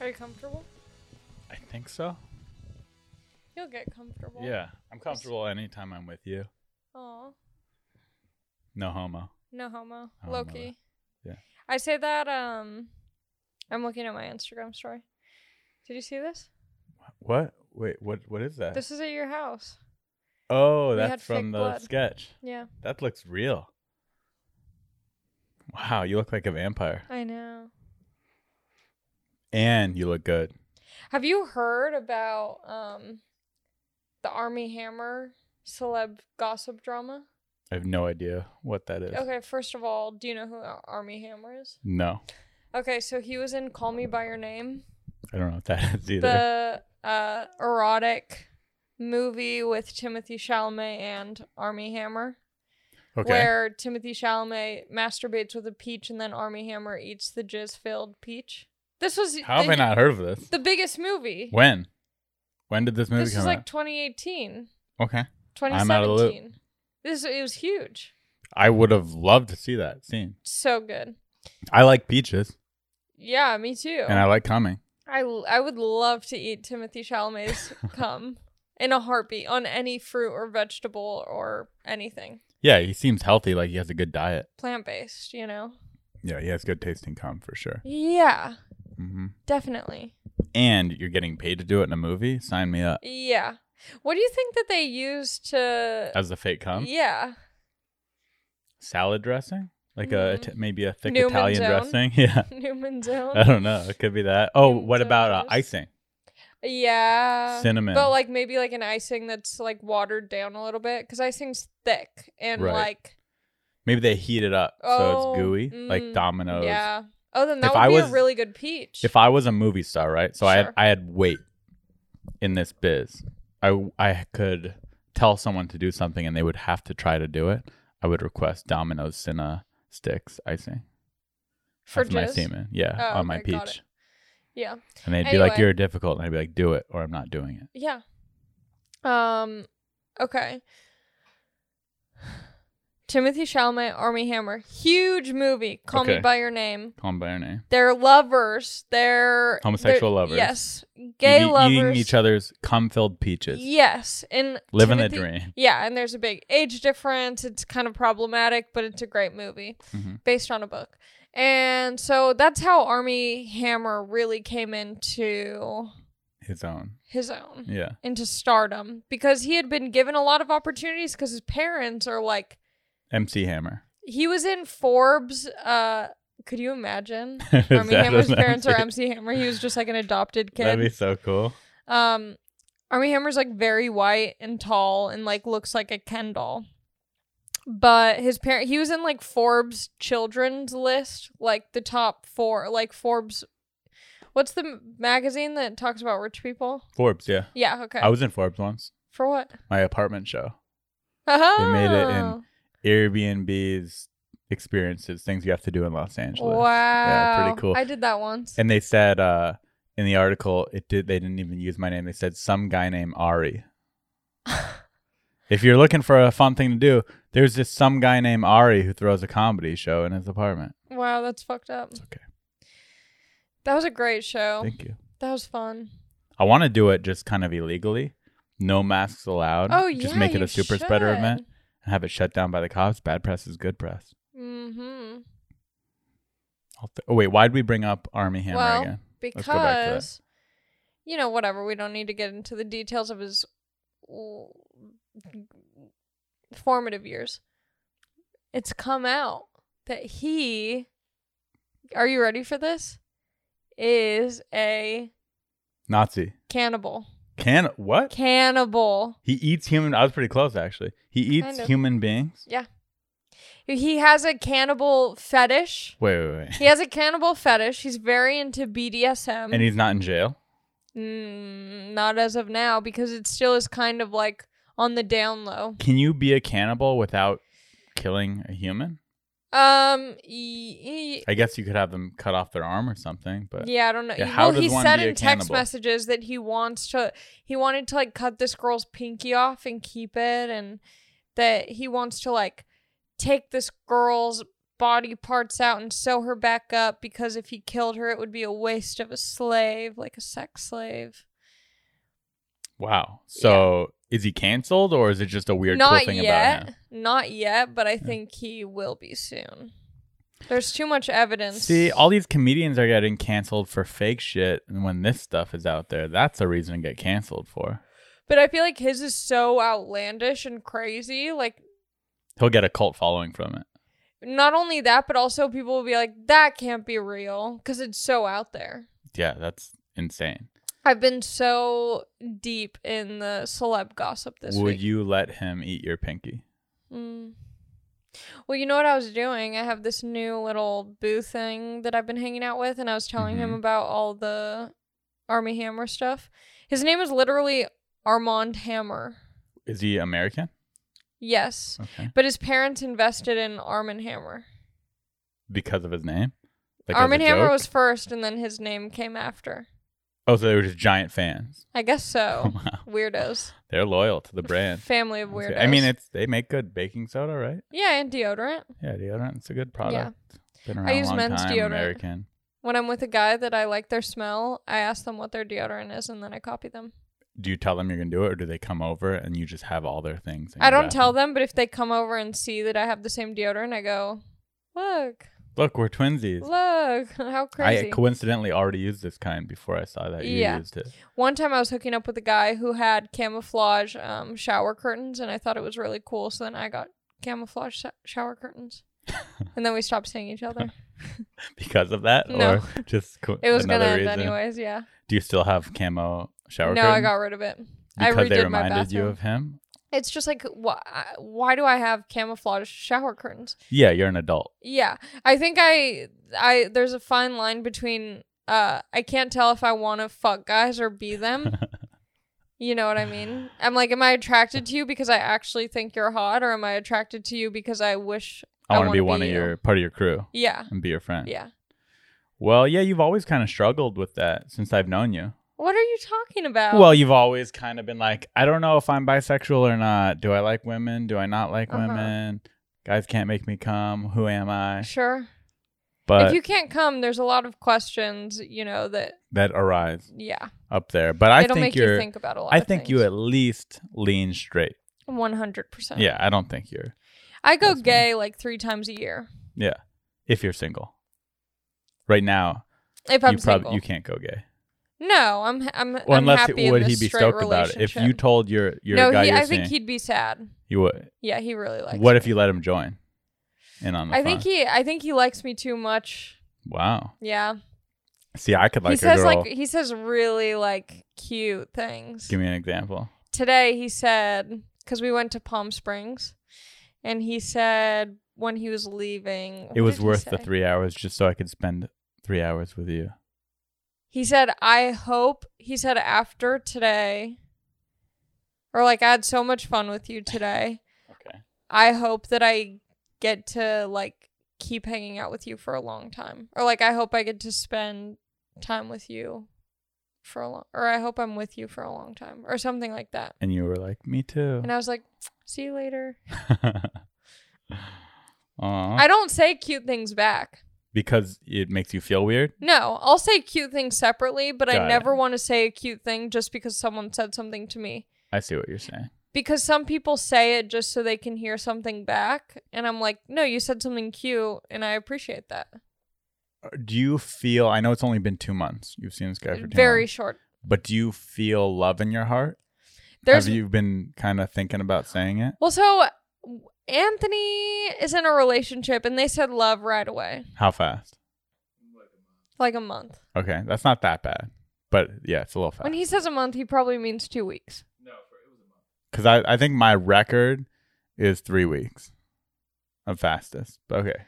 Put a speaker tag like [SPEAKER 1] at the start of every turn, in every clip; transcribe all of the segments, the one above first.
[SPEAKER 1] Are you comfortable?
[SPEAKER 2] I think so.
[SPEAKER 1] You'll get comfortable.
[SPEAKER 2] Yeah, I'm comfortable anytime I'm with you.
[SPEAKER 1] Aw.
[SPEAKER 2] No homo.
[SPEAKER 1] No homo.
[SPEAKER 2] No homo
[SPEAKER 1] Loki.
[SPEAKER 2] there. Yeah.
[SPEAKER 1] I say that, um I'm looking at my Instagram story. Did you see this?
[SPEAKER 2] What? Wait, what? What is that?
[SPEAKER 1] This is at your house.
[SPEAKER 2] oh,
[SPEAKER 1] we had
[SPEAKER 2] that's
[SPEAKER 1] fake
[SPEAKER 2] from the
[SPEAKER 1] blood.
[SPEAKER 2] sketch.
[SPEAKER 1] Yeah,
[SPEAKER 2] That looks real. Wow, you look like a vampire,
[SPEAKER 1] I know.
[SPEAKER 2] and you look good.
[SPEAKER 1] Have you heard about um the Army Hammer celeb gossip drama?
[SPEAKER 2] I have no idea what that is.
[SPEAKER 1] Okay, first of all, do you know who Ar- Army Hammer is?
[SPEAKER 2] No,
[SPEAKER 1] Okay, so he was in Call Me by Your Name,
[SPEAKER 2] I don't know what that is either.
[SPEAKER 1] the uh, erotic movie with Timothy Chalamet and Army Hammer,
[SPEAKER 2] okay.
[SPEAKER 1] where Timothy Chalamet masturbates with a peach and then Army Hammer eats the jizz-filled peach. This was
[SPEAKER 2] How have
[SPEAKER 1] the,
[SPEAKER 2] I not heard of this?
[SPEAKER 1] the biggest movie.
[SPEAKER 2] When? When did this movie
[SPEAKER 1] this
[SPEAKER 2] come
[SPEAKER 1] was like
[SPEAKER 2] out?
[SPEAKER 1] 2018,
[SPEAKER 2] okay. I'm out of the loop.
[SPEAKER 1] 2017. This it was huge.
[SPEAKER 2] I would have loved to see that scene.
[SPEAKER 1] So good.
[SPEAKER 2] I like peaches
[SPEAKER 1] Yeah, me too.
[SPEAKER 2] and I like coming.
[SPEAKER 1] I, l- I would love to eat Timothy Chalamet's cum in a heartbeat on any fruit or vegetable or anything
[SPEAKER 2] Yeah, he seems healthy, like he has a good diet.
[SPEAKER 1] plant based, you know?
[SPEAKER 2] Yeah, he has good tasting cum for sure.
[SPEAKER 1] Yeah,
[SPEAKER 2] hmm
[SPEAKER 1] definitely.
[SPEAKER 2] And you're getting paid to do it in a movie? Sign me up.
[SPEAKER 1] Yeah. What do you think that they use to.
[SPEAKER 2] As a fake cum?
[SPEAKER 1] yeah.
[SPEAKER 2] Salad dressing? Like a
[SPEAKER 1] Mhm.
[SPEAKER 2] Ita- maybe a thick
[SPEAKER 1] Newman's
[SPEAKER 2] Italian
[SPEAKER 1] Own.
[SPEAKER 2] dressing? Yeah.
[SPEAKER 1] Newman's
[SPEAKER 2] I
[SPEAKER 1] own.
[SPEAKER 2] don't know. It could be that. Oh,
[SPEAKER 1] Newman's
[SPEAKER 2] what
[SPEAKER 1] Own
[SPEAKER 2] about uh,
[SPEAKER 1] juice.
[SPEAKER 2] icing?
[SPEAKER 1] Yeah.
[SPEAKER 2] Cinnamon.
[SPEAKER 1] Uh, But like maybe like an icing that's like watered down a little bit because icing's thick and
[SPEAKER 2] Right.
[SPEAKER 1] like.
[SPEAKER 2] Maybe they heat it up so
[SPEAKER 1] Oh,
[SPEAKER 2] it's gooey,
[SPEAKER 1] mm,
[SPEAKER 2] like dominoes.
[SPEAKER 1] Yeah. Oh, then that
[SPEAKER 2] If
[SPEAKER 1] would
[SPEAKER 2] I
[SPEAKER 1] be
[SPEAKER 2] was-
[SPEAKER 1] a really good peach.
[SPEAKER 2] If I was a movie star, right? So I had
[SPEAKER 1] Sure.
[SPEAKER 2] I had weight in this biz. I I could tell someone to do something and they would have to try to do it. I would request Domino's Cinna sticks icing.
[SPEAKER 1] For
[SPEAKER 2] That's my
[SPEAKER 1] jizz?
[SPEAKER 2] semen. Yeah,
[SPEAKER 1] Oh,
[SPEAKER 2] on my
[SPEAKER 1] okay, got it.
[SPEAKER 2] peach.
[SPEAKER 1] Yeah.
[SPEAKER 2] And they'd be like,
[SPEAKER 1] Anyway.
[SPEAKER 2] "You're difficult," and I'd be like, "Do it," or "I'm not doing it."
[SPEAKER 1] Yeah. Um. Okay. Timothy Chalamet, Army Hammer, huge movie. Call me
[SPEAKER 2] Okay.
[SPEAKER 1] by your name.
[SPEAKER 2] Call 'em by your name.
[SPEAKER 1] They're lovers. They're
[SPEAKER 2] Homosexual
[SPEAKER 1] they're-
[SPEAKER 2] lovers.
[SPEAKER 1] Yes, gay
[SPEAKER 2] Eat-
[SPEAKER 1] lovers.
[SPEAKER 2] e-, eating each other's cum-filled peaches,
[SPEAKER 1] Yes, and
[SPEAKER 2] living the
[SPEAKER 1] Timothy-
[SPEAKER 2] dream.
[SPEAKER 1] Yeah, and there's a big age difference. It's kind of problematic, but it's a great movie
[SPEAKER 2] Mhm.
[SPEAKER 1] based on a book. And so that's how Army Hammer really came into
[SPEAKER 2] His own.
[SPEAKER 1] his own.
[SPEAKER 2] Yeah.
[SPEAKER 1] into stardom because he had been given a lot of opportunities because his parents are like
[SPEAKER 2] MC Hammer.
[SPEAKER 1] he was in Forbes. Uh, could you imagine?
[SPEAKER 2] Is
[SPEAKER 1] Army
[SPEAKER 2] that
[SPEAKER 1] Hammer's
[SPEAKER 2] an
[SPEAKER 1] parents are
[SPEAKER 2] MC?
[SPEAKER 1] MC Hammer. He was just like an adopted
[SPEAKER 2] That'd be
[SPEAKER 1] kid.
[SPEAKER 2] so cool.
[SPEAKER 1] Um, Army Hammer's like very white and tall and like looks like a Ken doll. But his parent, he was in like Forbes children's list, like the top four, like Forbes. What's the m- magazine that talks about rich people?
[SPEAKER 2] Forbes. Yeah.
[SPEAKER 1] Yeah, okay.
[SPEAKER 2] I was in Forbes once.
[SPEAKER 1] For what?
[SPEAKER 2] My apartment show.
[SPEAKER 1] Oh.
[SPEAKER 2] made it in Airbnb's experiences, things you have to do in Los Angeles.
[SPEAKER 1] Wow.
[SPEAKER 2] Yeah, pretty cool.
[SPEAKER 1] I did that once.
[SPEAKER 2] And they said uh, in the article, it did. They didn't even use my name. They said some guy named Ari. if you're looking for a fun thing to do, there's this some guy named Ari who throws a comedy show in his apartment.
[SPEAKER 1] wow, that's fucked up.
[SPEAKER 2] okay.
[SPEAKER 1] That was a great show.
[SPEAKER 2] Thank you.
[SPEAKER 1] that was fun.
[SPEAKER 2] I want to do it just kind of illegally, no masks allowed.
[SPEAKER 1] Oh, yeah.
[SPEAKER 2] just make it a super spreader event and have it shut down by the cops. Bad press is good press.
[SPEAKER 1] Mm-hmm.
[SPEAKER 2] I'll th- oh wait, why'd we bring up Army Hammer
[SPEAKER 1] Well,
[SPEAKER 2] again? go back to that.
[SPEAKER 1] Because, you know, whatever. We don't need to get into the details of his l- formative years. It's come out that he, are you ready for this? Is a
[SPEAKER 2] Nazi.
[SPEAKER 1] cannibal.
[SPEAKER 2] Can what?
[SPEAKER 1] Cannibal.
[SPEAKER 2] He eats human. I was pretty close actually. He eats
[SPEAKER 1] Kind of.
[SPEAKER 2] human beings.
[SPEAKER 1] He has a cannibal fetish.
[SPEAKER 2] Wait, wait, wait.
[SPEAKER 1] He has a cannibal fetish. He's very into BDSM.
[SPEAKER 2] and he's not in jail.
[SPEAKER 1] mm, not as of now because it still is kind of like on the down low.
[SPEAKER 2] Can you be a cannibal without killing a human?
[SPEAKER 1] Um, y- y-
[SPEAKER 2] I guess you could have them cut off their arm or something. But
[SPEAKER 1] yeah, I don't know.
[SPEAKER 2] Yeah, how
[SPEAKER 1] well, he
[SPEAKER 2] does one
[SPEAKER 1] said
[SPEAKER 2] be a
[SPEAKER 1] in text
[SPEAKER 2] cannibal?
[SPEAKER 1] messages that he wants to. He wanted to like cut this girl's pinky off and keep it, and that he wants to like take this girl's body parts out and sew her back up because if he killed her, it would be a waste of a slave, like a sex slave.
[SPEAKER 2] Wow. So is he canceled or is it just a weird cool
[SPEAKER 1] Not
[SPEAKER 2] thing
[SPEAKER 1] yet.
[SPEAKER 2] about him?
[SPEAKER 1] Not yet, but I think he will be soon. There's too much evidence.
[SPEAKER 2] See, all these comedians are getting canceled for fake shit, and when this stuff is out there, that's a reason to get canceled for.
[SPEAKER 1] But I feel like his is so outlandish and crazy. Like,
[SPEAKER 2] He'll get a cult following from it.
[SPEAKER 1] not only that, but also people will be like, that can't be real because it's so out there.
[SPEAKER 2] Yeah, that's insane.
[SPEAKER 1] I've been so deep in the celeb gossip this
[SPEAKER 2] Would
[SPEAKER 1] week.
[SPEAKER 2] you let him eat your pinky?
[SPEAKER 1] Mm. Well, you know what I was doing? I have this new little boo thing that I've been hanging out with, and I was telling him
[SPEAKER 2] Mhm.
[SPEAKER 1] about all the Army Hammer stuff. His name is literally Armand Hammer.
[SPEAKER 2] Is he American?
[SPEAKER 1] Yes.
[SPEAKER 2] Okay.
[SPEAKER 1] But his parents invested in Arm and Hammer.
[SPEAKER 2] Because of his name? Like as
[SPEAKER 1] Arm
[SPEAKER 2] a
[SPEAKER 1] and Hammer
[SPEAKER 2] joke?
[SPEAKER 1] was first, and then his name came after.
[SPEAKER 2] Oh, so they were just giant fans.
[SPEAKER 1] I guess so.
[SPEAKER 2] Oh, Wow.
[SPEAKER 1] Weirdos.
[SPEAKER 2] They're loyal to the brand.
[SPEAKER 1] Family of
[SPEAKER 2] That's
[SPEAKER 1] weirdos.
[SPEAKER 2] good. I mean, it's they make good baking soda, right?
[SPEAKER 1] yeah, and deodorant.
[SPEAKER 2] Yeah, deodorant. It's a good product. Been around
[SPEAKER 1] use
[SPEAKER 2] a long
[SPEAKER 1] men's
[SPEAKER 2] time,
[SPEAKER 1] deodorant.
[SPEAKER 2] American.
[SPEAKER 1] When I'm with a guy that I like their smell, I ask them what their deodorant is, and then I copy them.
[SPEAKER 2] Do you tell them you're gonna do it, or do they come over and you just have all their things? and
[SPEAKER 1] I
[SPEAKER 2] you
[SPEAKER 1] don't
[SPEAKER 2] wrap
[SPEAKER 1] tell them, but if they come over and see that I have the same deodorant, I go, look,
[SPEAKER 2] Look, we're twinsies.
[SPEAKER 1] look, how crazy.
[SPEAKER 2] I coincidentally already used this kind before I saw that you
[SPEAKER 1] Yeah.
[SPEAKER 2] used it.
[SPEAKER 1] One time I was hooking up with a guy who had camouflage um, shower curtains, and I thought it was really cool. So then I got camouflage sho- shower curtains. and then we stopped seeing each other.
[SPEAKER 2] Because of that,
[SPEAKER 1] No.
[SPEAKER 2] or just co-
[SPEAKER 1] It was going
[SPEAKER 2] another
[SPEAKER 1] to end
[SPEAKER 2] reason?
[SPEAKER 1] anyways, yeah.
[SPEAKER 2] Do you still have camo shower?
[SPEAKER 1] no, I
[SPEAKER 2] curtains?
[SPEAKER 1] got rid of it. I
[SPEAKER 2] because they
[SPEAKER 1] redid my
[SPEAKER 2] reminded you
[SPEAKER 1] bathroom.
[SPEAKER 2] of him.
[SPEAKER 1] It's just like, why, why do I have camouflage shower curtains?
[SPEAKER 2] Yeah, you're an adult.
[SPEAKER 1] Yeah. I think I I there's a fine line between uh I can't tell if I want to fuck guys or be them. you know what I mean? I'm like am I attracted to you because I actually think you're hot or am I attracted to you because I wish
[SPEAKER 2] I,
[SPEAKER 1] I
[SPEAKER 2] want to
[SPEAKER 1] wanna
[SPEAKER 2] be
[SPEAKER 1] be
[SPEAKER 2] one of
[SPEAKER 1] you.
[SPEAKER 2] your part of your crew
[SPEAKER 1] Yeah.
[SPEAKER 2] and be your friend.
[SPEAKER 1] Yeah.
[SPEAKER 2] Well, yeah, you've always kind of struggled with that since I've known you.
[SPEAKER 1] What are you talking about?
[SPEAKER 2] Well, you've always kind of been like, I don't know if I'm bisexual or not. Do I like women? Do I not like
[SPEAKER 1] Uh-huh.
[SPEAKER 2] women? Guys can't make me come. Who am I?
[SPEAKER 1] sure.
[SPEAKER 2] But
[SPEAKER 1] if you can't come, there's a lot of questions, you know, that
[SPEAKER 2] that arrives
[SPEAKER 1] yeah.
[SPEAKER 2] up there. But I
[SPEAKER 1] It'll
[SPEAKER 2] think
[SPEAKER 1] make
[SPEAKER 2] you're.
[SPEAKER 1] you think about a lot
[SPEAKER 2] I
[SPEAKER 1] of
[SPEAKER 2] think you at least lean straight.
[SPEAKER 1] 100%.
[SPEAKER 2] Yeah, I don't think you're.
[SPEAKER 1] I go
[SPEAKER 2] That's me.
[SPEAKER 1] gay like 3 times a year.
[SPEAKER 2] Yeah, if you're single. Right now,
[SPEAKER 1] If I'm
[SPEAKER 2] you
[SPEAKER 1] single.
[SPEAKER 2] probably you can't go gay.
[SPEAKER 1] No, I'm I'm,
[SPEAKER 2] Well,
[SPEAKER 1] I'm
[SPEAKER 2] unless
[SPEAKER 1] happy
[SPEAKER 2] it, would
[SPEAKER 1] in
[SPEAKER 2] he
[SPEAKER 1] this
[SPEAKER 2] be
[SPEAKER 1] straight
[SPEAKER 2] stoked about it? If you
[SPEAKER 1] relationship.
[SPEAKER 2] told your your
[SPEAKER 1] no,
[SPEAKER 2] guy
[SPEAKER 1] he,
[SPEAKER 2] you're
[SPEAKER 1] I
[SPEAKER 2] seeing,
[SPEAKER 1] think he'd be sad.
[SPEAKER 2] you would.
[SPEAKER 1] Yeah, he really likes.
[SPEAKER 2] What
[SPEAKER 1] me.
[SPEAKER 2] if you let him join? In on the
[SPEAKER 1] I
[SPEAKER 2] fun?
[SPEAKER 1] think he I think he likes me too much.
[SPEAKER 2] Wow.
[SPEAKER 1] Yeah,
[SPEAKER 2] See, I could like
[SPEAKER 1] he
[SPEAKER 2] a
[SPEAKER 1] says
[SPEAKER 2] girl.
[SPEAKER 1] like he says really like cute things.
[SPEAKER 2] Give me an example.
[SPEAKER 1] Today he said because we went to Palm Springs, and he said when he was leaving, what
[SPEAKER 2] It was
[SPEAKER 1] did he
[SPEAKER 2] worth the
[SPEAKER 1] say?
[SPEAKER 2] three hours just so I could spend three hours with you.
[SPEAKER 1] He said, I hope, he said, after today, or like, I had so much fun with you today.
[SPEAKER 2] Okay.
[SPEAKER 1] I hope that I get to like keep hanging out with you for a long time. Or like, I hope I get to spend time with you for a long, or I hope I'm with you for a long time, or something like that.
[SPEAKER 2] And you were like, me too.
[SPEAKER 1] And I was like, see you later.
[SPEAKER 2] Aw.
[SPEAKER 1] I don't say cute things back.
[SPEAKER 2] because it makes you feel weird.
[SPEAKER 1] No, I'll say cute things separately, but
[SPEAKER 2] Got
[SPEAKER 1] I
[SPEAKER 2] it.
[SPEAKER 1] never want to say a cute thing just because someone said something to me.
[SPEAKER 2] I see what you're saying.
[SPEAKER 1] because some people say it just so they can hear something back and i'm like no you said something cute and i appreciate that
[SPEAKER 2] Do you feel? I know it's only been two months. You've seen this guy for two
[SPEAKER 1] very
[SPEAKER 2] months,
[SPEAKER 1] short
[SPEAKER 2] but do you feel love in your heart?
[SPEAKER 1] there's
[SPEAKER 2] Have you been kind of thinking about saying it?
[SPEAKER 1] well so anthony is in a relationship and they said love right away
[SPEAKER 2] How fast?
[SPEAKER 1] like a month
[SPEAKER 2] Okay, that's not that bad, but yeah, it's a little
[SPEAKER 1] when
[SPEAKER 2] fast.
[SPEAKER 1] he says a month he probably means two weeks
[SPEAKER 2] Because I, I think my record is three weeks of fastest. But Okay,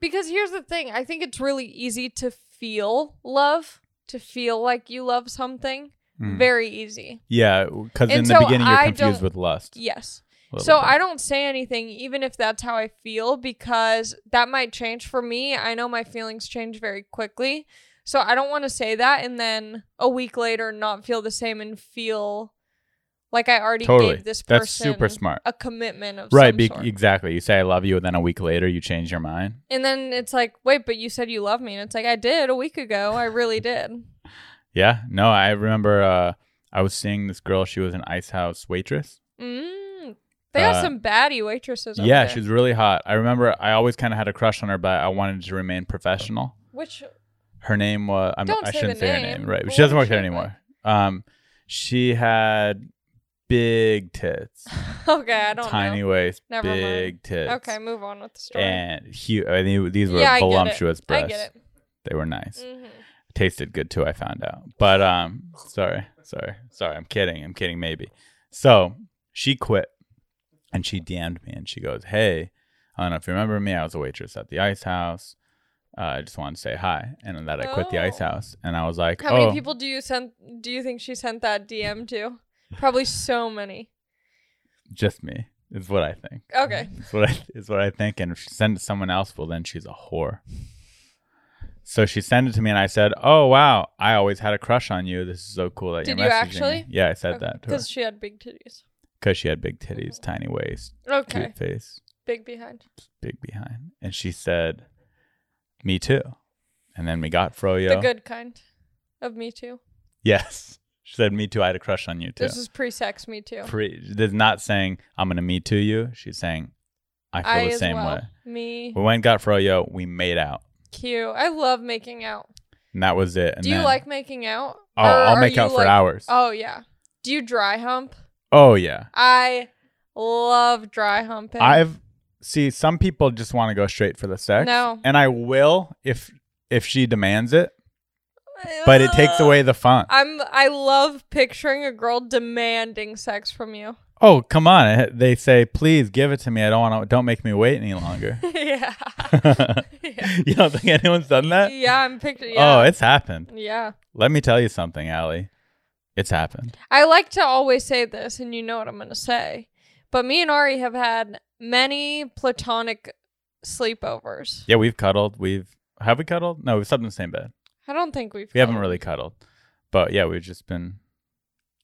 [SPEAKER 1] because here's the thing i think it's really easy to feel love to feel like you love something
[SPEAKER 2] Mm.
[SPEAKER 1] very easy
[SPEAKER 2] Yeah, because in
[SPEAKER 1] And
[SPEAKER 2] the
[SPEAKER 1] so
[SPEAKER 2] beginning you're
[SPEAKER 1] I
[SPEAKER 2] confused
[SPEAKER 1] don't-
[SPEAKER 2] with lust.
[SPEAKER 1] yes
[SPEAKER 2] a little
[SPEAKER 1] So
[SPEAKER 2] bit.
[SPEAKER 1] I don't say anything, even if that's how I feel, because that might change for me. I know my feelings change very quickly. So I don't want to say that and then a week later not feel the same and feel Like I already
[SPEAKER 2] Totally.
[SPEAKER 1] gave this person
[SPEAKER 2] That's super smart.
[SPEAKER 1] a commitment of
[SPEAKER 2] Right.
[SPEAKER 1] some
[SPEAKER 2] Be-
[SPEAKER 1] sort.
[SPEAKER 2] exactly. You say I love you, and then a week later you change your mind.
[SPEAKER 1] and then it's like, wait, but you said you love me, and it's like I did a week ago. I really did.
[SPEAKER 2] Yeah. No, I remember. Uh, I was seeing this girl. She was an ice house waitress.
[SPEAKER 1] Mm. They got
[SPEAKER 2] Uh,
[SPEAKER 1] some baddie waitresses. Up
[SPEAKER 2] yeah,
[SPEAKER 1] there.
[SPEAKER 2] she was really hot. I remember. I always kind of had a crush on her, but I wanted to remain professional.
[SPEAKER 1] Which
[SPEAKER 2] her name was I'm,
[SPEAKER 1] Don't
[SPEAKER 2] I
[SPEAKER 1] say
[SPEAKER 2] shouldn't
[SPEAKER 1] the
[SPEAKER 2] say her
[SPEAKER 1] name.
[SPEAKER 2] name, right?
[SPEAKER 1] Well,
[SPEAKER 2] she doesn't
[SPEAKER 1] what
[SPEAKER 2] work
[SPEAKER 1] is she,
[SPEAKER 2] there
[SPEAKER 1] but-
[SPEAKER 2] anymore. Um, she had big tits,
[SPEAKER 1] okay, I don't
[SPEAKER 2] tiny
[SPEAKER 1] know.
[SPEAKER 2] waist,
[SPEAKER 1] Never mind.
[SPEAKER 2] big tits.
[SPEAKER 1] Okay, move on with the story.
[SPEAKER 2] and huge. I mean, these were
[SPEAKER 1] Yeah, I get it.
[SPEAKER 2] voluptuous
[SPEAKER 1] I
[SPEAKER 2] breasts.
[SPEAKER 1] get
[SPEAKER 2] They were nice.
[SPEAKER 1] it. Mhm.
[SPEAKER 2] Tasted good too. I found out. But um, sorry, sorry, sorry. I'm kidding. I'm kidding. Maybe. So she quit, and she DM'd me, and she goes, "Hey, I don't know if you remember me. I was a waitress at the Ice House." Uh, I just wanted to say hi, and then that I quit the ice
[SPEAKER 1] Oh.
[SPEAKER 2] house, and I was like,
[SPEAKER 1] How
[SPEAKER 2] "Oh,
[SPEAKER 1] many people do you send? Do you think she sent that DM to? Probably so many.
[SPEAKER 2] just me is what I think.
[SPEAKER 1] Okay.
[SPEAKER 2] It's what I is what I think. And if she sends it to someone else, well then she's a whore. So she sent it to me and I said, Oh wow, I always had a crush on you. This is so cool that
[SPEAKER 1] Did
[SPEAKER 2] you're
[SPEAKER 1] you
[SPEAKER 2] messaging
[SPEAKER 1] actually?
[SPEAKER 2] me. Yeah, I said that to her.
[SPEAKER 1] Because she had big titties.
[SPEAKER 2] Because she had big titties, tiny waist,
[SPEAKER 1] Mm-hmm. Okay.
[SPEAKER 2] cute face,
[SPEAKER 1] Big behind.
[SPEAKER 2] big behind. And she said, Me too. And then we got
[SPEAKER 1] The
[SPEAKER 2] Froyo.
[SPEAKER 1] good kind of Me Too.
[SPEAKER 2] yes. She said, Me too, I had a crush on you too.
[SPEAKER 1] This is pre sex Me Too.
[SPEAKER 2] Pre- this is not saying I'm gonna me too you. She's saying I feel
[SPEAKER 1] I
[SPEAKER 2] the
[SPEAKER 1] as
[SPEAKER 2] same
[SPEAKER 1] well.
[SPEAKER 2] way.
[SPEAKER 1] Me.
[SPEAKER 2] We went and got froyo. We made out,
[SPEAKER 1] Cute. I love making out.
[SPEAKER 2] and that was it. And
[SPEAKER 1] do you
[SPEAKER 2] then-
[SPEAKER 1] like making out?
[SPEAKER 2] Oh,
[SPEAKER 1] Or
[SPEAKER 2] I'll
[SPEAKER 1] are
[SPEAKER 2] make
[SPEAKER 1] you
[SPEAKER 2] out for
[SPEAKER 1] like-
[SPEAKER 2] hours. Oh,
[SPEAKER 1] Oh, yeah. Do you dry hump?
[SPEAKER 2] yeah,
[SPEAKER 1] I love dry humping.
[SPEAKER 2] I've see some people just want to go straight for the sex.
[SPEAKER 1] No.
[SPEAKER 2] and I will if if she demands it, but it
[SPEAKER 1] Ah.
[SPEAKER 2] takes away the fun.
[SPEAKER 1] I'm I love picturing a girl demanding sex from you.
[SPEAKER 2] Oh come on! I- They say please give it to me. I don't want to. Don't make me wait any longer.
[SPEAKER 1] yeah. yeah.
[SPEAKER 2] you don't think anyone's done that?
[SPEAKER 1] Yeah, I'm picturing
[SPEAKER 2] Oh,
[SPEAKER 1] yeah.
[SPEAKER 2] it's happened.
[SPEAKER 1] yeah.
[SPEAKER 2] Let me tell you something, Allie. It's happened.
[SPEAKER 1] I like to always say this, and you know what I'm going to say. But me and Ari have had many platonic sleepovers.
[SPEAKER 2] Yeah, we've cuddled. We've have we cuddled? No, we've slept in the same bed.
[SPEAKER 1] I don't think we've.
[SPEAKER 2] We haven't really cuddled, but yeah, we've just been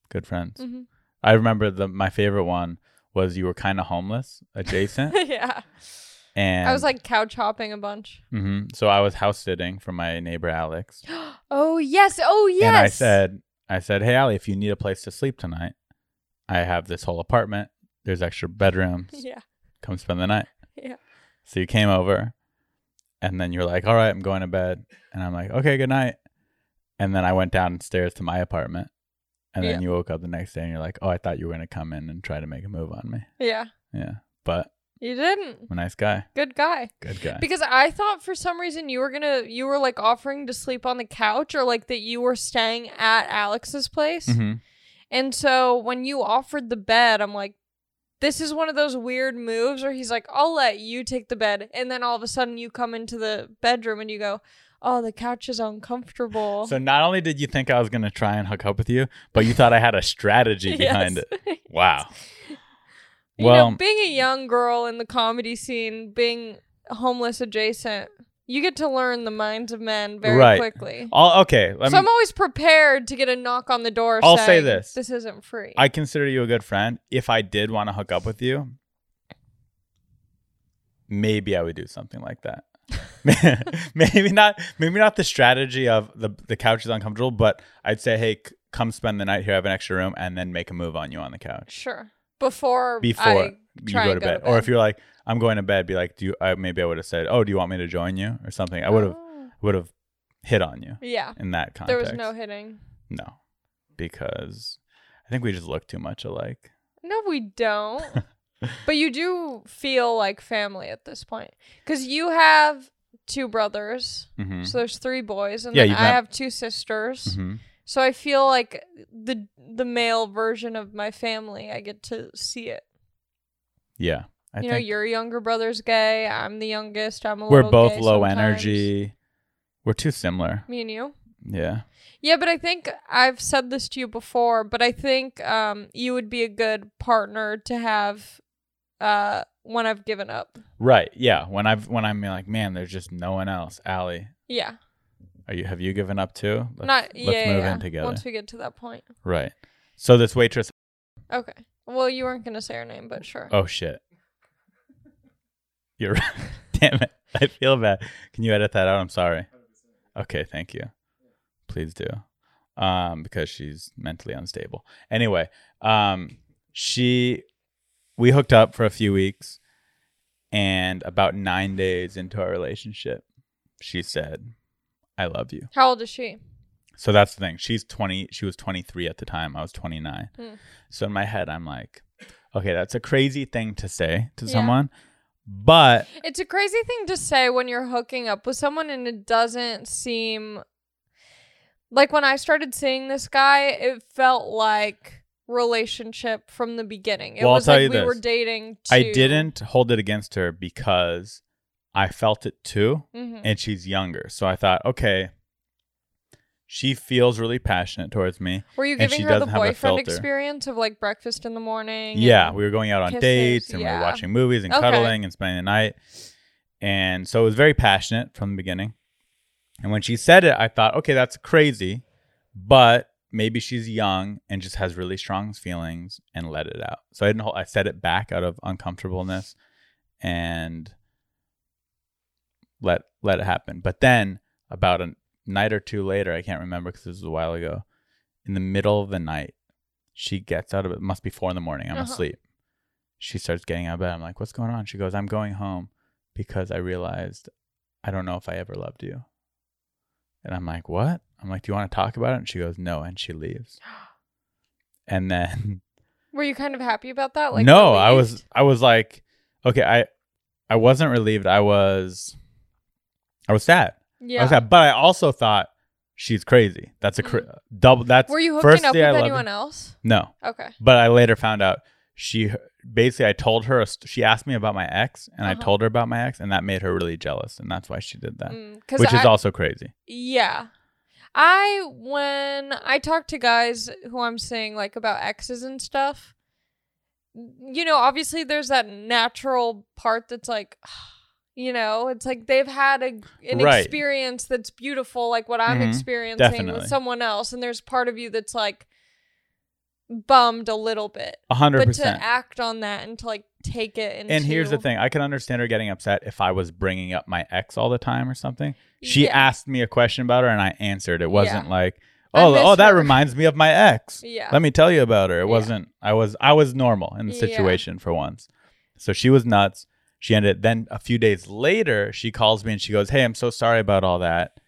[SPEAKER 2] good friends.
[SPEAKER 1] Mhm.
[SPEAKER 2] I remember the my favorite one was you were kind of homeless adjacent,
[SPEAKER 1] yeah.
[SPEAKER 2] and
[SPEAKER 1] I was like couch hopping a bunch.
[SPEAKER 2] hmm so I was house sitting for my neighbor Alex,
[SPEAKER 1] Oh yes. Oh yes.
[SPEAKER 2] and I said, I said, hey Allie, if you need a place to sleep tonight, I have this whole apartment. There's extra bedrooms.
[SPEAKER 1] Yeah.
[SPEAKER 2] Come spend the night.
[SPEAKER 1] Yeah.
[SPEAKER 2] So you came over, and then you're like, all right, I'm going to bed, and I'm like, okay, good night, and then I went downstairs to my apartment. And then you woke up the next day and you're like, oh, I thought you were going to come in and try to make a move on me.
[SPEAKER 1] Yeah.
[SPEAKER 2] Yeah. But
[SPEAKER 1] You didn't.
[SPEAKER 2] I'm a nice guy.
[SPEAKER 1] Good guy.
[SPEAKER 2] Good guy.
[SPEAKER 1] Because I thought for some reason you were gonna you were like offering to sleep on the couch or like that you were staying at Alex's place.
[SPEAKER 2] hmm
[SPEAKER 1] And so when you offered the bed, I'm like, this is one of those weird moves where he's like, I'll let you take the bed. And then all of a sudden you come into the bedroom and you go, Oh, the couch is uncomfortable.
[SPEAKER 2] So not only did you think I was going to try and hook up with you, but you thought I had a strategy behind it. Wow.
[SPEAKER 1] you
[SPEAKER 2] Well-
[SPEAKER 1] know, being a young girl in the comedy scene, being homeless adjacent, you get to learn the minds of men very
[SPEAKER 2] Right.
[SPEAKER 1] quickly.
[SPEAKER 2] All, okay. Let
[SPEAKER 1] so
[SPEAKER 2] me,
[SPEAKER 1] I'm always prepared to get a knock on the door.
[SPEAKER 2] I'll say
[SPEAKER 1] saying,
[SPEAKER 2] this.
[SPEAKER 1] This isn't free.
[SPEAKER 2] I consider you a good friend. If I did want to hook up with you, maybe I would do something like that. maybe not maybe not the strategy of the the couch is uncomfortable, but I'd say, hey, c- come spend the night here, I have an extra room, and then make a move on you on the couch.
[SPEAKER 1] sure. Before
[SPEAKER 2] before
[SPEAKER 1] I
[SPEAKER 2] you
[SPEAKER 1] try
[SPEAKER 2] go to,
[SPEAKER 1] and
[SPEAKER 2] bed. or if you're like i'm going to bed be like do you I, maybe i would have said oh do you want me to join you or something i would have
[SPEAKER 1] Oh.
[SPEAKER 2] would have hit on you
[SPEAKER 1] Yeah.
[SPEAKER 2] in that context
[SPEAKER 1] There was no hitting.
[SPEAKER 2] no because i think we just look too much alike
[SPEAKER 1] No, we don't. but you do feel like family at this point. Because you have two brothers.
[SPEAKER 2] hmm
[SPEAKER 1] So there's three boys. And
[SPEAKER 2] Yeah,
[SPEAKER 1] then
[SPEAKER 2] you've
[SPEAKER 1] I
[SPEAKER 2] had-
[SPEAKER 1] have two sisters.
[SPEAKER 2] hmm
[SPEAKER 1] So I feel like the the male version of my family, I get to see it.
[SPEAKER 2] yeah i
[SPEAKER 1] you know,
[SPEAKER 2] think
[SPEAKER 1] your younger brother's gay. I'm the youngest. I'm a
[SPEAKER 2] we're
[SPEAKER 1] little
[SPEAKER 2] both
[SPEAKER 1] gay
[SPEAKER 2] low
[SPEAKER 1] sometimes.
[SPEAKER 2] energy we're too similar
[SPEAKER 1] Me and you.
[SPEAKER 2] yeah
[SPEAKER 1] Yeah, but I think I've said this to you before, but I think um, you would be a good partner to have uh, when I've given up.
[SPEAKER 2] right yeah when i've when i'm like man there's just no one else Allie,
[SPEAKER 1] Yeah,
[SPEAKER 2] are you have you given up too let's,
[SPEAKER 1] not
[SPEAKER 2] let's
[SPEAKER 1] yeah. yeah,
[SPEAKER 2] move
[SPEAKER 1] yeah.
[SPEAKER 2] in together
[SPEAKER 1] Once we get to that point.
[SPEAKER 2] right so this waitress
[SPEAKER 1] Okay. Well, you weren't gonna say her name, but sure.
[SPEAKER 2] Oh shit. You're right. Damn it. I feel bad. Can you edit that out? I'm sorry. Okay, thank you. Please do. Um, because she's mentally unstable. Anyway, um she we hooked up for a few weeks and about nine days into our relationship, she said, I love you.
[SPEAKER 1] How old is she?
[SPEAKER 2] So that's the thing. She's 20. She was 23 at the time. I was 29.
[SPEAKER 1] Hmm.
[SPEAKER 2] So in my head, I'm like, okay, that's a crazy thing to say to
[SPEAKER 1] Yeah.
[SPEAKER 2] someone, but
[SPEAKER 1] It's a crazy thing to say when you're hooking up with someone and it doesn't seem like when I started seeing this guy, it felt like relationship from the beginning. It
[SPEAKER 2] Well, I'll
[SPEAKER 1] was
[SPEAKER 2] tell
[SPEAKER 1] like
[SPEAKER 2] you
[SPEAKER 1] we
[SPEAKER 2] this.
[SPEAKER 1] were dating.
[SPEAKER 2] I
[SPEAKER 1] to-
[SPEAKER 2] didn't hold it against her because I felt it too.
[SPEAKER 1] Mhm.
[SPEAKER 2] And she's younger. So I thought, okay, she feels really passionate towards me.
[SPEAKER 1] Were you
[SPEAKER 2] and
[SPEAKER 1] giving
[SPEAKER 2] she
[SPEAKER 1] her the
[SPEAKER 2] doesn't have a
[SPEAKER 1] boyfriend
[SPEAKER 2] filter.
[SPEAKER 1] experience of like breakfast in the morning?
[SPEAKER 2] Yeah,
[SPEAKER 1] and-
[SPEAKER 2] we were going out on
[SPEAKER 1] kisses,
[SPEAKER 2] dates and we
[SPEAKER 1] yeah.
[SPEAKER 2] were watching movies and
[SPEAKER 1] Okay.
[SPEAKER 2] cuddling and spending the night. And so it was very passionate from the beginning. And when she said it, I thought, okay, that's crazy, but maybe she's young and just has really strong feelings and let it out. So I didn't hold, I said it back out of uncomfortableness and let let it happen. But then about a night or two later, I can't remember because this was a while ago, in the middle of the night, she gets out of it. Must be four in the morning. I'm
[SPEAKER 1] Uh-huh.
[SPEAKER 2] asleep. She starts getting out of bed. I'm like, what's going on? She goes, I'm going home because I realized I don't know if I ever loved you. And I'm like, what? I'm like, do you want to talk about it? And she goes, no. And she leaves. And then
[SPEAKER 1] Were you kind of happy about that? Like
[SPEAKER 2] no, I was
[SPEAKER 1] relieved?
[SPEAKER 2] I was like, okay, I I wasn't relieved. I was I was sad. I
[SPEAKER 1] Yeah.
[SPEAKER 2] was sad, but I also thought she's crazy. That's a cr- double. That's
[SPEAKER 1] Mm-hmm. Were you
[SPEAKER 2] first
[SPEAKER 1] hooking up with
[SPEAKER 2] day I loved
[SPEAKER 1] anyone
[SPEAKER 2] her-
[SPEAKER 1] else?
[SPEAKER 2] No,
[SPEAKER 1] Okay.
[SPEAKER 2] but I later found out she basically I told her a st- she asked me about my ex, and
[SPEAKER 1] Uh-huh.
[SPEAKER 2] I told her about my ex, and that made her really jealous, and that's why she did that,
[SPEAKER 1] Because
[SPEAKER 2] which
[SPEAKER 1] Mm, I,
[SPEAKER 2] is also crazy.
[SPEAKER 1] Yeah. I when I talk to guys who I'm seeing like about exes and stuff, you know, obviously there's that natural part that's like you know, it's like they've had a an
[SPEAKER 2] Right.
[SPEAKER 1] experience that's beautiful like what I'm
[SPEAKER 2] Mhm.
[SPEAKER 1] experiencing
[SPEAKER 2] Definitely.
[SPEAKER 1] with someone else and there's part of you that's like bummed a little bit.
[SPEAKER 2] A hundred
[SPEAKER 1] But to
[SPEAKER 2] percent.
[SPEAKER 1] act on that and to like take it into
[SPEAKER 2] And here's the thing: I can understand her getting upset if I was bringing up my ex all the time or something. She
[SPEAKER 1] yeah,
[SPEAKER 2] asked me a question about her, and I answered. It wasn't
[SPEAKER 1] Yeah.
[SPEAKER 2] like,
[SPEAKER 1] I
[SPEAKER 2] oh,
[SPEAKER 1] miss
[SPEAKER 2] oh, that
[SPEAKER 1] her.
[SPEAKER 2] reminds me of my ex.
[SPEAKER 1] Yeah.
[SPEAKER 2] Let me tell you about her. It
[SPEAKER 1] Yeah.
[SPEAKER 2] wasn't. I was. I was normal in the
[SPEAKER 1] Yeah.
[SPEAKER 2] situation for once. So she was nuts. She ended. Then a few days later, she calls me and she goes, "Hey, I'm so sorry about all that.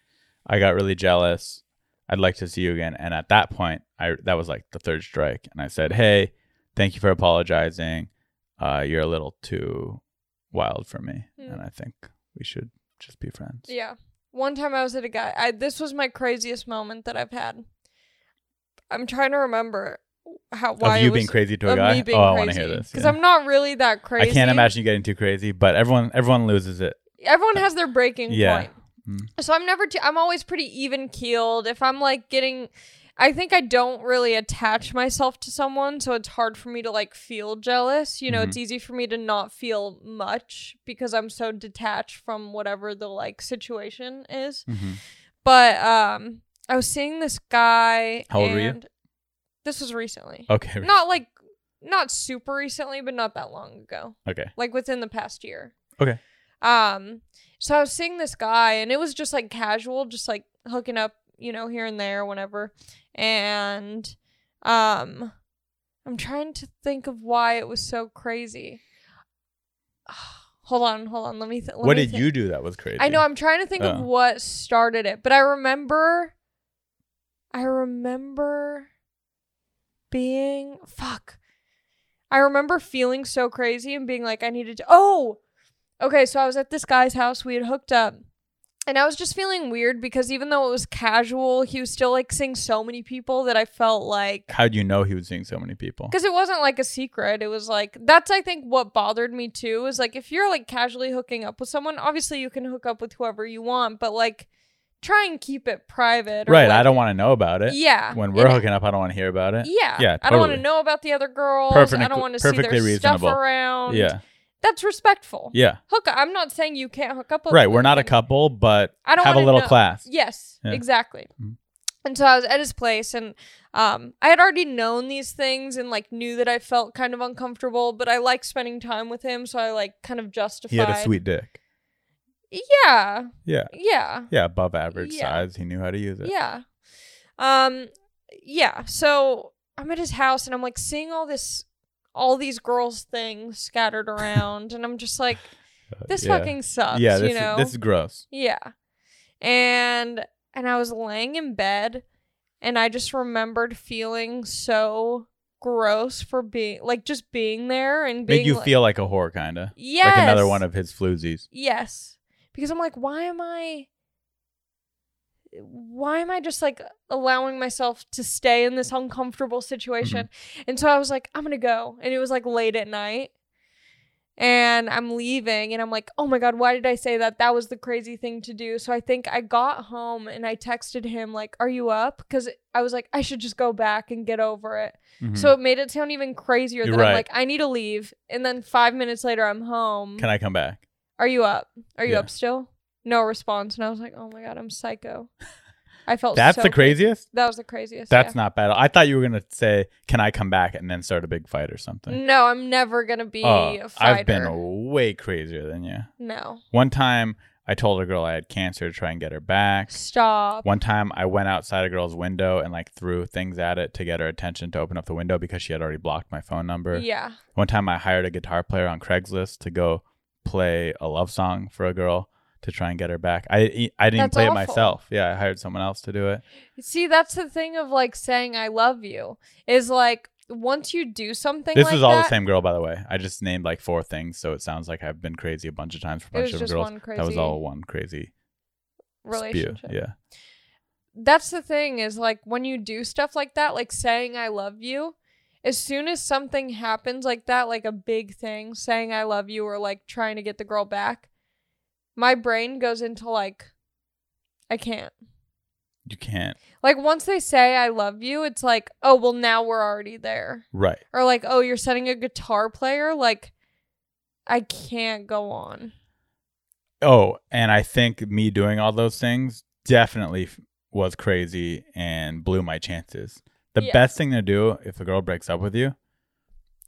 [SPEAKER 2] I got really jealous. I'd like to see you again." And at that point, I that was like the third strike, and I said, "Hey, thank you for apologizing. Uh, you're a little too wild for me,
[SPEAKER 1] Hmm.
[SPEAKER 2] and I think we should just be friends."
[SPEAKER 1] Yeah. One time I was at a guy. I this was my craziest moment that I've had. I'm trying to remember how why
[SPEAKER 2] of you
[SPEAKER 1] it was,
[SPEAKER 2] being crazy to a
[SPEAKER 1] of
[SPEAKER 2] guy.
[SPEAKER 1] me being
[SPEAKER 2] oh, I
[SPEAKER 1] crazy.
[SPEAKER 2] want to hear this.
[SPEAKER 1] because
[SPEAKER 2] yeah.
[SPEAKER 1] I'm not really that crazy.
[SPEAKER 2] I can't imagine you getting too crazy, but everyone everyone loses it.
[SPEAKER 1] Everyone has their breaking
[SPEAKER 2] Yeah.
[SPEAKER 1] point.
[SPEAKER 2] Mm.
[SPEAKER 1] So I'm never. Too, I'm always pretty even keeled. If I'm like getting, I think I don't really attach myself to someone, so it's hard for me to like feel jealous. You know,
[SPEAKER 2] Mm-hmm.
[SPEAKER 1] it's easy for me to not feel much because I'm so detached from whatever the like situation is. But um, I was seeing this guy.
[SPEAKER 2] How old were you? Oh,
[SPEAKER 1] and- This was recently.
[SPEAKER 2] Okay.
[SPEAKER 1] Not like, not super recently, but not that long ago.
[SPEAKER 2] okay.
[SPEAKER 1] Like within the past year.
[SPEAKER 2] Okay.
[SPEAKER 1] Um, so I was seeing this guy, and it was just like casual, just like hooking up, you know, here and there, whenever. And um, I'm trying to think of why it was so crazy. hold on, hold on. Let me. Th- let
[SPEAKER 2] what
[SPEAKER 1] me
[SPEAKER 2] did
[SPEAKER 1] thi-
[SPEAKER 2] you do that was crazy?
[SPEAKER 1] I know. I'm trying to think
[SPEAKER 2] Oh.
[SPEAKER 1] of what started it, but I remember. I remember being fuck. I remember feeling so crazy and being like, I needed to. Oh, okay. So I was at this guy's house. We had hooked up, and I was just feeling weird because even though it was casual, he was still like seeing so many people that I felt like
[SPEAKER 2] How do you know he was seeing so many people?
[SPEAKER 1] because it wasn't like a secret it was like that's i think what bothered me too is like if you're like casually hooking up with someone obviously you can hook up with whoever you want but like try and keep it private or,
[SPEAKER 2] Right. I
[SPEAKER 1] like-
[SPEAKER 2] don't want to know about it.
[SPEAKER 1] yeah
[SPEAKER 2] When we're
[SPEAKER 1] And-
[SPEAKER 2] hooking up, I don't want to hear about it.
[SPEAKER 1] yeah
[SPEAKER 2] Yeah,
[SPEAKER 1] i don't want to
[SPEAKER 2] totally.
[SPEAKER 1] know about the other girls i
[SPEAKER 2] Perfect-
[SPEAKER 1] don't want to see their
[SPEAKER 2] perfectly reasonable.
[SPEAKER 1] stuff around
[SPEAKER 2] Yeah.
[SPEAKER 1] that's respectful
[SPEAKER 2] Yeah.
[SPEAKER 1] hook i'm not saying you can't hook up with
[SPEAKER 2] Right. We're not a
[SPEAKER 1] couple.
[SPEAKER 2] couple, but
[SPEAKER 1] I don't
[SPEAKER 2] have a
[SPEAKER 1] wanna
[SPEAKER 2] little
[SPEAKER 1] know-
[SPEAKER 2] class.
[SPEAKER 1] yes
[SPEAKER 2] Yeah.
[SPEAKER 1] exactly
[SPEAKER 2] Mhm.
[SPEAKER 1] And so I was at his place and um I had already known these things and like knew that I felt kind of uncomfortable, but I like spending time with him, so I like kind of justified.
[SPEAKER 2] He had a sweet dick.
[SPEAKER 1] Yeah.
[SPEAKER 2] Yeah.
[SPEAKER 1] Yeah.
[SPEAKER 2] Yeah, above average
[SPEAKER 1] Yeah.
[SPEAKER 2] size. He knew how to use it.
[SPEAKER 1] Yeah. Um yeah, so I'm at his house and I'm like seeing all this all these girls things scattered around and I'm just like
[SPEAKER 2] Uh,
[SPEAKER 1] this
[SPEAKER 2] yeah.
[SPEAKER 1] fucking sucks,
[SPEAKER 2] Yeah, this,
[SPEAKER 1] you know.
[SPEAKER 2] is, this is gross.
[SPEAKER 1] Yeah. And and I was laying in bed and I just remembered feeling so gross for being like just being there and being
[SPEAKER 2] Made you
[SPEAKER 1] like,
[SPEAKER 2] feel like a whore, kind of.
[SPEAKER 1] yes.
[SPEAKER 2] Like another one of his floozies.
[SPEAKER 1] Yes. Because I'm like, why am I why am I just like allowing myself to stay in this uncomfortable situation?
[SPEAKER 2] Mm-hmm.
[SPEAKER 1] And so I was like, I'm gonna go. And it was like late at night. And I'm leaving and I'm like, oh my God, why did I say that? That was the crazy thing to do. So I think I got home and I texted him, like, are you up? Because I was like, I should just go back and get over it.
[SPEAKER 2] Mhm.
[SPEAKER 1] So it made it sound even crazier
[SPEAKER 2] You're
[SPEAKER 1] that I'm
[SPEAKER 2] right.
[SPEAKER 1] like, I need to leave. And then five minutes later, I'm home.
[SPEAKER 2] Can I come back?
[SPEAKER 1] Are you up? Are you
[SPEAKER 2] Yeah.
[SPEAKER 1] up still? No response. And I was like, oh my God, I'm psycho. I felt
[SPEAKER 2] That's
[SPEAKER 1] Oh, so
[SPEAKER 2] the craziest?
[SPEAKER 1] That was the craziest.
[SPEAKER 2] That's
[SPEAKER 1] yeah.
[SPEAKER 2] not bad. I thought you were going to say, can I come back and then start a big fight or something.
[SPEAKER 1] No, I'm never going to be
[SPEAKER 2] Oh,
[SPEAKER 1] a fighter.
[SPEAKER 2] I've been way crazier than you.
[SPEAKER 1] No.
[SPEAKER 2] One time I told a girl I had cancer to try and get her back.
[SPEAKER 1] Stop.
[SPEAKER 2] One time I went outside a girl's window and like threw things at it to get her attention to open up the window because she had already blocked my phone number.
[SPEAKER 1] Yeah.
[SPEAKER 2] One time I hired a guitar player on Craigslist to go play a love song for a girl to try and get her back. I e, I didn't even
[SPEAKER 1] That's
[SPEAKER 2] play
[SPEAKER 1] awful.
[SPEAKER 2] it myself. Yeah, I hired someone else to do it.
[SPEAKER 1] See, that's the thing of like saying I love you is like once you do something
[SPEAKER 2] This
[SPEAKER 1] like
[SPEAKER 2] is all the
[SPEAKER 1] that,
[SPEAKER 2] same girl by the way. I just named like four things so it sounds like I've been crazy a bunch of times for a
[SPEAKER 1] It was
[SPEAKER 2] bunch of
[SPEAKER 1] just
[SPEAKER 2] girls.
[SPEAKER 1] one crazy
[SPEAKER 2] That was all one crazy spew.
[SPEAKER 1] relationship.
[SPEAKER 2] Yeah.
[SPEAKER 1] that's the thing is like when you do stuff like that, like saying I love you, as soon as something happens like that, like a big thing, saying I love you or like trying to get the girl back, my brain goes into like I can't.
[SPEAKER 2] You can't.
[SPEAKER 1] Like once they say I love you, it's like, oh well now we're already there.
[SPEAKER 2] Right.
[SPEAKER 1] Or like, oh, you're setting a guitar player, like I can't go on.
[SPEAKER 2] Oh, and I think me doing all those things definitely f- was crazy and blew my chances. The
[SPEAKER 1] Yeah.
[SPEAKER 2] best thing to do if a girl breaks up with you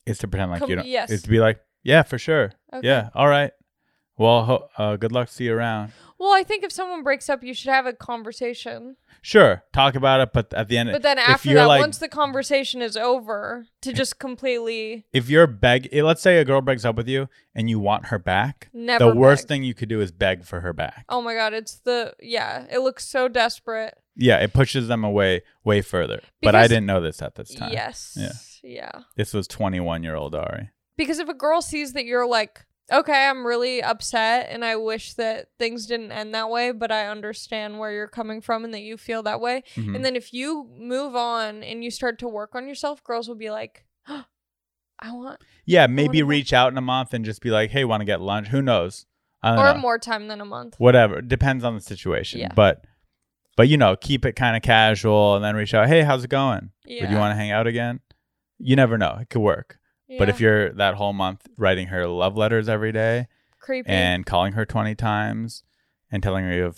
[SPEAKER 2] is to pretend like
[SPEAKER 1] Com-
[SPEAKER 2] you don't.
[SPEAKER 1] yes.
[SPEAKER 2] Is to be like, yeah, for sure.
[SPEAKER 1] Okay.
[SPEAKER 2] Yeah, all right. Well, ho- uh, good luck. See you around.
[SPEAKER 1] Well, I think if someone breaks up, you should have a conversation.
[SPEAKER 2] Sure, talk about it. But at the end,
[SPEAKER 1] But then
[SPEAKER 2] if
[SPEAKER 1] after
[SPEAKER 2] you're
[SPEAKER 1] that,
[SPEAKER 2] like,
[SPEAKER 1] once the conversation is over, to just completely
[SPEAKER 2] if you're beg, eh, let's say a girl breaks up with you and you want her back,
[SPEAKER 1] never.
[SPEAKER 2] the worst
[SPEAKER 1] beg.
[SPEAKER 2] thing you could do is beg for her back.
[SPEAKER 1] Oh my god, it's the yeah. It looks so desperate.
[SPEAKER 2] Yeah, it pushes them away way further. but I
[SPEAKER 1] Because-
[SPEAKER 2] didn't know this at this time.
[SPEAKER 1] Yes.
[SPEAKER 2] Yeah.
[SPEAKER 1] Yeah.
[SPEAKER 2] This was 21 year old Ari.
[SPEAKER 1] Because if a girl sees that you're like, okay, I'm really upset, and I wish that things didn't end that way, but I understand where you're coming from and that you feel that way.
[SPEAKER 2] Mhm.
[SPEAKER 1] And then if you move on and you start to work on yourself, girls will be like, I want
[SPEAKER 2] yeah, maybe
[SPEAKER 1] wonder-
[SPEAKER 2] reach out in a month and just be like, hey, want to get lunch? Who knows? I don't
[SPEAKER 1] or
[SPEAKER 2] know.
[SPEAKER 1] more time than a month.
[SPEAKER 2] Whatever. Depends on the situation.
[SPEAKER 1] Yeah.
[SPEAKER 2] But, but you know, keep it kind of casual and then reach out. Hey, how's it going?
[SPEAKER 1] Yeah.
[SPEAKER 2] Would you want to hang out again? You never know. It could work. But if you're that whole month writing her love letters every day
[SPEAKER 1] creepy,
[SPEAKER 2] and calling her 20 times and telling her you have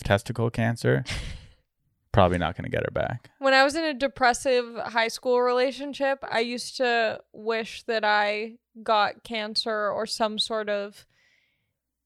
[SPEAKER 2] testicle cancer, probably not going to get her back.
[SPEAKER 1] When I was in a depressive high school relationship, I used to wish that I got cancer or some sort of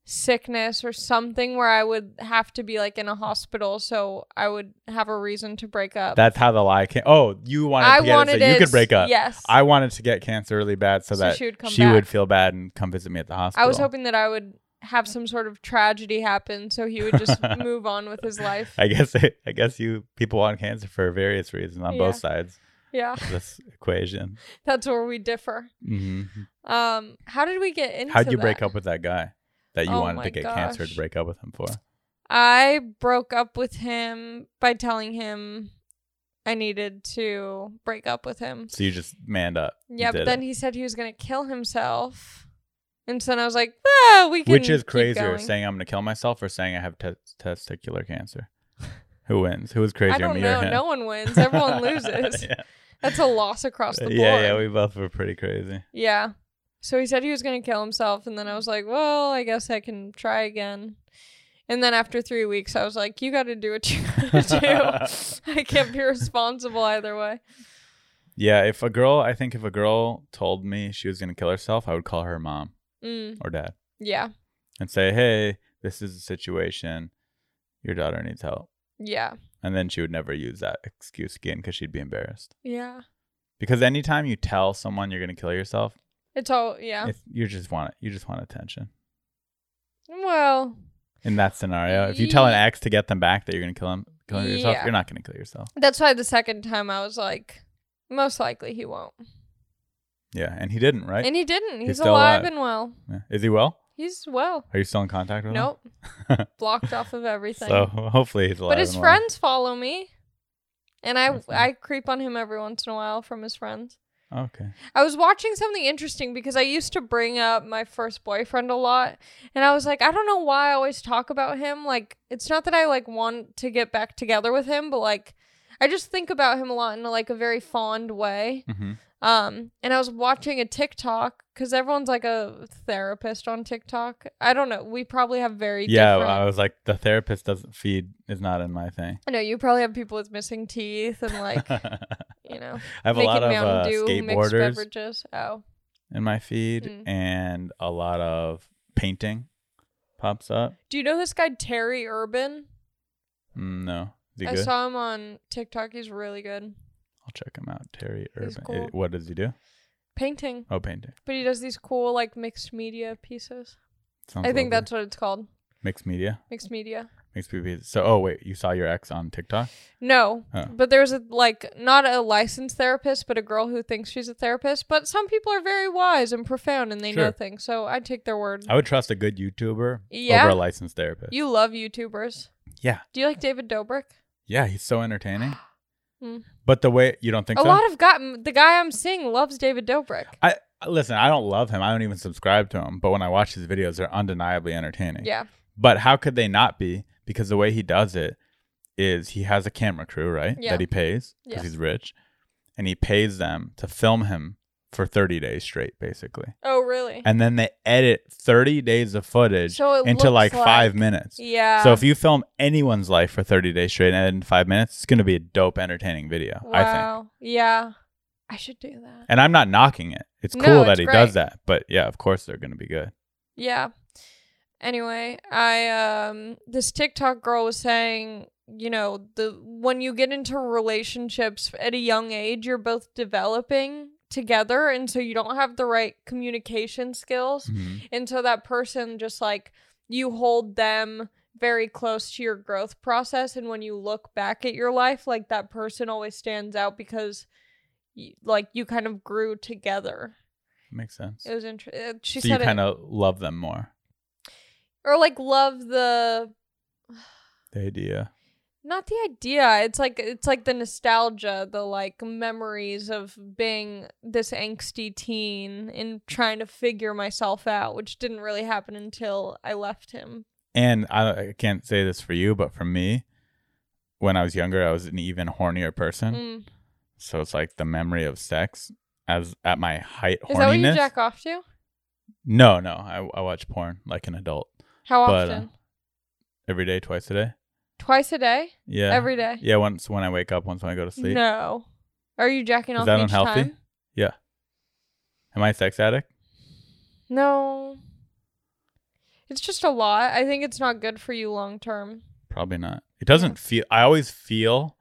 [SPEAKER 1] sickness or something where I would have to be like in a hospital so I would have a reason to break up.
[SPEAKER 2] That's how the lie came. Oh, you wanted
[SPEAKER 1] I
[SPEAKER 2] to get
[SPEAKER 1] wanted
[SPEAKER 2] it so you
[SPEAKER 1] it-
[SPEAKER 2] could break up.
[SPEAKER 1] Yes.
[SPEAKER 2] I wanted to get cancer really bad so,
[SPEAKER 1] So
[SPEAKER 2] that
[SPEAKER 1] she would come
[SPEAKER 2] she would
[SPEAKER 1] back.
[SPEAKER 2] feel bad and come visit me at the hospital.
[SPEAKER 1] I was hoping that I would have some sort of tragedy happen so he would just move on with his life.
[SPEAKER 2] I guess I guess you people want cancer for various reasons on both sides
[SPEAKER 1] Yeah.
[SPEAKER 2] of this equation.
[SPEAKER 1] That's where we differ.
[SPEAKER 2] hmm
[SPEAKER 1] Um how did we get into
[SPEAKER 2] How'd you
[SPEAKER 1] that?
[SPEAKER 2] break up with that guy that you
[SPEAKER 1] Oh
[SPEAKER 2] wanted
[SPEAKER 1] my
[SPEAKER 2] to get cancer to
[SPEAKER 1] gosh.
[SPEAKER 2] break up with him for?
[SPEAKER 1] I broke up with him by telling him I needed to break up with him.
[SPEAKER 2] So you just manned up, You
[SPEAKER 1] Yeah, but
[SPEAKER 2] did
[SPEAKER 1] then
[SPEAKER 2] it.
[SPEAKER 1] he said he was gonna kill himself, and so then I was like, ah, we can.
[SPEAKER 2] which is
[SPEAKER 1] keep
[SPEAKER 2] crazier,
[SPEAKER 1] going."
[SPEAKER 2] saying I'm going to kill myself or saying I have te- testicular cancer. Who wins? Who is crazier?
[SPEAKER 1] I don't
[SPEAKER 2] me or
[SPEAKER 1] know.
[SPEAKER 2] him?
[SPEAKER 1] No one wins. Everyone loses.
[SPEAKER 2] yeah.
[SPEAKER 1] That's a loss across the board.
[SPEAKER 2] yeah, yeah, we both were pretty crazy.
[SPEAKER 1] Yeah. So he said he was going to kill himself. And then I was like, well, I guess I can try again. And then after three weeks, I was like, you got to do what you got to do. I can't be responsible either way.
[SPEAKER 2] Yeah, if a girl, I think if a girl told me she was gonna kill herself, I would call her mom
[SPEAKER 1] Mm,
[SPEAKER 2] or dad
[SPEAKER 1] yeah.
[SPEAKER 2] and say, "Hey, this is the situation. Your daughter needs help."
[SPEAKER 1] Yeah.
[SPEAKER 2] And then she would never use that excuse again because she'd be embarrassed.
[SPEAKER 1] Yeah.
[SPEAKER 2] Because anytime you tell someone you're gonna kill yourself,
[SPEAKER 1] It's all, yeah.
[SPEAKER 2] it's, you just want you just want attention.
[SPEAKER 1] well,
[SPEAKER 2] In that scenario, if you tell an ex to get them back that you're gonna kill them, kill yourself,
[SPEAKER 1] Yeah.
[SPEAKER 2] you're not gonna kill yourself.
[SPEAKER 1] that's why the second time I was like, most likely he won't.
[SPEAKER 2] Yeah, and he didn't, right?
[SPEAKER 1] And he didn't. He's,
[SPEAKER 2] He's still
[SPEAKER 1] alive,
[SPEAKER 2] alive.
[SPEAKER 1] and well.
[SPEAKER 2] Yeah. Is he well?
[SPEAKER 1] He's well.
[SPEAKER 2] Are you still in contact with
[SPEAKER 1] Nope.
[SPEAKER 2] him?
[SPEAKER 1] Blocked off of everything.
[SPEAKER 2] so hopefully he's alive.
[SPEAKER 1] but his
[SPEAKER 2] and well.
[SPEAKER 1] friends follow me. And I
[SPEAKER 2] That's nice.
[SPEAKER 1] I creep on him every once in a while from his friends.
[SPEAKER 2] Okay.
[SPEAKER 1] I was watching something interesting because I used to bring up my first boyfriend a lot. And I was like, I don't know why I always talk about him. Like, it's not that I like want to get back together with him, but like I just think about him a lot in like a very fond way.
[SPEAKER 2] hmm
[SPEAKER 1] Um, and I was watching a TikTok because everyone's like a therapist on TikTok. I don't know. We probably have very
[SPEAKER 2] Yeah,
[SPEAKER 1] different.
[SPEAKER 2] I was like, the therapist doesn't feed is not in my thing.
[SPEAKER 1] I know you probably have people with missing teeth and like
[SPEAKER 2] I
[SPEAKER 1] you know
[SPEAKER 2] have a
[SPEAKER 1] making
[SPEAKER 2] lot of uh,
[SPEAKER 1] Mountain Dew mixed
[SPEAKER 2] skateboarders
[SPEAKER 1] beverages. Oh,
[SPEAKER 2] in my feed,
[SPEAKER 1] Mm.
[SPEAKER 2] and a lot of painting pops up.
[SPEAKER 1] do you know this guy Terry Urban?
[SPEAKER 2] Mm, no, is he
[SPEAKER 1] I
[SPEAKER 2] good?
[SPEAKER 1] saw him on TikTok. He's really good
[SPEAKER 2] I'll check him out. Terry
[SPEAKER 1] He's
[SPEAKER 2] Urban. Eh,
[SPEAKER 1] cool.
[SPEAKER 2] what does he do?
[SPEAKER 1] painting,
[SPEAKER 2] Oh, painting.
[SPEAKER 1] but he does these cool like mixed media pieces.
[SPEAKER 2] Sounds
[SPEAKER 1] I think
[SPEAKER 2] lovely.
[SPEAKER 1] that's what it's called,
[SPEAKER 2] mixed media.
[SPEAKER 1] mixed media.
[SPEAKER 2] Mixed media. So, oh wait, you saw your ex on TikTok?
[SPEAKER 1] No,
[SPEAKER 2] Oh.
[SPEAKER 1] but there's a like not a licensed therapist, but a girl who thinks she's a therapist. But some people are very wise and profound, and they know
[SPEAKER 2] Sure.
[SPEAKER 1] things. So I take their word.
[SPEAKER 2] I would trust a good YouTuber
[SPEAKER 1] Yeah.
[SPEAKER 2] over a licensed therapist.
[SPEAKER 1] You love YouTubers.
[SPEAKER 2] Yeah.
[SPEAKER 1] Do you like David Dobrik?
[SPEAKER 2] yeah, he's so entertaining.
[SPEAKER 1] Mm.
[SPEAKER 2] But the way you don't think
[SPEAKER 1] A
[SPEAKER 2] so?
[SPEAKER 1] lot of guy, the guy I'm seeing loves David Dobrik.
[SPEAKER 2] I listen. I don't love him. I don't even subscribe to him. But when I watch his videos, they're undeniably entertaining.
[SPEAKER 1] Yeah.
[SPEAKER 2] But how could they not be? Because the way he does it is he has a camera crew, right?
[SPEAKER 1] Yeah.
[SPEAKER 2] That he pays because
[SPEAKER 1] Yeah.
[SPEAKER 2] he's rich, and he pays them to film him for thirty days straight, basically.
[SPEAKER 1] Oh, really?
[SPEAKER 2] And then they edit thirty days of footage
[SPEAKER 1] So it
[SPEAKER 2] into like
[SPEAKER 1] looks
[SPEAKER 2] five minutes.
[SPEAKER 1] Yeah.
[SPEAKER 2] So if you film anyone's life for thirty days straight and edit in five minutes, it's going to be a dope, entertaining video. I think.
[SPEAKER 1] wow. Yeah. I should do that.
[SPEAKER 2] And I'm not knocking it. It's
[SPEAKER 1] No,
[SPEAKER 2] cool
[SPEAKER 1] it's
[SPEAKER 2] that he
[SPEAKER 1] great.
[SPEAKER 2] does that, but yeah, of course they're going to be good.
[SPEAKER 1] Yeah. Anyway, I um this TikTok girl was saying, you know, the when you get into relationships at a young age, you're both developing together and so you don't have the right communication skills.
[SPEAKER 2] Mm. Mm-hmm.
[SPEAKER 1] And so that person just like you hold them very close to your growth process and when you look back at your life, like that person always stands out because y- like you kind of grew together.
[SPEAKER 2] Makes sense.
[SPEAKER 1] It was interesting. Uh, She
[SPEAKER 2] so you
[SPEAKER 1] said it
[SPEAKER 2] kind of love them more.
[SPEAKER 1] or like love the
[SPEAKER 2] The idea.
[SPEAKER 1] not the idea it's like it's like the nostalgia the like memories of being this angsty teen and trying to figure myself out which didn't really happen until i left him
[SPEAKER 2] And I, I can't say this for you, but for me, when I was younger, I was an even hornier person.
[SPEAKER 1] mm. is
[SPEAKER 2] So it's like the memory of sex as at my height horniness.
[SPEAKER 1] that what you jack off to
[SPEAKER 2] no, no, I, I watch porn like an adult
[SPEAKER 1] how
[SPEAKER 2] But, uh,
[SPEAKER 1] often
[SPEAKER 2] every day, twice a day.
[SPEAKER 1] twice a day
[SPEAKER 2] Yeah,
[SPEAKER 1] every day
[SPEAKER 2] Yeah, once when I wake up, once when I go to sleep.
[SPEAKER 1] no are you jacking
[SPEAKER 2] Is
[SPEAKER 1] off
[SPEAKER 2] that
[SPEAKER 1] each
[SPEAKER 2] unhealthy?
[SPEAKER 1] time
[SPEAKER 2] Am I a sex addict?
[SPEAKER 1] no it's just a lot i think it's not good for you long term
[SPEAKER 2] Probably not. It doesn't feel. I always feel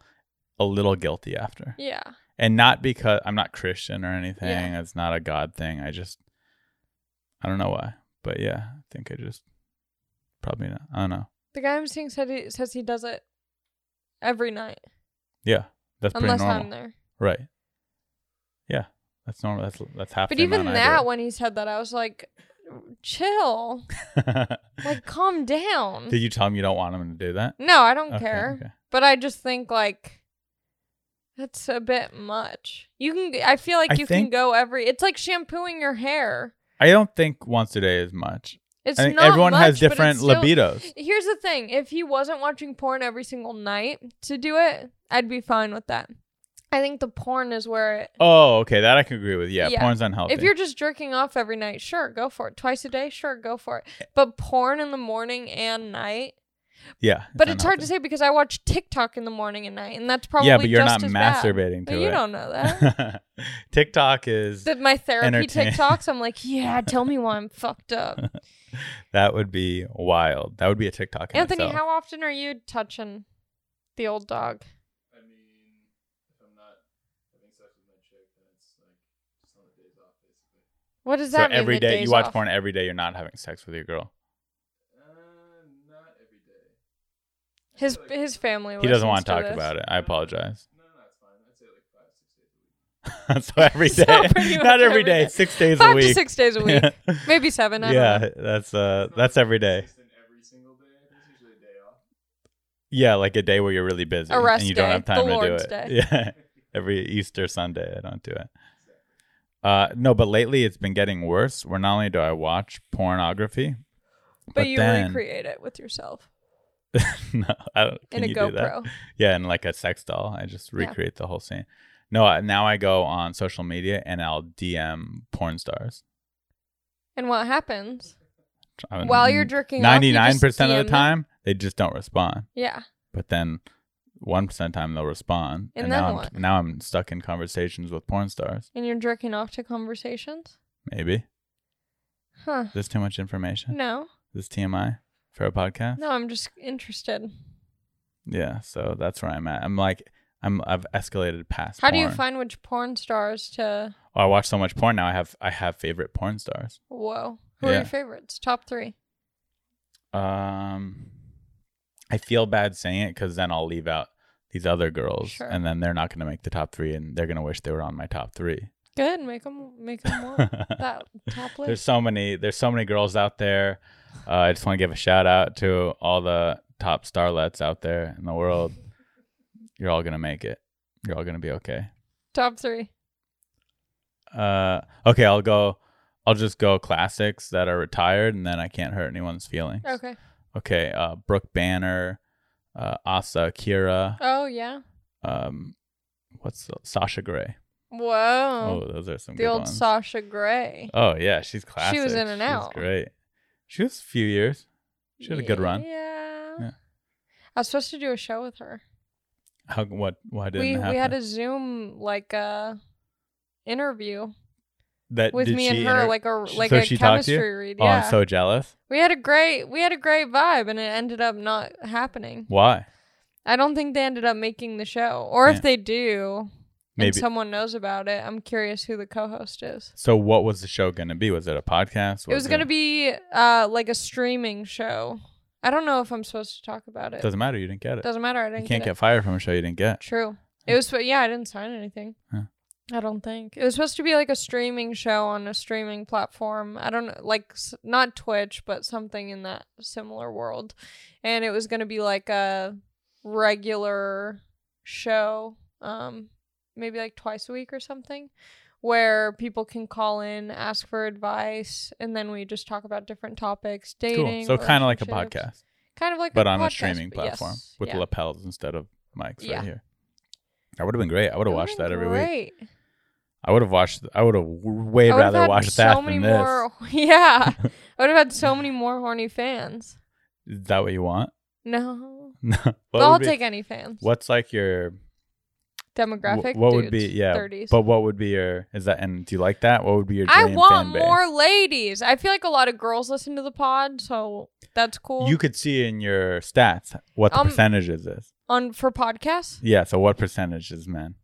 [SPEAKER 2] a little guilty after.
[SPEAKER 1] yeah
[SPEAKER 2] and not because I'm not Christian or anything. It's not a God thing. I just, I don't know why, but yeah, I think I just probably not. I don't know.
[SPEAKER 1] the guy i'm seeing said he says he does it every night
[SPEAKER 2] Yeah, that's
[SPEAKER 1] unless
[SPEAKER 2] pretty normal,
[SPEAKER 1] I'm there.
[SPEAKER 2] right? Yeah, that's normal. That's that's half.
[SPEAKER 1] But
[SPEAKER 2] the
[SPEAKER 1] even
[SPEAKER 2] amount
[SPEAKER 1] that, when he said that, I was like, chill,
[SPEAKER 2] I do.
[SPEAKER 1] like calm down.
[SPEAKER 2] Did you tell him you don't want him to do that?
[SPEAKER 1] no, I don't
[SPEAKER 2] Okay,
[SPEAKER 1] care.
[SPEAKER 2] okay.
[SPEAKER 1] But I just think like that's a bit much. You can, I feel like
[SPEAKER 2] I
[SPEAKER 1] you can
[SPEAKER 2] think-
[SPEAKER 1] go every. It's like shampooing your hair. I
[SPEAKER 2] I don't think once a day is much.
[SPEAKER 1] It's
[SPEAKER 2] I think
[SPEAKER 1] not
[SPEAKER 2] everyone has
[SPEAKER 1] much, but it's
[SPEAKER 2] different
[SPEAKER 1] still-
[SPEAKER 2] libidos.
[SPEAKER 1] Here's the thing: if he wasn't watching porn every single night to do it, I'd be fine with that. I think the porn is where it.
[SPEAKER 2] Oh, okay, that I can agree with. Yeah,
[SPEAKER 1] Yeah.
[SPEAKER 2] porn's unhealthy.
[SPEAKER 1] If you're just jerking off every night, sure, go for it. Twice a day, sure, go for it. But porn in the morning and night,
[SPEAKER 2] Yeah.
[SPEAKER 1] But it's hard to say because I watch TikTok in the morning and night, and that's probably
[SPEAKER 2] Yeah, but you're
[SPEAKER 1] just
[SPEAKER 2] not
[SPEAKER 1] as bad.
[SPEAKER 2] masturbating
[SPEAKER 1] But
[SPEAKER 2] to
[SPEAKER 1] you
[SPEAKER 2] it.
[SPEAKER 1] don't know that.
[SPEAKER 2] TikTok is
[SPEAKER 1] That my therapy
[SPEAKER 2] Entertain-
[SPEAKER 1] TikToks, I'm like, yeah, tell me why I'm fucked up.
[SPEAKER 2] that would be wild. That would be a TikTok. In
[SPEAKER 1] Anthony,
[SPEAKER 2] itself.
[SPEAKER 1] how often are you touching the old dog?
[SPEAKER 3] I mean, if I'm not having sex with my chick, then it's like just on the days off, basically.
[SPEAKER 1] What does
[SPEAKER 2] so
[SPEAKER 1] that mean?
[SPEAKER 2] every
[SPEAKER 1] the
[SPEAKER 2] day
[SPEAKER 1] days
[SPEAKER 2] you watch
[SPEAKER 1] off?
[SPEAKER 2] porn every day, you're not having sex with your girl.
[SPEAKER 3] Uh, not every day. I'd
[SPEAKER 1] His
[SPEAKER 3] say, like,
[SPEAKER 1] his family.
[SPEAKER 2] He doesn't
[SPEAKER 1] want to
[SPEAKER 2] talk
[SPEAKER 1] this.
[SPEAKER 2] about it. I apologize.
[SPEAKER 3] No, no, it's fine. I'd say like five, six days a week.
[SPEAKER 2] so every
[SPEAKER 1] So
[SPEAKER 2] day,
[SPEAKER 1] pretty much
[SPEAKER 2] not
[SPEAKER 1] every
[SPEAKER 2] every day,
[SPEAKER 1] day.
[SPEAKER 2] six days a
[SPEAKER 1] Five
[SPEAKER 2] week.
[SPEAKER 1] to six days a week, maybe seven. I don't know.
[SPEAKER 2] yeah, that's uh, that's every day.
[SPEAKER 3] Consistent every single day. There's usually a day off.
[SPEAKER 2] Yeah, like a day where you're really busy
[SPEAKER 1] A rest
[SPEAKER 2] and you don't
[SPEAKER 1] day,
[SPEAKER 2] have
[SPEAKER 1] the
[SPEAKER 2] time to
[SPEAKER 1] Lord's
[SPEAKER 2] do it.
[SPEAKER 1] day.
[SPEAKER 2] Yeah, every Easter Sunday, I don't do it. Uh, no, but lately it's been getting worse. Where not only do I watch pornography,
[SPEAKER 1] But,
[SPEAKER 2] but
[SPEAKER 1] you
[SPEAKER 2] then-
[SPEAKER 1] recreate it with yourself
[SPEAKER 2] no, I don't,
[SPEAKER 1] in
[SPEAKER 2] can
[SPEAKER 1] a
[SPEAKER 2] you do that?
[SPEAKER 1] GoPro.
[SPEAKER 2] Yeah, and like a sex doll. I just
[SPEAKER 1] Yeah.
[SPEAKER 2] recreate the whole scene. No, I- now I go on social media and I'll DM porn stars.
[SPEAKER 1] And what happens
[SPEAKER 2] I mean,
[SPEAKER 1] while you're jerking off?
[SPEAKER 2] ninety
[SPEAKER 1] you
[SPEAKER 2] nine
[SPEAKER 1] just
[SPEAKER 2] percent of
[SPEAKER 1] DM
[SPEAKER 2] the
[SPEAKER 1] them?
[SPEAKER 2] time, they just don't respond.
[SPEAKER 1] Yeah.
[SPEAKER 2] But then one percent of the time they'll respond.
[SPEAKER 1] And then
[SPEAKER 2] now I'm
[SPEAKER 1] what?
[SPEAKER 2] now I'm stuck in conversations with porn stars.
[SPEAKER 1] And you're jerking off to conversations?
[SPEAKER 2] Maybe
[SPEAKER 1] Huh.
[SPEAKER 2] there's too much information.
[SPEAKER 1] No.
[SPEAKER 2] This TMI for a podcast.
[SPEAKER 1] No, I'm just interested.
[SPEAKER 2] Yeah, so that's where I'm at. I'm like I'm I've escalated past.
[SPEAKER 1] How do you
[SPEAKER 2] porn.
[SPEAKER 1] find which porn stars to
[SPEAKER 2] Oh, I watch so much porn now. I have I have favorite porn stars.
[SPEAKER 1] whoa. Who are
[SPEAKER 2] Yeah.
[SPEAKER 1] your favorites? Top three.
[SPEAKER 2] Um, I feel bad saying it because then I'll leave out these other girls,
[SPEAKER 1] Sure.
[SPEAKER 2] and then they're not going to make the top three, and they're going to wish they were on my top three.
[SPEAKER 1] Good. Make them make them more. that top
[SPEAKER 2] there's
[SPEAKER 1] list.
[SPEAKER 2] so many. There's so many girls out there. Uh, I just want to give a shout out to all the top starlets out there in the world. You're all going to make it. You're all going to be okay.
[SPEAKER 1] Top three.
[SPEAKER 2] Uh, okay, I'll go. I'll just go classics that are retired, and then I can't hurt anyone's feelings.
[SPEAKER 1] Okay.
[SPEAKER 2] Okay, uh, Brooke Banner, uh, Asa Akira,
[SPEAKER 1] Oh yeah.
[SPEAKER 2] um, what's the, Sasha Grey? Oh,
[SPEAKER 1] Whoa.
[SPEAKER 2] those are some
[SPEAKER 1] the
[SPEAKER 2] good
[SPEAKER 1] old
[SPEAKER 2] ones.
[SPEAKER 1] Sasha Gray.
[SPEAKER 2] oh yeah, she's classic.
[SPEAKER 1] She was in and
[SPEAKER 2] She's
[SPEAKER 1] out.
[SPEAKER 2] Great. She was a few years. She had a good run.
[SPEAKER 1] Yeah.
[SPEAKER 2] Yeah.
[SPEAKER 1] I was supposed to do a show with her.
[SPEAKER 2] How? What? Why didn't
[SPEAKER 1] We
[SPEAKER 2] it happen?
[SPEAKER 1] we had a Zoom like uh interview
[SPEAKER 2] that
[SPEAKER 1] with
[SPEAKER 2] did
[SPEAKER 1] me and
[SPEAKER 2] she
[SPEAKER 1] her
[SPEAKER 2] inter-
[SPEAKER 1] like a like
[SPEAKER 2] so
[SPEAKER 1] a
[SPEAKER 2] she talked to you?
[SPEAKER 1] chemistry read.
[SPEAKER 2] Oh,
[SPEAKER 1] Yeah.
[SPEAKER 2] I'm so jealous.
[SPEAKER 1] we had a great we had a great vibe and it ended up not happening.
[SPEAKER 2] Why?
[SPEAKER 1] I don't think they ended up making the show. Or
[SPEAKER 2] Yeah.
[SPEAKER 1] if they do and
[SPEAKER 2] Maybe.
[SPEAKER 1] someone knows about it, I'm curious who the co-host is.
[SPEAKER 2] so what was the show gonna be? Was it a podcast?
[SPEAKER 1] it was going to be uh like a streaming show. I don't know if I'm supposed to talk about it.
[SPEAKER 2] Doesn't matter. You didn't get it.
[SPEAKER 1] Doesn't matter. I
[SPEAKER 2] You
[SPEAKER 1] didn't
[SPEAKER 2] can't
[SPEAKER 1] get,
[SPEAKER 2] get
[SPEAKER 1] it.
[SPEAKER 2] fired from a show you didn't get.
[SPEAKER 1] True. It was, but yeah, I didn't sign anything.
[SPEAKER 2] Huh.
[SPEAKER 1] I don't think it was supposed to be like a streaming show on a streaming platform. I don't know, like s- not Twitch, but something in that similar world. And it was going to be like a regular show, um, maybe like twice a week or something, where people can call in, ask for advice, and then we just talk about different topics, dating.
[SPEAKER 2] Cool. So kind of like a
[SPEAKER 1] relationships.
[SPEAKER 2] podcast,
[SPEAKER 1] Kind of like,
[SPEAKER 2] but
[SPEAKER 1] a
[SPEAKER 2] on
[SPEAKER 1] podcast,
[SPEAKER 2] a streaming
[SPEAKER 1] but yes,
[SPEAKER 2] platform with
[SPEAKER 1] yeah.
[SPEAKER 2] lapels instead of mics
[SPEAKER 1] Yeah.
[SPEAKER 2] right here. That would have been great. I would have watched that every week.
[SPEAKER 1] Great.
[SPEAKER 2] I would have watched. I would have way
[SPEAKER 1] I would've
[SPEAKER 2] rather
[SPEAKER 1] had
[SPEAKER 2] watched that than this.
[SPEAKER 1] more, Yeah, I would have had so many more horny fans.
[SPEAKER 2] Is that what you want?
[SPEAKER 1] No,
[SPEAKER 2] No. What
[SPEAKER 1] but I'll
[SPEAKER 2] would be-
[SPEAKER 1] take any fans.
[SPEAKER 2] What's like your
[SPEAKER 1] demographic?
[SPEAKER 2] wh- what would be
[SPEAKER 1] dudes,
[SPEAKER 2] yeah?
[SPEAKER 1] 30s.
[SPEAKER 2] But what would be your is that? And do you like that? What would be your
[SPEAKER 1] I
[SPEAKER 2] dream
[SPEAKER 1] want
[SPEAKER 2] fan base?
[SPEAKER 1] more ladies. I feel like a lot of girls listen to the pod, so that's cool.
[SPEAKER 2] You could see in your stats what the
[SPEAKER 1] Um,
[SPEAKER 2] percentages is.
[SPEAKER 1] on for podcasts.
[SPEAKER 2] Yeah. So what percentage is men?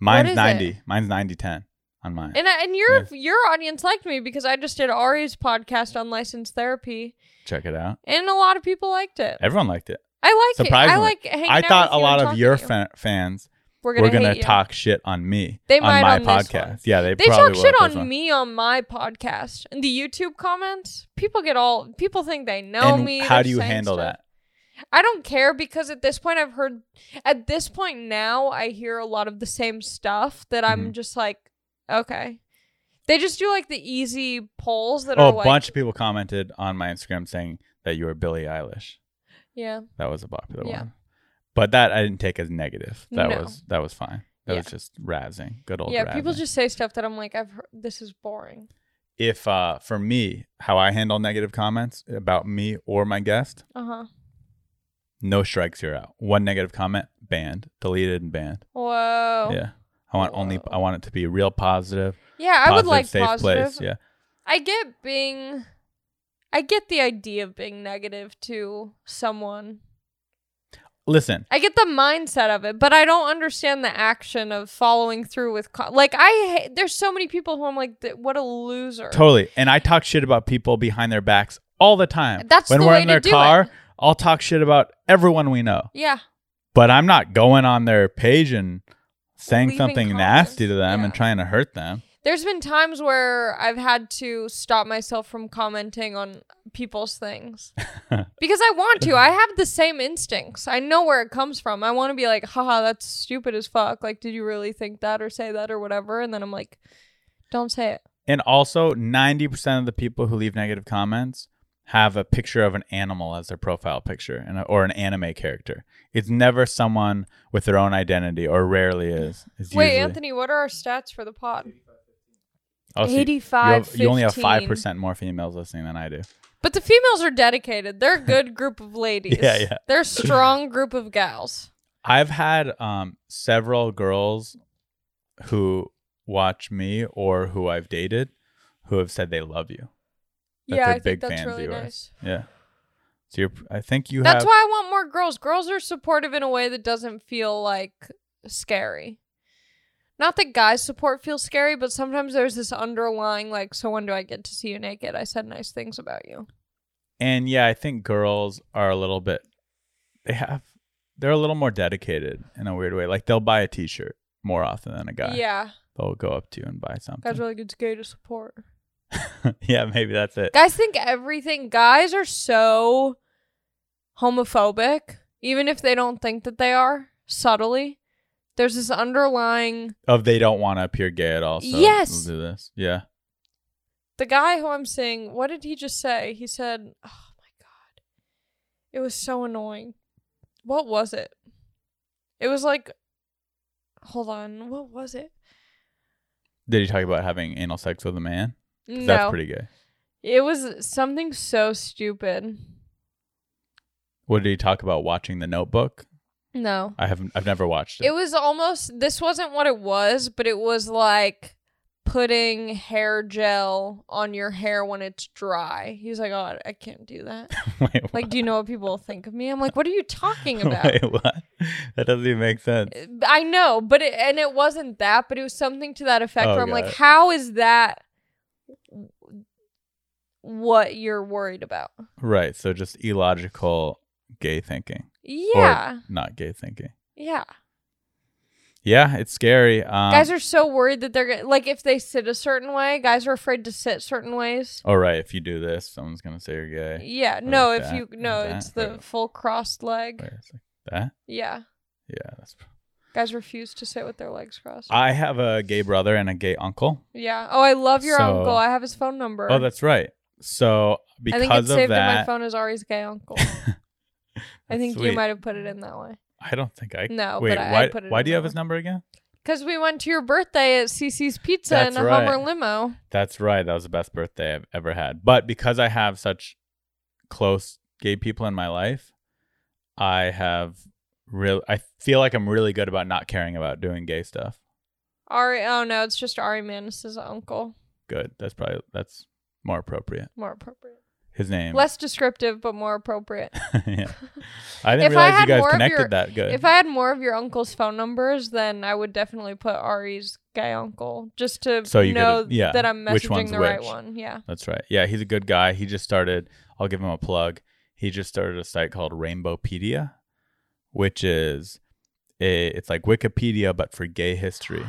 [SPEAKER 2] Mine's
[SPEAKER 1] is
[SPEAKER 2] ninety.
[SPEAKER 1] it?
[SPEAKER 2] Mine's 90 10 on mine.
[SPEAKER 1] And I, and your your audience liked me because I just did Ari's podcast on licensed therapy,
[SPEAKER 2] Check it out.
[SPEAKER 1] and a lot of people liked it.
[SPEAKER 2] Everyone liked it.
[SPEAKER 1] I like it. I
[SPEAKER 2] Surprisingly.
[SPEAKER 1] like. Hanging
[SPEAKER 2] I
[SPEAKER 1] out
[SPEAKER 2] thought
[SPEAKER 1] with
[SPEAKER 2] a
[SPEAKER 1] you and
[SPEAKER 2] lot of
[SPEAKER 1] talking
[SPEAKER 2] your
[SPEAKER 1] to you.
[SPEAKER 2] fan- fans
[SPEAKER 1] We're
[SPEAKER 2] were gonna
[SPEAKER 1] hate you.
[SPEAKER 2] talk shit on me
[SPEAKER 1] They
[SPEAKER 2] on
[SPEAKER 1] might
[SPEAKER 2] my
[SPEAKER 1] on this one.
[SPEAKER 2] podcast. Yeah, they,
[SPEAKER 1] They
[SPEAKER 2] probably
[SPEAKER 1] talk
[SPEAKER 2] will
[SPEAKER 1] shit
[SPEAKER 2] with
[SPEAKER 1] on
[SPEAKER 2] this one.
[SPEAKER 1] me on my podcast and the YouTube comments. People get all people think they know
[SPEAKER 2] and
[SPEAKER 1] me.
[SPEAKER 2] how
[SPEAKER 1] they're
[SPEAKER 2] do you
[SPEAKER 1] saying
[SPEAKER 2] handle
[SPEAKER 1] stuff.
[SPEAKER 2] that?
[SPEAKER 1] I don't care because at this point I've heard at this point now I hear a lot of the same stuff that
[SPEAKER 2] Mm-hmm.
[SPEAKER 1] I'm just like, okay. They just do like the easy polls that
[SPEAKER 2] oh,
[SPEAKER 1] are
[SPEAKER 2] a
[SPEAKER 1] like
[SPEAKER 2] bunch of people commented on my Instagram saying that you were Billie Eilish.
[SPEAKER 1] Yeah.
[SPEAKER 2] That was a popular
[SPEAKER 1] Yeah.
[SPEAKER 2] one. But that I didn't take as negative. That
[SPEAKER 1] No.
[SPEAKER 2] was that was fine. That
[SPEAKER 1] Yeah.
[SPEAKER 2] was just razzing. Good old
[SPEAKER 1] Yeah, people
[SPEAKER 2] razzing.
[SPEAKER 1] just say stuff that I'm like, I've heard this is boring.
[SPEAKER 2] if uh for me, how I handle negative comments about me or my guest,
[SPEAKER 1] Uh huh.
[SPEAKER 2] No strikes, you're out. One negative comment, banned, deleted, and banned.
[SPEAKER 1] Whoa. Yeah,
[SPEAKER 2] Yeah. I want only. I want it to be real positive.
[SPEAKER 1] I would like
[SPEAKER 2] safe
[SPEAKER 1] positive.
[SPEAKER 2] place. Yeah.
[SPEAKER 1] I get being I get the idea of being negative to someone.
[SPEAKER 2] Listen,
[SPEAKER 1] I get the mindset of it, but I don't understand the action of following through with co- like I ha- there's so many people who I'm like "Th- what a loser.
[SPEAKER 2] totally. And I talk shit about people behind their backs all the time.
[SPEAKER 1] That's
[SPEAKER 2] when
[SPEAKER 1] the
[SPEAKER 2] we're
[SPEAKER 1] way
[SPEAKER 2] in
[SPEAKER 1] to
[SPEAKER 2] their
[SPEAKER 1] do
[SPEAKER 2] car.
[SPEAKER 1] it.
[SPEAKER 2] I'll talk shit about everyone we know,
[SPEAKER 1] Yeah.
[SPEAKER 2] but I'm not going on their page and saying
[SPEAKER 1] Leaving
[SPEAKER 2] something
[SPEAKER 1] comments.
[SPEAKER 2] nasty to them and
[SPEAKER 1] Yeah.
[SPEAKER 2] trying to hurt them.
[SPEAKER 1] There's been times where I've had to stop myself from commenting on people's things because I want to. I have the same instincts. I know where it comes from. I want to be like, haha, that's stupid as fuck. Like, did you really think that or say that or whatever? And then I'm like, don't say it.
[SPEAKER 2] And also, 90% of the people who leave negative comments have a picture of an animal as their profile picture and or an anime character. It's never someone with their own identity, or rarely is. It's
[SPEAKER 1] Wait,
[SPEAKER 2] usually-
[SPEAKER 1] Anthony, what are our stats for the pod?
[SPEAKER 2] Oh, so you-
[SPEAKER 1] 85,
[SPEAKER 2] You, have- you only have
[SPEAKER 1] 15.
[SPEAKER 2] 5% more females listening than I do.
[SPEAKER 1] But the females are dedicated. They're a good group of ladies.
[SPEAKER 2] Yeah, yeah.
[SPEAKER 1] They're a strong group of gals.
[SPEAKER 2] I've had um, several girls who watch me or who I've dated who have said they love you. That
[SPEAKER 1] yeah,
[SPEAKER 2] they're
[SPEAKER 1] I think
[SPEAKER 2] big
[SPEAKER 1] that's
[SPEAKER 2] fans
[SPEAKER 1] really
[SPEAKER 2] of yours.
[SPEAKER 1] nice.
[SPEAKER 2] Yeah. So you're, I think you
[SPEAKER 1] That's
[SPEAKER 2] have.
[SPEAKER 1] why I want more girls. Girls are supportive in a way that doesn't feel like scary. Not that guys' support feels scary, but sometimes there's this underlying like, so when do I get to see you naked? I said nice things about you.
[SPEAKER 2] And yeah, I think girls are a little bit they have they're a little more dedicated in a weird way. Like they'll buy a t-shirt more often than a guy.
[SPEAKER 1] Yeah,
[SPEAKER 2] They'll go up to you and buy
[SPEAKER 1] guys
[SPEAKER 2] something.
[SPEAKER 1] really good gay to support.
[SPEAKER 2] yeah, maybe that's it.
[SPEAKER 1] Guys think everything. Guys are so homophobic, even if they don't think that they are subtly. There's this underlying
[SPEAKER 2] Of they don't want to appear gay at all. So
[SPEAKER 1] Yes.
[SPEAKER 2] We'll do this. Yeah.
[SPEAKER 1] the guy who I'm seeing, what did he just say? He said, "Oh my god, it was so annoying." What was it? It was like, hold on, what was it?
[SPEAKER 2] Did he talk about having anal sex with a man? 'Cause
[SPEAKER 1] No,
[SPEAKER 2] That's pretty gay.
[SPEAKER 1] it was something so stupid.
[SPEAKER 2] What did he talk about watching the notebook?
[SPEAKER 1] No,
[SPEAKER 2] I haven't I've never watched it.
[SPEAKER 1] it was almost. This wasn't what it was, but it was like putting hair gel on your hair when it's dry. He was like, "Oh, I can't do that."
[SPEAKER 2] Wait, what?
[SPEAKER 1] like, do you know what people think of me? I'm like, "What are you talking about?"
[SPEAKER 2] Wait, what? That doesn't even make sense.
[SPEAKER 1] I know, but it, and it wasn't that, but it was something to that effect
[SPEAKER 2] Oh,
[SPEAKER 1] where I'm
[SPEAKER 2] got
[SPEAKER 1] like,
[SPEAKER 2] it.
[SPEAKER 1] how is that what you're worried about?
[SPEAKER 2] Right. So just illogical gay thinking.
[SPEAKER 1] Yeah.
[SPEAKER 2] Or not gay thinking.
[SPEAKER 1] yeah.
[SPEAKER 2] Yeah, it's scary. Um,
[SPEAKER 1] guys are so worried that they're going to, like, if they sit a certain way, guys are afraid to sit certain ways.
[SPEAKER 2] all Oh, right. If you do this, someone's gonna say you're gay.
[SPEAKER 1] Yeah. No,
[SPEAKER 2] like
[SPEAKER 1] if
[SPEAKER 2] that,
[SPEAKER 1] you,
[SPEAKER 2] like
[SPEAKER 1] no,
[SPEAKER 2] that,
[SPEAKER 1] it's the
[SPEAKER 2] or-
[SPEAKER 1] full crossed leg.
[SPEAKER 2] Wait, it's like that.
[SPEAKER 1] Yeah.
[SPEAKER 2] Yeah, that's.
[SPEAKER 1] Guys refuse to sit with their legs crossed.
[SPEAKER 2] I have a gay brother and a gay uncle.
[SPEAKER 1] yeah. Oh, I love your
[SPEAKER 2] So-
[SPEAKER 1] uncle. I have his phone number.
[SPEAKER 2] Oh, that's right. So
[SPEAKER 1] I
[SPEAKER 2] because
[SPEAKER 1] think it's
[SPEAKER 2] of
[SPEAKER 1] saved in my
[SPEAKER 2] that,
[SPEAKER 1] phone as Ari's gay uncle. I think
[SPEAKER 2] Sweet.
[SPEAKER 1] you might have put it in that way.
[SPEAKER 2] I don't think I.
[SPEAKER 1] No,
[SPEAKER 2] wait,
[SPEAKER 1] but I,
[SPEAKER 2] why?
[SPEAKER 1] I put it.
[SPEAKER 2] why
[SPEAKER 1] in
[SPEAKER 2] do you have
[SPEAKER 1] there.
[SPEAKER 2] his number again?
[SPEAKER 1] Because we went to your birthday at CC's Pizza
[SPEAKER 2] That's
[SPEAKER 1] in a
[SPEAKER 2] right.
[SPEAKER 1] Hummer limo.
[SPEAKER 2] That's right. That was the best birthday I've ever had. But because I have such close gay people in my life, I have real. I feel like I'm really good about not caring about doing gay stuff.
[SPEAKER 1] Ari, oh no, it's just Ari Manis's uncle.
[SPEAKER 2] Good. That's probably that's more appropriate.
[SPEAKER 1] More appropriate.
[SPEAKER 2] His name.
[SPEAKER 1] Less descriptive, but more appropriate.
[SPEAKER 2] yeah. I didn't
[SPEAKER 1] If I
[SPEAKER 2] realize you
[SPEAKER 1] had
[SPEAKER 2] guys
[SPEAKER 1] more of
[SPEAKER 2] connected
[SPEAKER 1] your-
[SPEAKER 2] that good.
[SPEAKER 1] if I had more of your uncle's phone numbers, then I would definitely put Ari's gay uncle just to
[SPEAKER 2] So you
[SPEAKER 1] know
[SPEAKER 2] could've- yeah,
[SPEAKER 1] that I'm
[SPEAKER 2] which
[SPEAKER 1] messaging
[SPEAKER 2] one's
[SPEAKER 1] the right
[SPEAKER 2] which.
[SPEAKER 1] one. Yeah.
[SPEAKER 2] That's right. Yeah, he's a good guy. He just started, I'll give him a plug. He just started a site called Rainbowpedia, which is a, it's like Wikipedia but for gay history.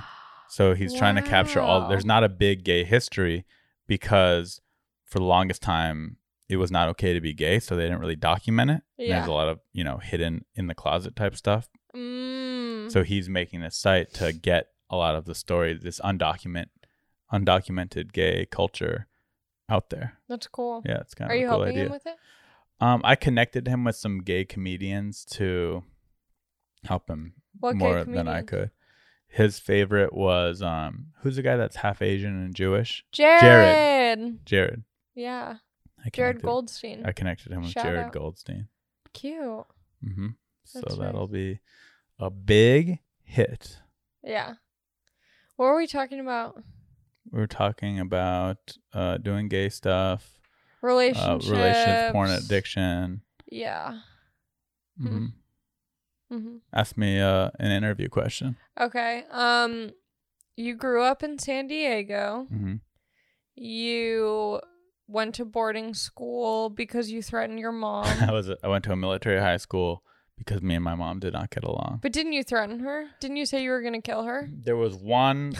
[SPEAKER 2] So he's trying to capture all
[SPEAKER 1] Wow.
[SPEAKER 2] there's not a big gay history because for the longest time it was not okay to be gay, so they didn't really document it. And
[SPEAKER 1] Yeah.
[SPEAKER 2] There's a lot of, you know, hidden in the closet type stuff.
[SPEAKER 1] Mm.
[SPEAKER 2] So he's making this site to get a lot of the story, this undocument, undocumented gay culture out there.
[SPEAKER 1] That's cool.
[SPEAKER 2] Yeah, it's kind
[SPEAKER 1] Are
[SPEAKER 2] of
[SPEAKER 1] you
[SPEAKER 2] a cool
[SPEAKER 1] helping
[SPEAKER 2] idea.
[SPEAKER 1] him with it?
[SPEAKER 2] um, I connected him with some gay comedians to help him
[SPEAKER 1] What gay
[SPEAKER 2] more than I
[SPEAKER 1] comedians?
[SPEAKER 2] could. His favorite was um, who's the guy that's half Asian and Jewish? Jared.
[SPEAKER 1] Jared.
[SPEAKER 2] Jared.
[SPEAKER 1] Yeah.
[SPEAKER 2] I
[SPEAKER 1] Jared
[SPEAKER 2] connected-
[SPEAKER 1] Goldstein.
[SPEAKER 2] I connected him with
[SPEAKER 1] Shout
[SPEAKER 2] Jared
[SPEAKER 1] out.
[SPEAKER 2] Goldstein.
[SPEAKER 1] Cute.
[SPEAKER 2] hmm So
[SPEAKER 1] That's nice.
[SPEAKER 2] that'll be a big hit.
[SPEAKER 1] Yeah. What were we talking
[SPEAKER 2] Uh,
[SPEAKER 1] about?
[SPEAKER 2] We were talking about uh, doing gay stuff, uh,
[SPEAKER 1] Relationships.
[SPEAKER 2] relations, porn addiction.
[SPEAKER 1] Yeah.
[SPEAKER 2] hmm
[SPEAKER 1] Hmm. hmm
[SPEAKER 2] Ask me uh, an interview question.
[SPEAKER 1] Okay. Um, you grew up in San Diego.
[SPEAKER 2] hmm
[SPEAKER 1] You went to boarding school because you threatened your
[SPEAKER 2] I
[SPEAKER 1] mom.
[SPEAKER 2] was I went to a military high school because me and my mom did not get along.
[SPEAKER 1] but didn't you threaten her? Didn't you say you were gonna kill her?
[SPEAKER 2] There was one.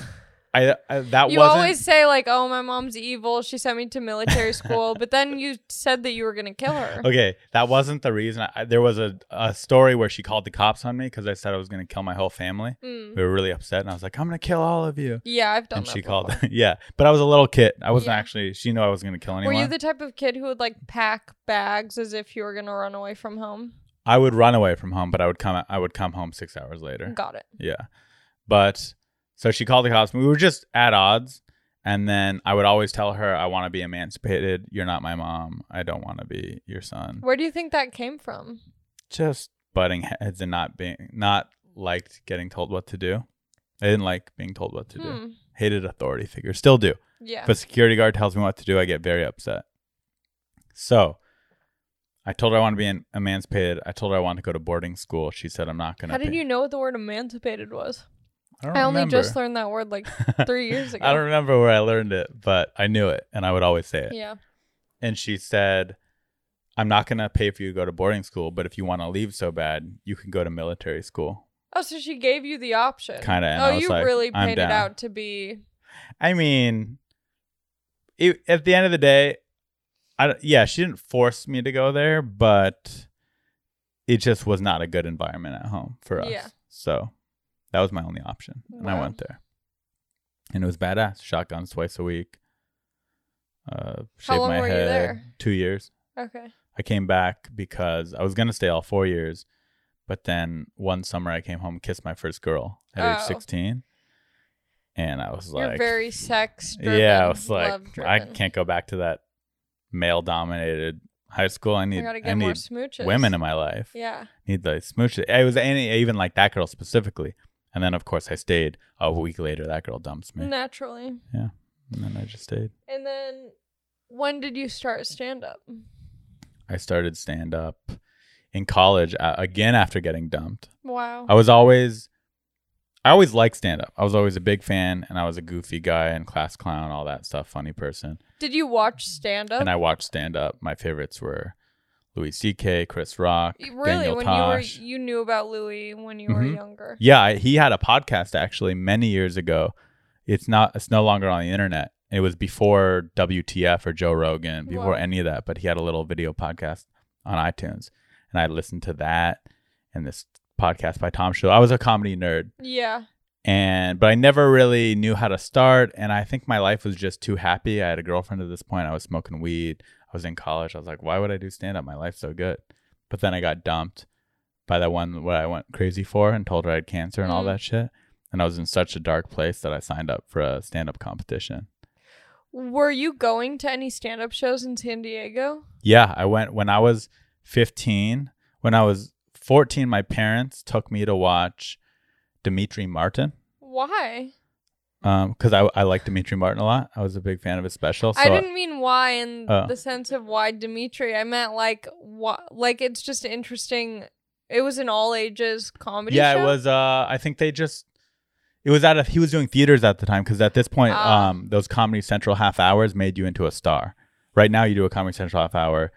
[SPEAKER 2] I, I that
[SPEAKER 1] You
[SPEAKER 2] wasn't.
[SPEAKER 1] always say like, "Oh, my mom's evil. She sent me to military school," but then you said that you were gonna kill her.
[SPEAKER 2] Okay, that wasn't the reason. I, there was a, a story where she called the cops on me because I said I was going to kill my whole family.
[SPEAKER 1] Mm.
[SPEAKER 2] We were really upset, and I was like, "I'm going to kill all of you."
[SPEAKER 1] Yeah, I've done
[SPEAKER 2] and
[SPEAKER 1] that.
[SPEAKER 2] she
[SPEAKER 1] before.
[SPEAKER 2] called, yeah. But I was a little kid. I wasn't
[SPEAKER 1] Yeah.
[SPEAKER 2] actually. She knew I wasn't going to kill anyone.
[SPEAKER 1] Were you the type of kid who would like pack bags as if you were gonna run away from home?
[SPEAKER 2] I would run away from home, but I would come. I would come home six hours later.
[SPEAKER 1] Got it.
[SPEAKER 2] Yeah, but so she called the cops. We were just at odds, and then I would always tell her, "I want to be emancipated. You're not my mom. I don't want to be your son."
[SPEAKER 1] Where do you think that came from?
[SPEAKER 2] just butting heads and not being not liked getting told what to do. I didn't like being told what to do.
[SPEAKER 1] Hmm.
[SPEAKER 2] Hated authority figures. Still do.
[SPEAKER 1] Yeah.
[SPEAKER 2] If a security guard tells me what to do, I get very upset. So I told her I want to be an emancipated. I told her I want to go to boarding school. She said I'm not gonna
[SPEAKER 1] How did
[SPEAKER 2] be-
[SPEAKER 1] you know what the word emancipated was?
[SPEAKER 2] I, don't
[SPEAKER 1] I only
[SPEAKER 2] remember.
[SPEAKER 1] just learned that word like three years ago.
[SPEAKER 2] I don't remember where I learned it, but I knew it and I would always say it.
[SPEAKER 1] Yeah.
[SPEAKER 2] and she said, I'm not gonna pay for you to go to boarding school, but if you wanna leave so bad, you can go to military school.
[SPEAKER 1] Oh, so she gave you the option.
[SPEAKER 2] Kinda and
[SPEAKER 1] Oh,
[SPEAKER 2] I was
[SPEAKER 1] you
[SPEAKER 2] like,
[SPEAKER 1] really
[SPEAKER 2] I'm
[SPEAKER 1] paid it
[SPEAKER 2] down.
[SPEAKER 1] out to be.
[SPEAKER 2] I mean, it, at the end of the day, I don't- yeah, she didn't force me to go there, but it just was not a good environment at home for us.
[SPEAKER 1] Yeah.
[SPEAKER 2] So that was my only option, and I
[SPEAKER 1] Wow.
[SPEAKER 2] went there, and it was badass. Shotguns twice a week. Uh, shaved
[SPEAKER 1] long
[SPEAKER 2] my
[SPEAKER 1] were you
[SPEAKER 2] head.
[SPEAKER 1] there?
[SPEAKER 2] Two years.
[SPEAKER 1] Okay.
[SPEAKER 2] I came back because I was gonna stay all four years, but then one summer I came home, and kissed my first girl at age
[SPEAKER 1] Oh.
[SPEAKER 2] sixteen, and I was like,
[SPEAKER 1] You're very sex driven.
[SPEAKER 2] yeah, I was like,
[SPEAKER 1] love
[SPEAKER 2] I
[SPEAKER 1] driven.
[SPEAKER 2] can't go back to that male dominated high school. I
[SPEAKER 1] I
[SPEAKER 2] need,
[SPEAKER 1] gotta
[SPEAKER 2] I,
[SPEAKER 1] get more
[SPEAKER 2] need
[SPEAKER 1] smooches.
[SPEAKER 2] women in my life.
[SPEAKER 1] Yeah.
[SPEAKER 2] Need the smooches. I was any, even like that girl specifically. And then, of course, I stayed. A week later, that girl dumps me.
[SPEAKER 1] Naturally.
[SPEAKER 2] And then I just stayed.
[SPEAKER 1] And then, when did you start stand up?
[SPEAKER 2] I started stand up in college uh, again after getting dumped.
[SPEAKER 1] Wow.
[SPEAKER 2] I was always, I always liked stand up. I was always a big fan and I was a goofy guy and class clown, all that stuff, funny person.
[SPEAKER 1] Did you watch stand up?
[SPEAKER 2] And I watched stand up. My favorites were Louis C.K., Chris Rock,
[SPEAKER 1] Really,
[SPEAKER 2] Daniel
[SPEAKER 1] when
[SPEAKER 2] Tosh.
[SPEAKER 1] you were you knew about Louis when you were
[SPEAKER 2] Mhm.
[SPEAKER 1] younger.
[SPEAKER 2] yeah, I, he had a podcast actually many years ago. It's not. It's no longer on the internet. It was before WTF or Joe Rogan, before
[SPEAKER 1] Wow.
[SPEAKER 2] any of that. But he had a little video podcast on iTunes, and I listened to that and this podcast by Tom Schull. I was a comedy nerd,
[SPEAKER 1] Yeah.
[SPEAKER 2] and but I never really knew how to start. And I think my life was just too happy. I had a girlfriend at this point. I was smoking weed. I was in college. I was like, why would I do stand up? My life's so good. But then I got dumped by that one what I went crazy for and told her I had cancer and all
[SPEAKER 1] Mm.
[SPEAKER 2] that shit. And I was in such a dark place that I signed up for a stand up competition.
[SPEAKER 1] Were you going to any stand up shows in San Diego?
[SPEAKER 2] Yeah, I went when I was 15. When I was 14, my parents took me to watch Dimitri Martin.
[SPEAKER 1] Why?
[SPEAKER 2] because I, I like Dimitri Martin a lot. I was a big fan of his special. So
[SPEAKER 1] I didn't mean why in
[SPEAKER 2] Oh.
[SPEAKER 1] the sense of why Dimitri. I meant like what like it's just interesting it was an all ages comedy
[SPEAKER 2] yeah,
[SPEAKER 1] show?
[SPEAKER 2] it was. Uh, I think they just it was out of he was doing theaters at the time because at this point,
[SPEAKER 1] Ah.
[SPEAKER 2] um, those Comedy Central half hours made you into a star. Right now, you do a Comedy Central half hour,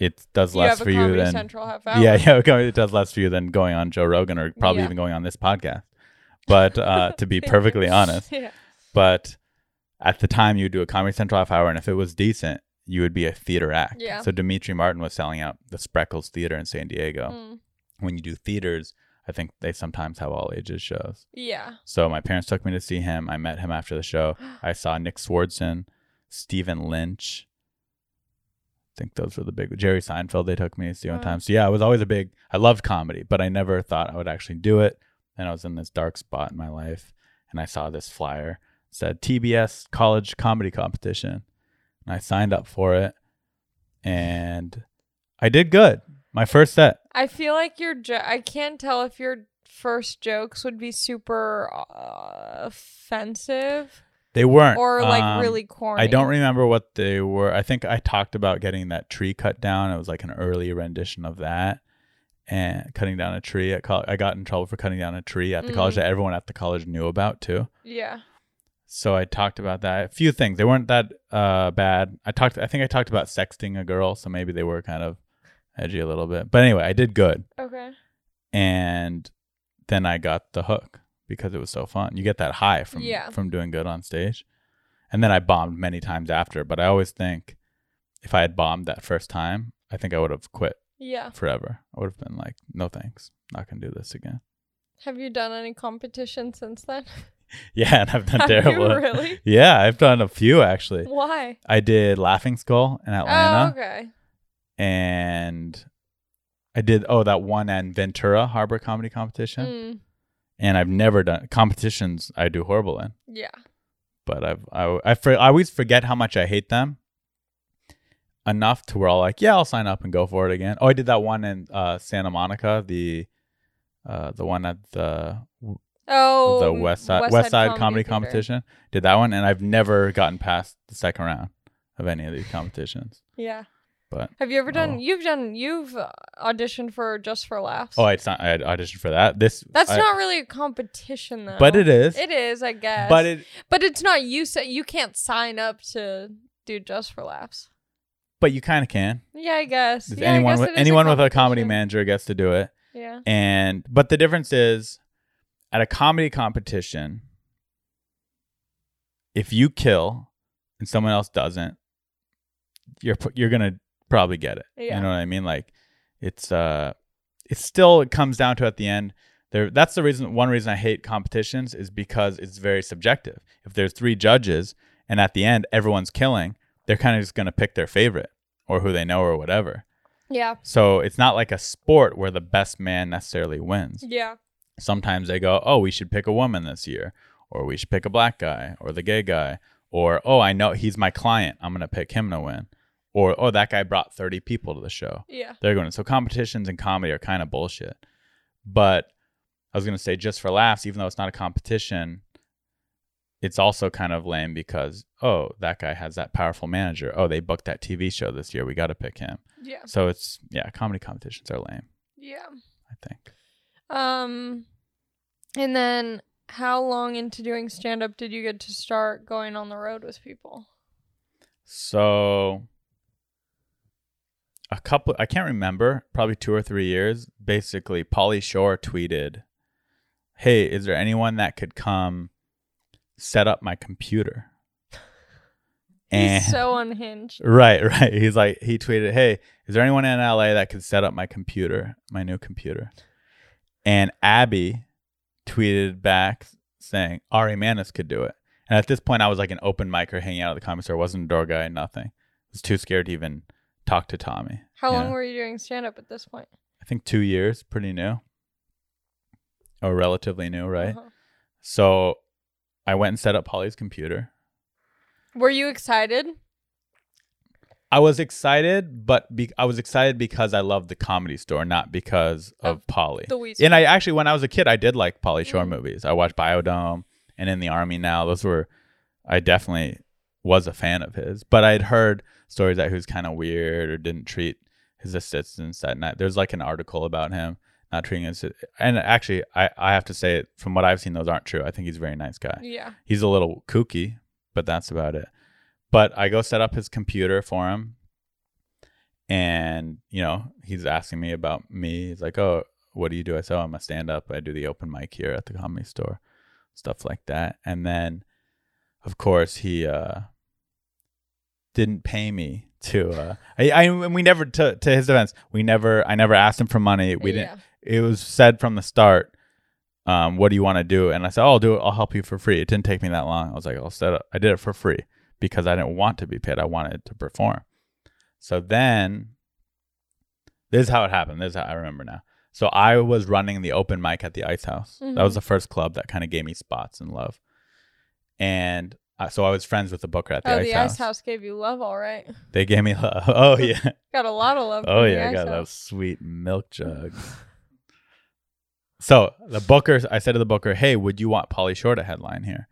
[SPEAKER 2] it does
[SPEAKER 1] you
[SPEAKER 2] less
[SPEAKER 1] have
[SPEAKER 2] for
[SPEAKER 1] a
[SPEAKER 2] you
[SPEAKER 1] Comedy
[SPEAKER 2] than
[SPEAKER 1] Central half hour.
[SPEAKER 2] yeah, yeah, okay, it does less for you than going on Joe Rogan or probably
[SPEAKER 1] Yeah.
[SPEAKER 2] even going on this podcast. But uh, to be perfectly honest,
[SPEAKER 1] yeah.
[SPEAKER 2] but at the time you would do a Comedy Central half hour, and if it was decent, you would be a theater act.
[SPEAKER 1] Yeah.
[SPEAKER 2] So Dimitri Martin was selling out the Spreckles Theater in San Diego.
[SPEAKER 1] Mm.
[SPEAKER 2] When you do theaters, I think they sometimes have all ages shows.
[SPEAKER 1] Yeah.
[SPEAKER 2] So my parents took me to see him. I met him after the show. I saw Nick Swardson, Stephen Lynch. I think those were the big Jerry Seinfeld. They took me to see one
[SPEAKER 1] Wow.
[SPEAKER 2] time. So yeah, I was always a big. I loved comedy, but I never thought I would actually do it. And I was in this dark spot in my life, and I saw this flyer It said TBS College Comedy Competition, and I signed up for it, and I did good. My first set.
[SPEAKER 1] I feel like your jo- I can't tell if your first jokes would be super uh, offensive
[SPEAKER 2] They weren't.
[SPEAKER 1] or like
[SPEAKER 2] Um,
[SPEAKER 1] really corny.
[SPEAKER 2] I don't remember what they were. I think I talked about getting that tree cut down. It was like an early rendition of that. And cutting down a tree at college. I got in trouble for cutting down a tree at the college
[SPEAKER 1] Mm.
[SPEAKER 2] that everyone at the college knew about too.
[SPEAKER 1] Yeah.
[SPEAKER 2] So I talked about that. A few things. They weren't that uh, bad. I talked. I think I talked about sexting a girl, so maybe they were kind of edgy a little bit. But anyway, I did good,
[SPEAKER 1] Okay.
[SPEAKER 2] and then I got the hook because it was so fun. You get that high from
[SPEAKER 1] Yeah.
[SPEAKER 2] from doing good on stage, and then I bombed many times after. But I always think if I had bombed that first time, I think I would have quit
[SPEAKER 1] Yeah.
[SPEAKER 2] forever. I would have been like, no thanks, not gonna do this again.
[SPEAKER 1] Have you done any competition since then?
[SPEAKER 2] Yeah, and I've done
[SPEAKER 1] Have you
[SPEAKER 2] terrible.
[SPEAKER 1] really?
[SPEAKER 2] Yeah, I've done a few actually.
[SPEAKER 1] Why?
[SPEAKER 2] I did Laughing Skull in
[SPEAKER 1] Oh,
[SPEAKER 2] Atlanta,
[SPEAKER 1] okay.
[SPEAKER 2] and I did oh that one at Ventura Harbor Comedy Competition,
[SPEAKER 1] Mm,
[SPEAKER 2] and I've never done competitions. I do horrible in,
[SPEAKER 1] yeah.
[SPEAKER 2] but I've I I, for, I always forget how much I hate them enough to where I'll like yeah I'll sign up and go for it again. Oh, I did that one in uh, Santa Monica, the uh, the one at the
[SPEAKER 1] Oh,
[SPEAKER 2] the
[SPEAKER 1] m-
[SPEAKER 2] West Side West, Side Comedy,
[SPEAKER 1] Theater.
[SPEAKER 2] Competition. Did that one, and I've never gotten past the second round of any of these competitions.
[SPEAKER 1] Yeah.
[SPEAKER 2] But
[SPEAKER 1] Have you ever done?
[SPEAKER 2] Oh.
[SPEAKER 1] You've done. You've uh, auditioned for Just for Laughs.
[SPEAKER 2] Oh, it's not. I had auditioned for that. This
[SPEAKER 1] That's
[SPEAKER 2] I-
[SPEAKER 1] not really a competition though.
[SPEAKER 2] but it is.
[SPEAKER 1] It is, I guess.
[SPEAKER 2] But it.
[SPEAKER 1] But it's not you. Say you can't sign up to do Just for Laughs.
[SPEAKER 2] But you kind of can.
[SPEAKER 1] Yeah, I guess.
[SPEAKER 2] Does
[SPEAKER 1] Yeah, I
[SPEAKER 2] anyone
[SPEAKER 1] guess
[SPEAKER 2] with
[SPEAKER 1] it is
[SPEAKER 2] anyone with a comedy
[SPEAKER 1] competition.
[SPEAKER 2] manager gets to do it.
[SPEAKER 1] Yeah.
[SPEAKER 2] And but the difference is, at a comedy competition, if you kill and someone else doesn't, you're pu- you're gonna probably get it.
[SPEAKER 1] Yeah.
[SPEAKER 2] You know what I mean? Like, it's uh, it's still it comes down to at the end. There, that's the reason. One reason I hate competitions is because it's very subjective. If there's three judges and at the end everyone's killing, they're kind of just gonna pick their favorite or who they know or whatever.
[SPEAKER 1] Yeah.
[SPEAKER 2] So it's not like a sport where the best man necessarily wins.
[SPEAKER 1] Yeah.
[SPEAKER 2] Sometimes they go, oh, we should pick a woman this year, or we should pick a black guy, or the gay guy, or oh, I know he's my client, I'm gonna pick him to win, or oh, that guy brought 30 people to the show.
[SPEAKER 1] Yeah.
[SPEAKER 2] They're going. So competitions and comedy are kind of bullshit. But I was gonna say just for laughs, even though it's not a competition, it's also kind of lame because oh, that guy has that powerful manager. Oh, they booked that TV show this year. We got to pick him.
[SPEAKER 1] Yeah.
[SPEAKER 2] So it's yeah, comedy competitions are lame.
[SPEAKER 1] Yeah.
[SPEAKER 2] I think
[SPEAKER 1] Um, and then how long into doing stand up did you get to start going on the road with people?
[SPEAKER 2] so. A couple, I can't remember, probably two or three years. Basically, Polly Shore tweeted, "Hey, is there anyone that could come set up my computer?" Eh.
[SPEAKER 1] He's so unhinged.
[SPEAKER 2] Right, right. He's like he tweeted, "Hey, is there anyone in LA that could set up my computer, my new computer?" And Abby tweeted back saying Ari Manis could do it. And at this point, I was like an open micer hanging out at the comic store. wasn't a door guy, nothing. I was too scared to even talk to Tommy.
[SPEAKER 1] How
[SPEAKER 2] Yeah.
[SPEAKER 1] long were you doing stand up at this point?
[SPEAKER 2] I think two years, pretty new, or relatively new, right?
[SPEAKER 1] Uh-huh.
[SPEAKER 2] So I went and set up Polly's computer.
[SPEAKER 1] Were you excited?
[SPEAKER 2] I was excited, but be- I was excited because I loved the comedy store, not because of,
[SPEAKER 1] Of
[SPEAKER 2] Polly.
[SPEAKER 1] The Weasel.
[SPEAKER 2] and I actually, when I was a kid, I did like Polly Shore
[SPEAKER 1] Mhm.
[SPEAKER 2] movies. I watched Biodome and In the Army Now. Those were, I definitely was a fan of his, but I'd heard stories that he was kind of weird or didn't treat his assistants that night. There's like an article about him not treating his, and actually, I, I have to say, from what I've seen, those aren't true. I think he's a very nice guy
[SPEAKER 1] yeah.
[SPEAKER 2] he's a little kooky, but that's about it. But I go set up his computer for him, and you know he's asking me about me. He's like, "Oh, what do you do?" I said, oh, "I'm a stand up. I do the open mic here at the comedy store, stuff like that." And then, of course, he uh, didn't pay me to. Uh, I, I and we never to to his defense. We never. I never asked him for money. We didn't
[SPEAKER 1] Yeah.
[SPEAKER 2] it was said from the start um, what do you want to do and i said oh, i'll do it i'll help you for free it didn't take me that long i was like i'll set up i did it for free because i didn't want to be paid i wanted to perform so then this is how it happened this is how i remember now so i was running the open mic at the ice house that was
[SPEAKER 1] Mhm.
[SPEAKER 2] the first club that kind of gave me spots and love and Uh, so I was friends with the booker at the,
[SPEAKER 1] oh,
[SPEAKER 2] ice,
[SPEAKER 1] the
[SPEAKER 2] house.
[SPEAKER 1] Ice House gave you love, all right.
[SPEAKER 2] They gave me love. Oh yeah.
[SPEAKER 1] Got a lot of love.
[SPEAKER 2] Oh
[SPEAKER 1] from the
[SPEAKER 2] yeah, I
[SPEAKER 1] Ice
[SPEAKER 2] got those
[SPEAKER 1] House.
[SPEAKER 2] sweet milk jugs. so the Booker, I said to the Booker, "Hey, would you want Polly Shore to headline here?"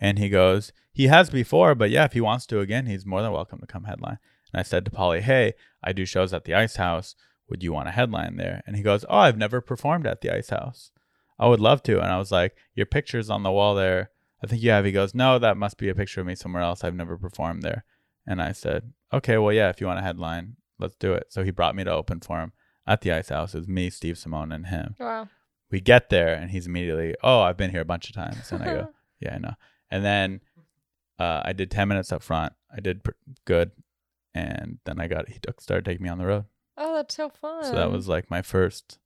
[SPEAKER 2] And he goes, "He has before, but yeah, if he wants to again, he's more than welcome to come headline." And I said to Polly, "Hey, I do shows at the Ice House. Would you want a headline there?" And he goes, "Oh, I've never performed at the Ice House. I would love to." And I was like, "Your picture's on the wall there. I think you have." He goes, "No, that must be a picture of me somewhere else. I've never performed there." And I said, okay, well, yeah, if you want a headline, let's do it. So he brought me to open for him at the Ice House. It was me, Steve Simone, and him.
[SPEAKER 1] Wow.
[SPEAKER 2] We get there, and he's immediately, oh, I've been here a bunch of times. And I go, yeah, I know. And then uh, I did 10 minutes up front. I did pr- good. And then I got, he took, started taking me on the road.
[SPEAKER 1] Oh, that's so fun.
[SPEAKER 2] So that was like my first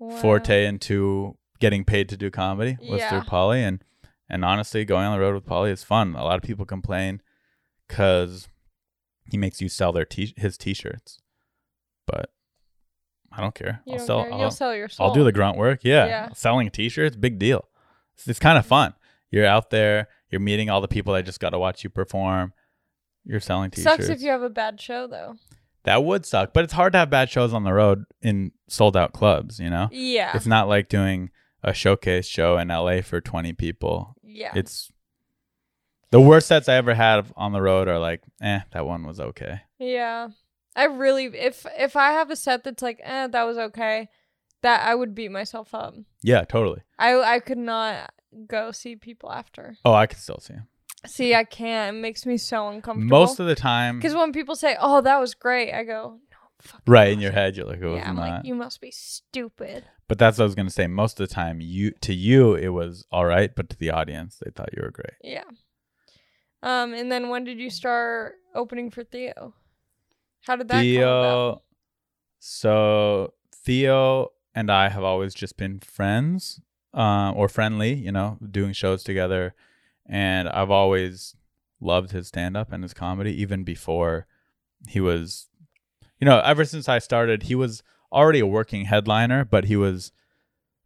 [SPEAKER 1] Wow.
[SPEAKER 2] forte into getting paid to do comedy was
[SPEAKER 1] Yeah.
[SPEAKER 2] through Polly, and and honestly, going on the road with Polly is fun. A lot of people complain because he makes you sell their t- his t-shirts, but I don't care.
[SPEAKER 1] You
[SPEAKER 2] I'll
[SPEAKER 1] don't
[SPEAKER 2] sell.
[SPEAKER 1] care. You'll
[SPEAKER 2] I'll,
[SPEAKER 1] sell your soul.
[SPEAKER 2] I'll do the grunt work. Yeah,
[SPEAKER 1] Yeah. Mm-hmm.
[SPEAKER 2] selling t-shirts, big deal. It's, it's kind of fun. You're out there. You're meeting all the people that just got to watch you perform. You're selling t-shirts.
[SPEAKER 1] Sucks if you have a bad show though.
[SPEAKER 2] that would suck, but it's hard to have bad shows on the road in sold out clubs. You know.
[SPEAKER 1] Yeah.
[SPEAKER 2] It's not like doing a showcase show in LA for 20 people.
[SPEAKER 1] yeah.
[SPEAKER 2] It's the worst sets I ever had on the road are like, eh, that one was okay.
[SPEAKER 1] Yeah. I really if if I have a set that's like, eh, that was okay, that I would beat myself up.
[SPEAKER 2] Yeah, totally.
[SPEAKER 1] I I could not go see people after.
[SPEAKER 2] Oh, I can still see him.
[SPEAKER 1] See, I can't. It makes me so uncomfortable.
[SPEAKER 2] Most of the time,
[SPEAKER 1] because when people say, "Oh, that was great," I go, "No, fuck."
[SPEAKER 2] right in your head, you're like, it was
[SPEAKER 1] yeah, I'm
[SPEAKER 2] not.
[SPEAKER 1] like, you must be stupid.
[SPEAKER 2] but that's what I was gonna say. Most of the time, you to you it was all right, but to the audience, they thought you were great.
[SPEAKER 1] Yeah. Um, and then when did you start opening for Theo? How did that come about?
[SPEAKER 2] Theo. So Theo and I have always just been friends, uh, or friendly, you know, doing shows together, and I've always loved his stand up and his comedy even before he was, you know, ever since I started, he was already a working headliner, but he was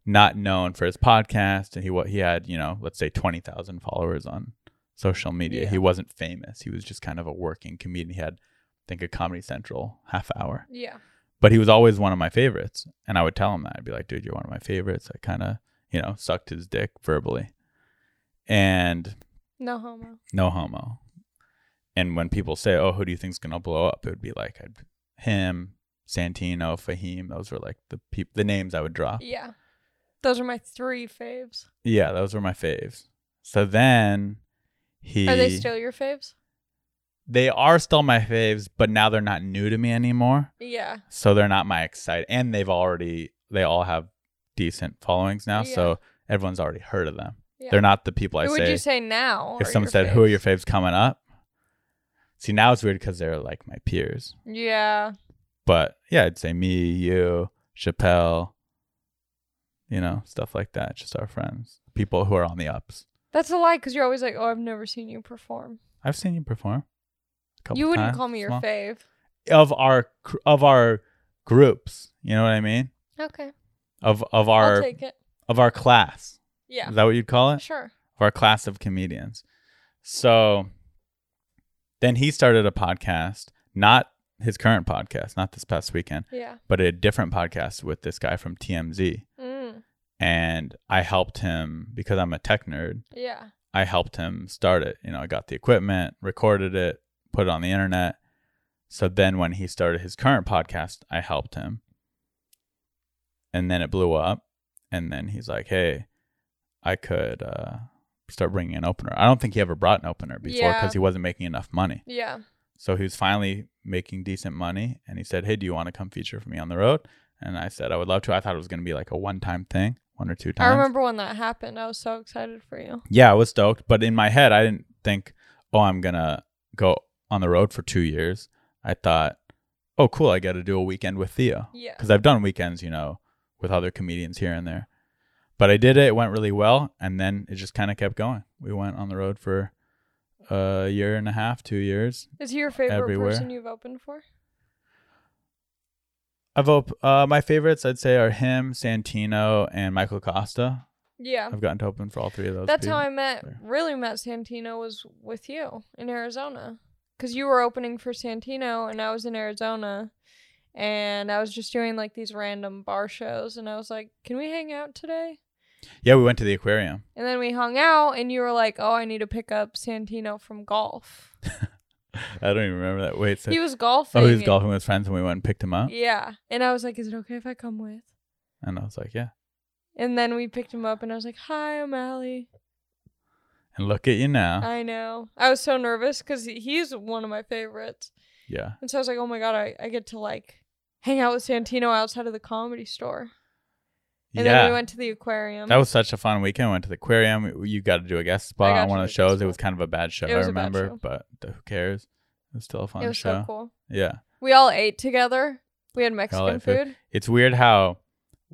[SPEAKER 2] not known for his podcast, and he what he had, you know, let's say twenty thousand followers on social media.
[SPEAKER 1] Yeah.
[SPEAKER 2] He wasn't famous. He was just kind of a working comedian. He had think a Comedy Central half hour.
[SPEAKER 1] Yeah.
[SPEAKER 2] But he was always one of my favorites. And I would tell him that. I'd be like, dude, you're one of my favorites. I kind of, you know, sucked his dick verbally. And
[SPEAKER 1] No homo.
[SPEAKER 2] no homo. And when people say, oh, who do you think's going to blow up? It would be like I'd, him, Santino, Fahim. Those were like the peop- the names I would drop.
[SPEAKER 1] Yeah. Those are my three faves.
[SPEAKER 2] Yeah, those were my faves. So then he.
[SPEAKER 1] Are they still your faves?
[SPEAKER 2] They are still my faves, but now they're not new to me anymore.
[SPEAKER 1] Yeah.
[SPEAKER 2] so they're not my excite and they've already they all have decent followings now
[SPEAKER 1] Yeah.
[SPEAKER 2] so everyone's already heard of them
[SPEAKER 1] Yeah.
[SPEAKER 2] they're not the people i
[SPEAKER 1] Who
[SPEAKER 2] say,
[SPEAKER 1] would you say now?
[SPEAKER 2] if
[SPEAKER 1] are
[SPEAKER 2] someone
[SPEAKER 1] your
[SPEAKER 2] said who are
[SPEAKER 1] faves?
[SPEAKER 2] your faves coming up see now it's weird because they're like my peers
[SPEAKER 1] Yeah.
[SPEAKER 2] but yeah i'd say me you chappelle you know stuff like that just our friends people who are on the ups
[SPEAKER 1] That's a lie because you're always like, oh, I've never seen you perform.
[SPEAKER 2] i've seen you perform a couple
[SPEAKER 1] You wouldn't
[SPEAKER 2] times,
[SPEAKER 1] call me your
[SPEAKER 2] small-
[SPEAKER 1] fave.
[SPEAKER 2] of our cr- of our groups you know what i mean
[SPEAKER 1] Okay.
[SPEAKER 2] of of
[SPEAKER 1] I'll
[SPEAKER 2] our
[SPEAKER 1] take it.
[SPEAKER 2] of our class
[SPEAKER 1] Yeah.
[SPEAKER 2] Is that what you'd call it?
[SPEAKER 1] Sure.
[SPEAKER 2] Of our class of comedians. So then he started a podcast, not his current podcast, not this past weekend,
[SPEAKER 1] Yeah.
[SPEAKER 2] but a different podcast with this guy from TMZ.
[SPEAKER 1] Mm.
[SPEAKER 2] And I helped him because I'm a tech nerd.
[SPEAKER 1] Yeah.
[SPEAKER 2] I helped him start it. You know, I got the equipment, recorded it, put it on the internet. So then when he started his current podcast, I helped him. And then it blew up. And then he's like, hey, I could uh, start bringing an opener. I don't think he ever brought an opener before
[SPEAKER 1] Yeah.
[SPEAKER 2] because he wasn't making enough money.
[SPEAKER 1] Yeah.
[SPEAKER 2] So he was finally making decent money. And he said, hey, do you want to come feature for me on the road? And I said, I would love to. I thought it was going to be like a one time thing, one or two times.
[SPEAKER 1] I remember when that happened. I was so excited for you.
[SPEAKER 2] Yeah, I was stoked, but in my head, I didn't think, oh, I'm gonna go on the road for two years. I thought, oh, cool, I got to do a weekend with Theo
[SPEAKER 1] Yeah.
[SPEAKER 2] because I've done weekends, you know, with other comedians here and there. But I did it; it went really well, and then it just kind of kept going. We went on the road for a year and a half, two years.
[SPEAKER 1] Is he your favorite
[SPEAKER 2] Everywhere.
[SPEAKER 1] person you've opened for?
[SPEAKER 2] I've op- uh, my favorites, I'd say, are him, Santino, and Michael Costa.
[SPEAKER 1] Yeah.
[SPEAKER 2] I've gotten to open for all three of those.
[SPEAKER 1] That's how
[SPEAKER 2] people.
[SPEAKER 1] I met,
[SPEAKER 2] there.
[SPEAKER 1] really met Santino was with you in Arizona. Because you were opening for Santino and I was in Arizona. And I was just doing like these random bar shows. And I was like, can we hang out today?
[SPEAKER 2] Yeah, we went to the aquarium.
[SPEAKER 1] And then we hung out and you were like, oh, I need to pick up Santino from golf.
[SPEAKER 2] I don't even remember that. Wait, so
[SPEAKER 1] He was golfing.
[SPEAKER 2] oh, he was
[SPEAKER 1] and-
[SPEAKER 2] golfing with his friends, and we went and picked him up.
[SPEAKER 1] Yeah. And I was like, is it okay if I come with?
[SPEAKER 2] And I was like, yeah.
[SPEAKER 1] And then we picked him up and I was like, hi, I'm Allie.
[SPEAKER 2] And look at you now.
[SPEAKER 1] I know. I was so nervous because he's one of my favorites.
[SPEAKER 2] yeah.
[SPEAKER 1] And so I was like, oh my God, I, I get to like hang out with Santino outside of the comedy store. And
[SPEAKER 2] yeah.
[SPEAKER 1] then we went to the aquarium.
[SPEAKER 2] that was such a fun weekend. went to the aquarium. You got to do a guest spot
[SPEAKER 1] got
[SPEAKER 2] on
[SPEAKER 1] to
[SPEAKER 2] one
[SPEAKER 1] do a
[SPEAKER 2] of the
[SPEAKER 1] guest
[SPEAKER 2] shows. It
[SPEAKER 1] spot.
[SPEAKER 2] was kind of a bad show,
[SPEAKER 1] It was
[SPEAKER 2] I
[SPEAKER 1] a bad
[SPEAKER 2] remember,
[SPEAKER 1] show.
[SPEAKER 2] but th- who cares? It was still a fun
[SPEAKER 1] it was
[SPEAKER 2] show.
[SPEAKER 1] so cool.
[SPEAKER 2] Yeah.
[SPEAKER 1] We all ate together. We had Mexican
[SPEAKER 2] ate food.
[SPEAKER 1] food.
[SPEAKER 2] It's weird how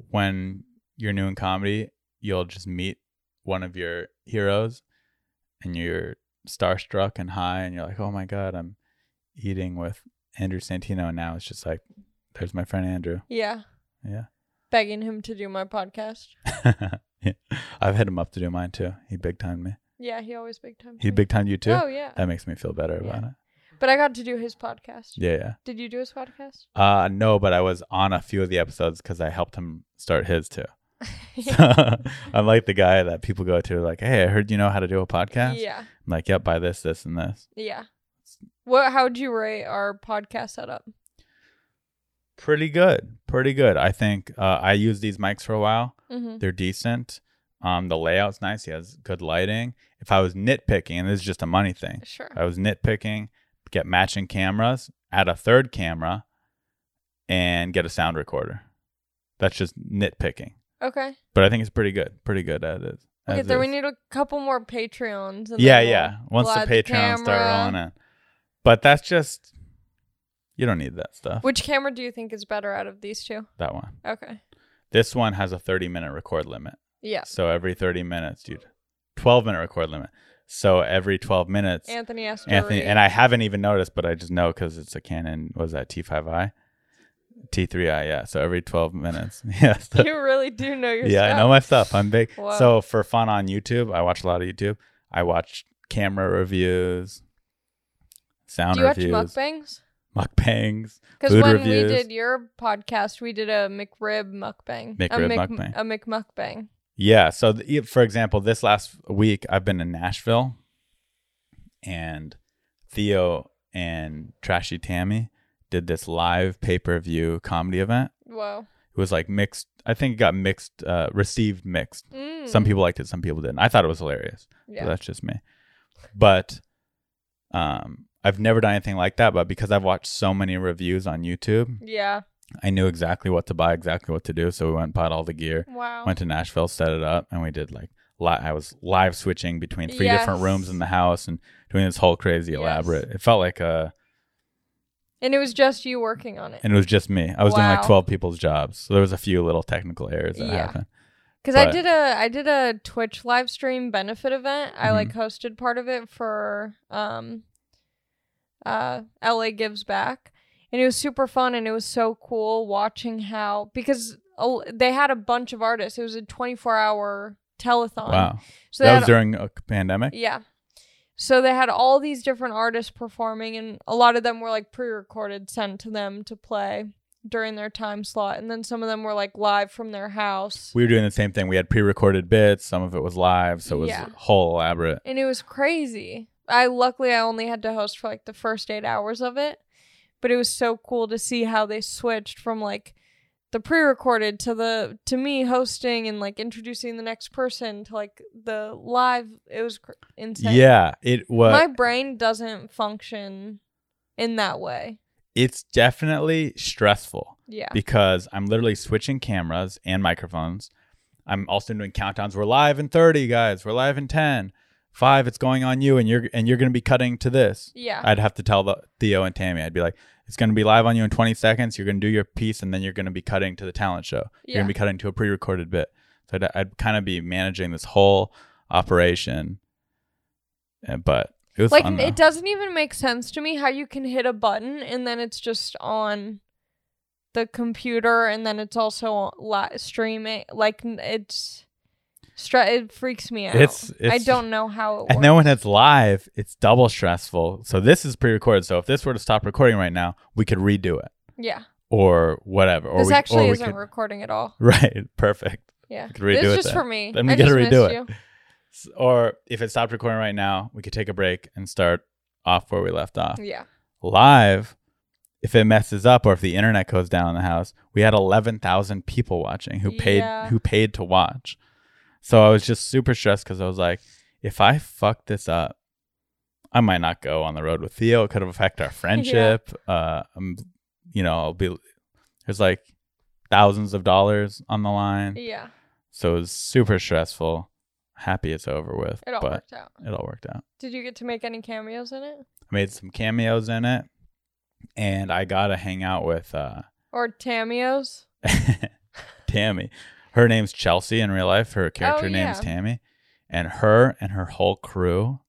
[SPEAKER 2] when you're new in comedy, you'll just meet one of your heroes and you're starstruck and high and you're like, "Oh my god, I'm eating with Andrew Santino." And now it's just like, there's my friend Andrew.
[SPEAKER 1] Yeah.
[SPEAKER 2] Yeah.
[SPEAKER 1] Begging him to do my podcast.
[SPEAKER 2] Yeah. I've hit him up to do mine too. He big timed me.
[SPEAKER 1] Yeah, he always big time.
[SPEAKER 2] He big timed you too.
[SPEAKER 1] Oh yeah.
[SPEAKER 2] That makes me feel better
[SPEAKER 1] Yeah.
[SPEAKER 2] about it.
[SPEAKER 1] But I got to do his podcast.
[SPEAKER 2] Yeah, yeah.
[SPEAKER 1] Did you do his podcast?
[SPEAKER 2] Uh no, but I was on a few of the episodes because I helped him start his too. So, I'm like the guy that people go to like, hey, I heard you know how to do a podcast.
[SPEAKER 1] Yeah.
[SPEAKER 2] I'm like, yep, buy this, this, and this.
[SPEAKER 1] Yeah. What how would you rate our podcast setup?
[SPEAKER 2] Pretty good, pretty good. I think uh, I used these mics for a while.
[SPEAKER 1] Mm-hmm.
[SPEAKER 2] They're decent. Um, the layout's nice. He has good lighting. If I was nitpicking, and this is just a money thing,
[SPEAKER 1] Sure.
[SPEAKER 2] I was nitpicking, get matching cameras, add a third camera, and get a sound recorder. That's just nitpicking,
[SPEAKER 1] Okay.
[SPEAKER 2] but I think it's pretty good. Pretty good at it.
[SPEAKER 1] We'll
[SPEAKER 2] as
[SPEAKER 1] get there. We
[SPEAKER 2] is.
[SPEAKER 1] need a couple more Patreons. and
[SPEAKER 2] yeah
[SPEAKER 1] then we'll-
[SPEAKER 2] yeah once
[SPEAKER 1] we'll
[SPEAKER 2] the
[SPEAKER 1] add
[SPEAKER 2] patreon start
[SPEAKER 1] camera.
[SPEAKER 2] rolling in but that's just you don't need that stuff
[SPEAKER 1] Which camera do you think is better out of these two?
[SPEAKER 2] that one
[SPEAKER 1] Okay.
[SPEAKER 2] this one has a 30 minute record limit
[SPEAKER 1] Yeah.
[SPEAKER 2] so every 30 minutes dude 12 minute record limit so every 12 minutes
[SPEAKER 1] Anthony asked
[SPEAKER 2] anthony and i haven't even noticed but i just know because it's a canon what is that t5i t3i yeah so every 12 minutes yes
[SPEAKER 1] you really do know your
[SPEAKER 2] yeah i
[SPEAKER 1] stuff.
[SPEAKER 2] know my stuff i'm big
[SPEAKER 1] Wow.
[SPEAKER 2] so for fun on youtube i watch a lot of youtube i watch camera reviews sound
[SPEAKER 1] Do you watch
[SPEAKER 2] reviews
[SPEAKER 1] mukbangs?
[SPEAKER 2] mukbangs.
[SPEAKER 1] Because
[SPEAKER 2] Food
[SPEAKER 1] when
[SPEAKER 2] reviews.
[SPEAKER 1] we did your podcast, we did a McRib mukbang. a
[SPEAKER 2] McRib mukbang.
[SPEAKER 1] A McMukbang.
[SPEAKER 2] Yeah. So, the, e, for example, this last week I've been in Nashville, and Theo and Trashy Tammy did this live pay per view comedy event.
[SPEAKER 1] Wow.
[SPEAKER 2] It was like mixed. I think it got mixed, uh, received mixed.
[SPEAKER 1] Mm.
[SPEAKER 2] Some people liked it, some people didn't. I thought it was hilarious. But
[SPEAKER 1] Yeah.
[SPEAKER 2] that's just me. But um, I've never done anything like that. But because I've watched so many reviews on YouTube,
[SPEAKER 1] Yeah.
[SPEAKER 2] I knew exactly what to buy, exactly what to do. So we went and bought all the gear.
[SPEAKER 1] Wow.
[SPEAKER 2] went to Nashville, set it up, and we did like li- I was live switching between three different
[SPEAKER 1] Yes.
[SPEAKER 2] rooms in the house and doing this whole crazy
[SPEAKER 1] Yes.
[SPEAKER 2] elaborate. It felt like uh
[SPEAKER 1] and it was just you working on it.
[SPEAKER 2] and it was just me. I was doing like
[SPEAKER 1] Wow.
[SPEAKER 2] twelve people's jobs, so there was a few little technical errors that
[SPEAKER 1] Yeah.
[SPEAKER 2] happened.
[SPEAKER 1] Because I
[SPEAKER 2] but-
[SPEAKER 1] did a I did a Twitch live stream benefit event. I
[SPEAKER 2] Mhm.
[SPEAKER 1] like hosted part of it for um uh LA Gives Back. And it was super fun and it was so cool watching how because uh, they had a bunch of artists. It was a 24-hour telethon.
[SPEAKER 2] Wow,
[SPEAKER 1] So they
[SPEAKER 2] that
[SPEAKER 1] had
[SPEAKER 2] was during a pandemic.
[SPEAKER 1] Yeah. So they had all these different artists performing, and a lot of them were like pre recorded, sent to them to play during their time slot. And then some of them were like live from their house.
[SPEAKER 2] We were doing the same thing. We had pre-recorded bits. Some of it was live, so it was
[SPEAKER 1] Yeah.
[SPEAKER 2] whole elaborate.
[SPEAKER 1] and it was crazy. I luckily I only had to host for like the first eight hours of it, but it was so cool to see how they switched from like the pre-recorded to the to me hosting and like introducing the next person to like the live. It was cr- insane.
[SPEAKER 2] Yeah, it was.
[SPEAKER 1] my brain doesn't function in that way.
[SPEAKER 2] it's definitely stressful.
[SPEAKER 1] Yeah.
[SPEAKER 2] because I'm literally switching cameras and microphones. I'm also doing countdowns. We're live in 30, guys. We're live in 10. 5 it's going on you and you're and you're going to be cutting to this.
[SPEAKER 1] yeah.
[SPEAKER 2] I'd have to tell the, Theo and Tammy. I'd be like, "It's going to be live on you in 20 seconds. You're going to do your piece and then you're going to be cutting to the talent show. You're
[SPEAKER 1] Yeah.
[SPEAKER 2] going to be cutting to a pre-recorded bit." So I'd, I'd kind of be managing this whole operation. Uh, But it was
[SPEAKER 1] like
[SPEAKER 2] fun, though.
[SPEAKER 1] it doesn't even make sense to me how you can hit a button and then it's just on the computer and then it's also li- streaming like n- it's Stre- it freaks me out.
[SPEAKER 2] It's-
[SPEAKER 1] I
[SPEAKER 2] it's-
[SPEAKER 1] don't know how it works.
[SPEAKER 2] And then when it's live, it's double stressful. So this is pre-recorded. So if this were to stop recording right now, we could redo it
[SPEAKER 1] yeah,
[SPEAKER 2] or whatever. Or
[SPEAKER 1] this
[SPEAKER 2] we,
[SPEAKER 1] actually
[SPEAKER 2] or we
[SPEAKER 1] isn't
[SPEAKER 2] could-
[SPEAKER 1] recording at all.
[SPEAKER 2] right. Perfect.
[SPEAKER 1] Yeah,
[SPEAKER 2] could redo
[SPEAKER 1] this is
[SPEAKER 2] it
[SPEAKER 1] just
[SPEAKER 2] then.
[SPEAKER 1] for me.
[SPEAKER 2] Then we
[SPEAKER 1] I
[SPEAKER 2] gotta
[SPEAKER 1] just
[SPEAKER 2] redo
[SPEAKER 1] missed you.
[SPEAKER 2] S- Or if it stopped recording right now, we could take a break and start off where we left off.
[SPEAKER 1] Yeah,
[SPEAKER 2] Live, if it messes up or if the internet goes down in the house, we had eleven thousand people watching who paid
[SPEAKER 1] Yeah.
[SPEAKER 2] who paid to watch. So I was just super stressed because I was like, if I fuck this up, I might not go on the road with Theo. It could affect our friendship. Uh, I'm, you know, I'll be there's like thousands of dollars on the line.
[SPEAKER 1] yeah,
[SPEAKER 2] So it was super stressful. Happy it's over with,
[SPEAKER 1] it all
[SPEAKER 2] but
[SPEAKER 1] worked out.
[SPEAKER 2] it all worked out.
[SPEAKER 1] Did you get to make any cameos in it
[SPEAKER 2] I made some cameos in it, and I got to hang out with uh,
[SPEAKER 1] or tameos?
[SPEAKER 2] Tammy. Her name's Chelsea in real life. Her character name's
[SPEAKER 1] Oh, yeah.
[SPEAKER 2] Tammy, and her and her whole crew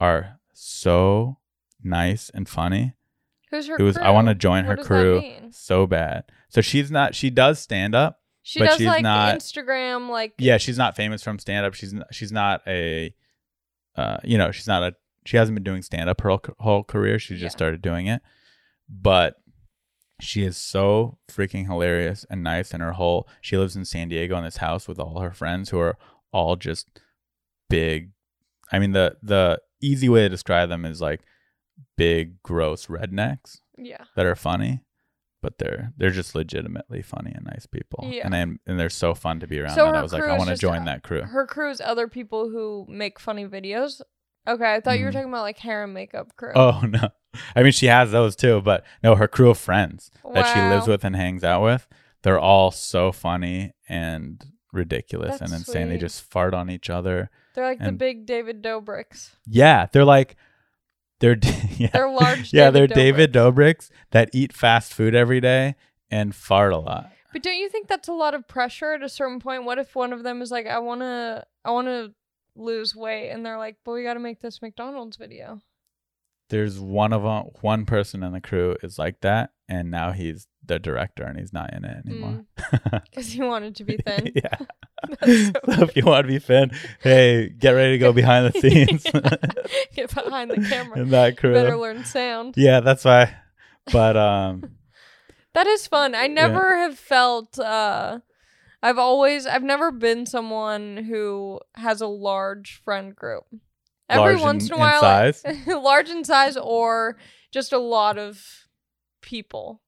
[SPEAKER 2] are so nice and funny.
[SPEAKER 1] Who's her?
[SPEAKER 2] it was I
[SPEAKER 1] crew?
[SPEAKER 2] want to join
[SPEAKER 1] What
[SPEAKER 2] her
[SPEAKER 1] does that
[SPEAKER 2] crew
[SPEAKER 1] mean?
[SPEAKER 2] so bad. So she's not. She does stand up,
[SPEAKER 1] She
[SPEAKER 2] but
[SPEAKER 1] does
[SPEAKER 2] she's
[SPEAKER 1] like
[SPEAKER 2] not-
[SPEAKER 1] Instagram, like
[SPEAKER 2] yeah, she's not famous from stand up. She's n- she's not a, uh, you know, she's not a. She hasn't been doing stand up her whole, whole career. She
[SPEAKER 1] Yeah.
[SPEAKER 2] just started doing it, but she is so freaking hilarious and nice. And her whole she lives in San Diego in this house with all her friends who are all just big. I mean the the easy way to describe them is like big gross rednecks
[SPEAKER 1] yeah,
[SPEAKER 2] that are funny. But they're they're just legitimately funny and nice people,
[SPEAKER 1] Yeah.
[SPEAKER 2] and I'm, and they're so fun to be around.
[SPEAKER 1] So
[SPEAKER 2] and I
[SPEAKER 1] her
[SPEAKER 2] was like,
[SPEAKER 1] crew
[SPEAKER 2] I
[SPEAKER 1] is
[SPEAKER 2] want to
[SPEAKER 1] just
[SPEAKER 2] join
[SPEAKER 1] a-
[SPEAKER 2] that crew.
[SPEAKER 1] her crew's other people who make funny videos. Okay, I thought you were
[SPEAKER 2] Mhm.
[SPEAKER 1] talking about like hair and makeup crew.
[SPEAKER 2] Oh no. I mean she has those too, but no, her crew of friends that she lives
[SPEAKER 1] Wow.
[SPEAKER 2] with and hangs out with, they're all so funny and ridiculous and
[SPEAKER 1] That's
[SPEAKER 2] insane. They
[SPEAKER 1] sweet.
[SPEAKER 2] just fart on each other.
[SPEAKER 1] They're like the
[SPEAKER 2] And-
[SPEAKER 1] big David Dobrik's.
[SPEAKER 2] Yeah, they're like they're yeah.
[SPEAKER 1] They're large.
[SPEAKER 2] yeah,
[SPEAKER 1] David
[SPEAKER 2] they're David
[SPEAKER 1] Dobrik's.
[SPEAKER 2] Dobrik's that eat fast food every day and fart a lot.
[SPEAKER 1] But don't you think that's a lot of pressure at a certain point? What if one of them is like, I wanna, I wanna lose weight, and they're like, but we gotta make this McDonald's video.
[SPEAKER 2] There's one of 'em- one person in the crew is like that, and now he's the director and he's not in it anymore.
[SPEAKER 1] Because he wanted to be thin.
[SPEAKER 2] yeah.
[SPEAKER 1] Mm. That's so
[SPEAKER 2] so if you want to be Finn, hey, get ready to go behind the scenes.
[SPEAKER 1] Get behind the camera.
[SPEAKER 2] in that crew.
[SPEAKER 1] Better learn sound.
[SPEAKER 2] yeah, that's why. But um,
[SPEAKER 1] That is fun. I never have felt. uh I've always. I've never been someone who has a large friend group. Every
[SPEAKER 2] Large
[SPEAKER 1] once
[SPEAKER 2] in-
[SPEAKER 1] in a while,
[SPEAKER 2] in
[SPEAKER 1] large in size, or just a lot of people.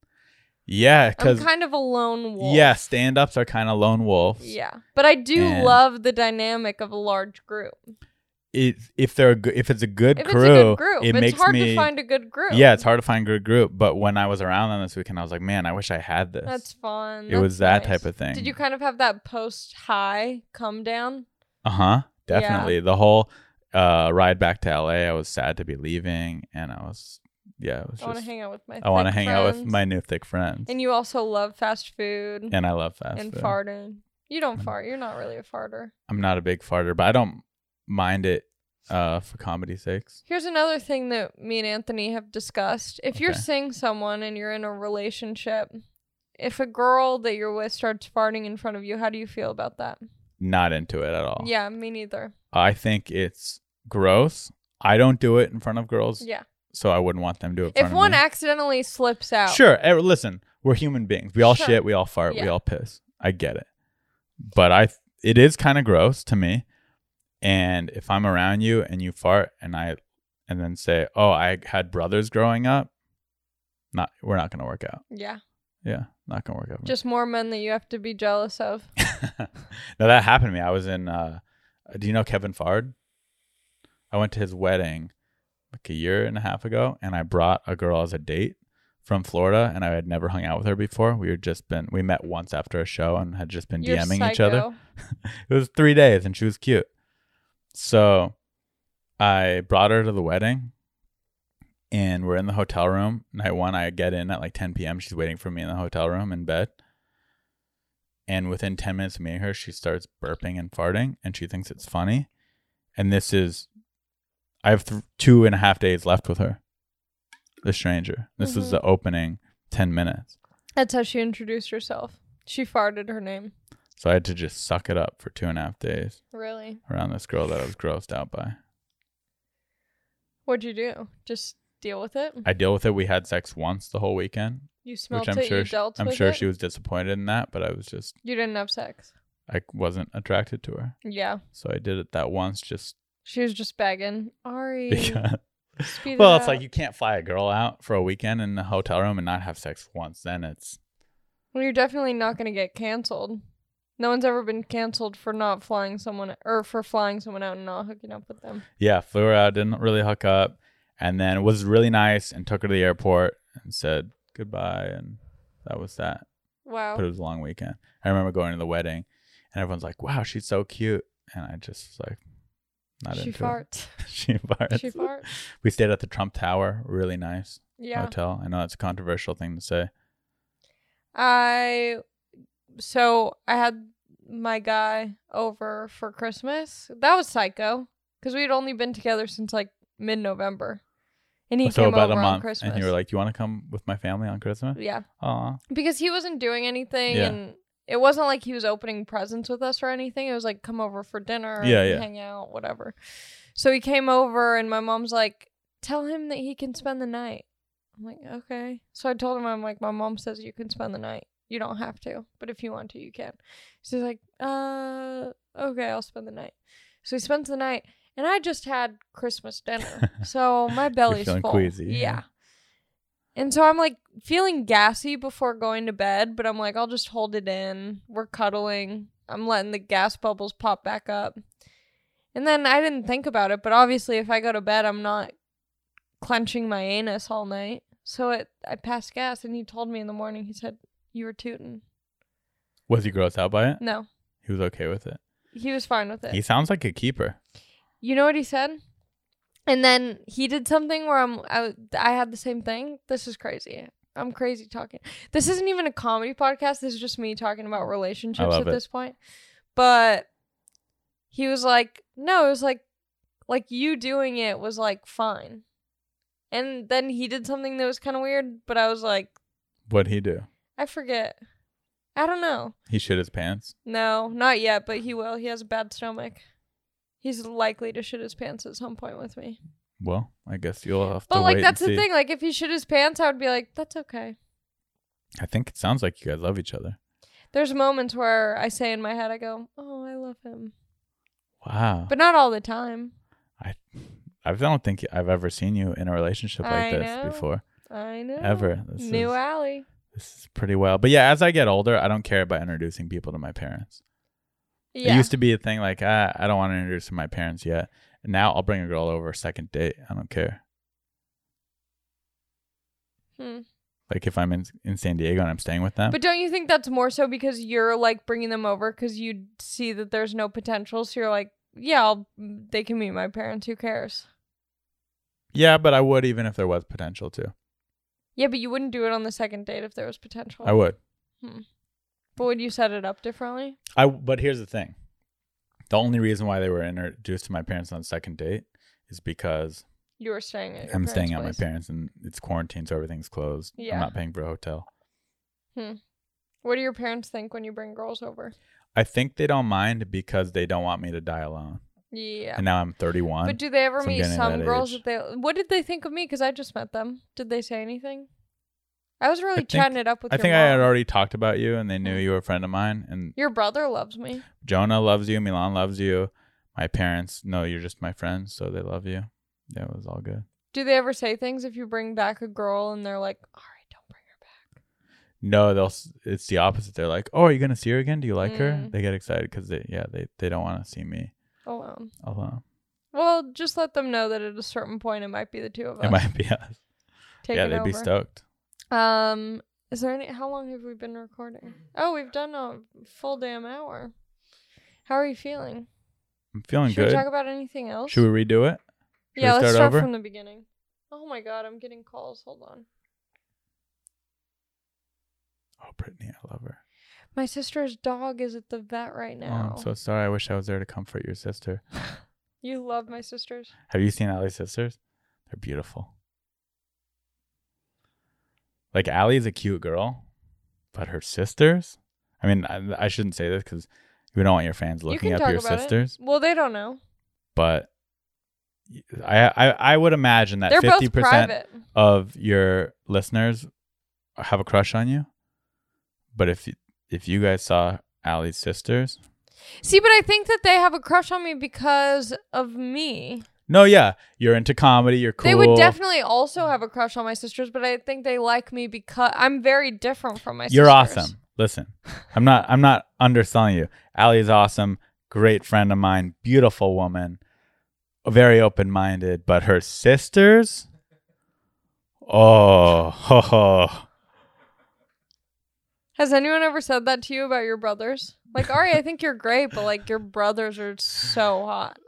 [SPEAKER 2] yeah,
[SPEAKER 1] I'm
[SPEAKER 2] because
[SPEAKER 1] kind of a lone wolf.
[SPEAKER 2] yeah, stand-ups are kind of lone wolves.
[SPEAKER 1] Yeah. But I do
[SPEAKER 2] And-
[SPEAKER 1] love the dynamic of a large group.
[SPEAKER 2] It, if they're a good, if it's a good
[SPEAKER 1] If
[SPEAKER 2] crew,
[SPEAKER 1] it's a good group,
[SPEAKER 2] it
[SPEAKER 1] it's
[SPEAKER 2] makes
[SPEAKER 1] hard
[SPEAKER 2] me.
[SPEAKER 1] to find a good group.
[SPEAKER 2] yeah, it's hard to find a good group. But when I was around them this weekend, I was like, man, I wish I had this.
[SPEAKER 1] That's fun.
[SPEAKER 2] it was that
[SPEAKER 1] That's
[SPEAKER 2] type
[SPEAKER 1] nice.
[SPEAKER 2] of thing.
[SPEAKER 1] Did you kind of have that post high come down?
[SPEAKER 2] Uh huh.
[SPEAKER 1] Yeah.
[SPEAKER 2] Definitely. The whole uh, ride back to LA, I was sad to be leaving, and I was yeah, it was
[SPEAKER 1] I want to
[SPEAKER 2] just
[SPEAKER 1] hang out with my
[SPEAKER 2] I want to
[SPEAKER 1] thick
[SPEAKER 2] hang out with
[SPEAKER 1] friends.
[SPEAKER 2] my new thick friends,
[SPEAKER 1] And you also love fast food
[SPEAKER 2] and I love fast
[SPEAKER 1] and
[SPEAKER 2] food.
[SPEAKER 1] farting. You don't
[SPEAKER 2] Mm.
[SPEAKER 1] fart. You're not really a farter.
[SPEAKER 2] I'm not a big farter, but I don't mind it uh, for comedy sakes.
[SPEAKER 1] Here's another thing that me and Anthony have discussed. If you're
[SPEAKER 2] Okay.
[SPEAKER 1] seeing someone and you're in a relationship, if a girl that you're with starts farting in front of you, how do you feel about that?
[SPEAKER 2] Not into it at all.
[SPEAKER 1] Yeah, me neither.
[SPEAKER 2] I think it's gross. I don't do it in front of girls,
[SPEAKER 1] Yeah.
[SPEAKER 2] so I wouldn't want them to do it. In
[SPEAKER 1] If
[SPEAKER 2] front of
[SPEAKER 1] one
[SPEAKER 2] me.
[SPEAKER 1] accidentally slips out.
[SPEAKER 2] sure. eh, Listen, we're human beings. We all
[SPEAKER 1] Oh. Sure.
[SPEAKER 2] shit. We all fart. We
[SPEAKER 1] Yeah.
[SPEAKER 2] all piss. I get it, but I it is kind of gross to me. And if I'm around you and you fart and I and then say, "Oh, I had brothers growing up," not we're not gonna work out.
[SPEAKER 1] Yeah.
[SPEAKER 2] Yeah, not gonna work out. for me.
[SPEAKER 1] Just more men that you have to be jealous of.
[SPEAKER 2] no, that happened to me. I was in. Uh, do you know Kevin Fard? I went to his wedding like a year and a half ago, and I brought a girl as a date from Florida, and I had never hung out with her before. We had just been we met once after a show and had just been
[SPEAKER 1] You're
[SPEAKER 2] DMing each
[SPEAKER 1] psycho.
[SPEAKER 2] other. It was three days, and she was cute. So I brought her to the wedding, and we're in the hotel room. Night one, I get in at like 10 p.m. She's waiting for me in the hotel room in bed. And within 10 minutes of meeting her, she starts burping and farting, and she thinks it's funny. And this is, I have th- two and a half days left with her, the stranger. This is
[SPEAKER 1] Mhm.
[SPEAKER 2] the opening 10 minutes.
[SPEAKER 1] That's how she introduced herself. She farted her name.
[SPEAKER 2] So I had to just suck it up for two and a half days
[SPEAKER 1] Really?
[SPEAKER 2] around this girl that I was grossed out by.
[SPEAKER 1] What'd you do? Just deal with it?
[SPEAKER 2] I deal with it. We had sex once the whole weekend,
[SPEAKER 1] You smelt
[SPEAKER 2] which I'm
[SPEAKER 1] it,
[SPEAKER 2] sure
[SPEAKER 1] you
[SPEAKER 2] she,
[SPEAKER 1] dealt
[SPEAKER 2] I'm
[SPEAKER 1] with
[SPEAKER 2] sure
[SPEAKER 1] it.
[SPEAKER 2] she was disappointed in that, but I was just
[SPEAKER 1] you didn't have sex.
[SPEAKER 2] I wasn't attracted to her,
[SPEAKER 1] Yeah.
[SPEAKER 2] so I did it that once just
[SPEAKER 1] She was just begging. Ari.
[SPEAKER 2] because.
[SPEAKER 1] speed
[SPEAKER 2] well,
[SPEAKER 1] it
[SPEAKER 2] it's like
[SPEAKER 1] up."
[SPEAKER 2] you can't fly a girl out for a weekend in a hotel room and not have sex once. Then it's
[SPEAKER 1] Well, you're definitely not going to get canceled. No one's ever been canceled for not flying someone or for flying someone out and not hooking up with them.
[SPEAKER 2] yeah, flew her out, didn't really hook up, and then was really nice and took her to the airport and said goodbye, and that was that.
[SPEAKER 1] Wow.
[SPEAKER 2] but it was a long weekend. I remember going to the wedding, and everyone's like, "Wow, she's so cute," and I just was like, "Not
[SPEAKER 1] she
[SPEAKER 2] into
[SPEAKER 1] farts.
[SPEAKER 2] it." she farts.
[SPEAKER 1] She farts.
[SPEAKER 2] We stayed at the Trump Tower, really nice
[SPEAKER 1] Yeah.
[SPEAKER 2] hotel. I know that's a controversial thing to say.
[SPEAKER 1] I so I had my guy over for Christmas. That was psycho because we had only been together since like mid November, and he
[SPEAKER 2] so
[SPEAKER 1] came
[SPEAKER 2] about
[SPEAKER 1] over
[SPEAKER 2] a
[SPEAKER 1] on
[SPEAKER 2] month,
[SPEAKER 1] Christmas.
[SPEAKER 2] and you were like, "You want to come with my family on Christmas?"
[SPEAKER 1] yeah,
[SPEAKER 2] Aw,
[SPEAKER 1] because he wasn't doing anything,
[SPEAKER 2] Yeah.
[SPEAKER 1] and it wasn't like he was opening presents with us or anything. It was like come over for dinner,
[SPEAKER 2] Yeah,
[SPEAKER 1] and
[SPEAKER 2] yeah.
[SPEAKER 1] hang out, whatever. So he came over, and my mom's like, "Tell him that he can spend the night." I'm like, "Okay." So I told him, "I'm like, my mom says you can spend the night. You don't have to, but if you want to, you can." She's like, "Uh, okay, I'll spend the night." So he spends the night, and I just had Christmas dinner, so my belly's
[SPEAKER 2] feeling
[SPEAKER 1] full.
[SPEAKER 2] queasy, yeah.
[SPEAKER 1] yeah. And so I'm like feeling gassy before going to bed, but I'm like, I'll just hold it in. We're cuddling. I'm letting the gas bubbles pop back up. And then I didn't think about it, but obviously, if I go to bed, I'm not clenching my anus all night. So it, I passed gas, and he told me in the morning, he said, You were tooting.
[SPEAKER 2] was he grossed out by it?
[SPEAKER 1] No,
[SPEAKER 2] He was okay with it.
[SPEAKER 1] he was fine with it.
[SPEAKER 2] He sounds like a keeper.
[SPEAKER 1] You know what he said? And then he did something where I'm I, I had the same thing. This is crazy. I'm crazy talking. This isn't even a comedy podcast. This is just me talking about relationships
[SPEAKER 2] love
[SPEAKER 1] at
[SPEAKER 2] it.
[SPEAKER 1] this point. But he was like, "No, it was like like you doing it was like fine." And then he did something that was kind of weird, but I was like,
[SPEAKER 2] What'd he do?
[SPEAKER 1] "I forget. I don't know."
[SPEAKER 2] He shit his pants.
[SPEAKER 1] No, not yet, but he will. He has a bad stomach. He's likely to shit his pants at some point with me.
[SPEAKER 2] Well, I guess you'll have to
[SPEAKER 1] But like
[SPEAKER 2] wait
[SPEAKER 1] that's
[SPEAKER 2] and
[SPEAKER 1] the
[SPEAKER 2] see.
[SPEAKER 1] thing. Like if he shit his pants, I would be like, that's okay.
[SPEAKER 2] I think it sounds like you guys love each other.
[SPEAKER 1] There's moments where I say in my head, I go, Oh, I love him.
[SPEAKER 2] Wow.
[SPEAKER 1] But not all the time.
[SPEAKER 2] I don't think I've ever seen you in a relationship like
[SPEAKER 1] I
[SPEAKER 2] this
[SPEAKER 1] know.
[SPEAKER 2] before.
[SPEAKER 1] I know.
[SPEAKER 2] Ever. This
[SPEAKER 1] New
[SPEAKER 2] is,
[SPEAKER 1] alley.
[SPEAKER 2] this is pretty well. But yeah, as I get older, I don't care about introducing people to my parents. It
[SPEAKER 1] Yeah.
[SPEAKER 2] used to be a thing like, ah, I don't want to introduce my parents yet. And now I'll bring a girl over second date. I don't care.
[SPEAKER 1] Hmm.
[SPEAKER 2] Like if I'm in, in San Diego and I'm staying with them.
[SPEAKER 1] But don't you think that's more so because you're like bringing them over because you see that there's no potential? So you're like, yeah, I'll, they can meet my parents. Who cares?
[SPEAKER 2] yeah, but I would even if there was potential to.
[SPEAKER 1] Yeah, but you wouldn't do it on the second date if there was potential.
[SPEAKER 2] I would.
[SPEAKER 1] but would you set it up differently?
[SPEAKER 2] I but here's the thing. The only reason why they were introduced to my parents on second date is because
[SPEAKER 1] You were staying at. Your
[SPEAKER 2] I'm staying
[SPEAKER 1] parents'
[SPEAKER 2] at my
[SPEAKER 1] place.
[SPEAKER 2] parents and it's quarantine, so everything's closed.
[SPEAKER 1] Yeah.
[SPEAKER 2] I'm not paying for a hotel.
[SPEAKER 1] What do your parents think when you bring girls over?
[SPEAKER 2] I think they don't mind because they don't want me to die alone.
[SPEAKER 1] Yeah.
[SPEAKER 2] And now I'm 31.
[SPEAKER 1] But do they ever
[SPEAKER 2] so I'm
[SPEAKER 1] meet
[SPEAKER 2] getting to
[SPEAKER 1] some
[SPEAKER 2] that
[SPEAKER 1] girls
[SPEAKER 2] age.
[SPEAKER 1] that they? What did they think of me? Because I just met them. Did they say anything? I was really
[SPEAKER 2] think-
[SPEAKER 1] chatting it up with.
[SPEAKER 2] I
[SPEAKER 1] your
[SPEAKER 2] think I had
[SPEAKER 1] mom.
[SPEAKER 2] already talked about you and they knew you were a friend of mine. And
[SPEAKER 1] Your brother loves me.
[SPEAKER 2] Jonah loves you. Milan loves you. My parents know you're just my friends, so they love you. Yeah, it was all good.
[SPEAKER 1] Do they ever say things if you bring back a girl and they're like, "All right, don't bring her back."
[SPEAKER 2] No, they'll. s- It's the opposite. They're like, "Oh, are you gonna see her again? Do you like her?"
[SPEAKER 1] Mm.
[SPEAKER 2] They get excited because they, yeah, they they don't want to see me
[SPEAKER 1] Alone.
[SPEAKER 2] alone.
[SPEAKER 1] Well, just let them know that at a certain point it might be the two of us.
[SPEAKER 2] It might be us.
[SPEAKER 1] Take
[SPEAKER 2] yeah,
[SPEAKER 1] it
[SPEAKER 2] they'd
[SPEAKER 1] over.
[SPEAKER 2] be stoked.
[SPEAKER 1] Um, is there any? How long have we been recording? Oh, we've done a full damn hour. How are you feeling?
[SPEAKER 2] I'm feeling
[SPEAKER 1] Should we talk
[SPEAKER 2] good.
[SPEAKER 1] about anything else?
[SPEAKER 2] Should we redo it? should
[SPEAKER 1] yeah,
[SPEAKER 2] we
[SPEAKER 1] let's
[SPEAKER 2] start
[SPEAKER 1] start
[SPEAKER 2] over?
[SPEAKER 1] from the beginning. Oh my god, I'm getting calls. Hold on.
[SPEAKER 2] Oh, Brittany, I love her.
[SPEAKER 1] My sister's dog is at the vet right now.
[SPEAKER 2] Oh, I'm so sorry. I wish I was there to comfort your sister.
[SPEAKER 1] you love my sisters.
[SPEAKER 2] Have you seen Allie's sisters? They're beautiful. Like Allie's a cute girl, but her sisters, I mean, I, I shouldn't say this because we don't want your fans looking
[SPEAKER 1] you can
[SPEAKER 2] up
[SPEAKER 1] talk
[SPEAKER 2] your
[SPEAKER 1] about
[SPEAKER 2] sisters.
[SPEAKER 1] It. Well, they don't know.
[SPEAKER 2] But I, I I would imagine that
[SPEAKER 1] They're
[SPEAKER 2] fifty
[SPEAKER 1] both
[SPEAKER 2] percent
[SPEAKER 1] private.
[SPEAKER 2] of your listeners have a crush on you. But if you, if you guys saw Allie's sisters,
[SPEAKER 1] See, but I think that they have a crush on me because of me.
[SPEAKER 2] no, yeah, you're into comedy, you're cool.
[SPEAKER 1] They would definitely also have a crush on my sisters, but I think they like me because I'm very different from my
[SPEAKER 2] You're
[SPEAKER 1] sisters.
[SPEAKER 2] awesome. Listen, I'm not I'm not underselling you. Allie's awesome, great friend of mine, beautiful woman, very open minded. But her sisters, oh, ho, ho.
[SPEAKER 1] Has anyone ever said that to you about your brothers? Like, Ari, I think you're great, but like your brothers are so hot.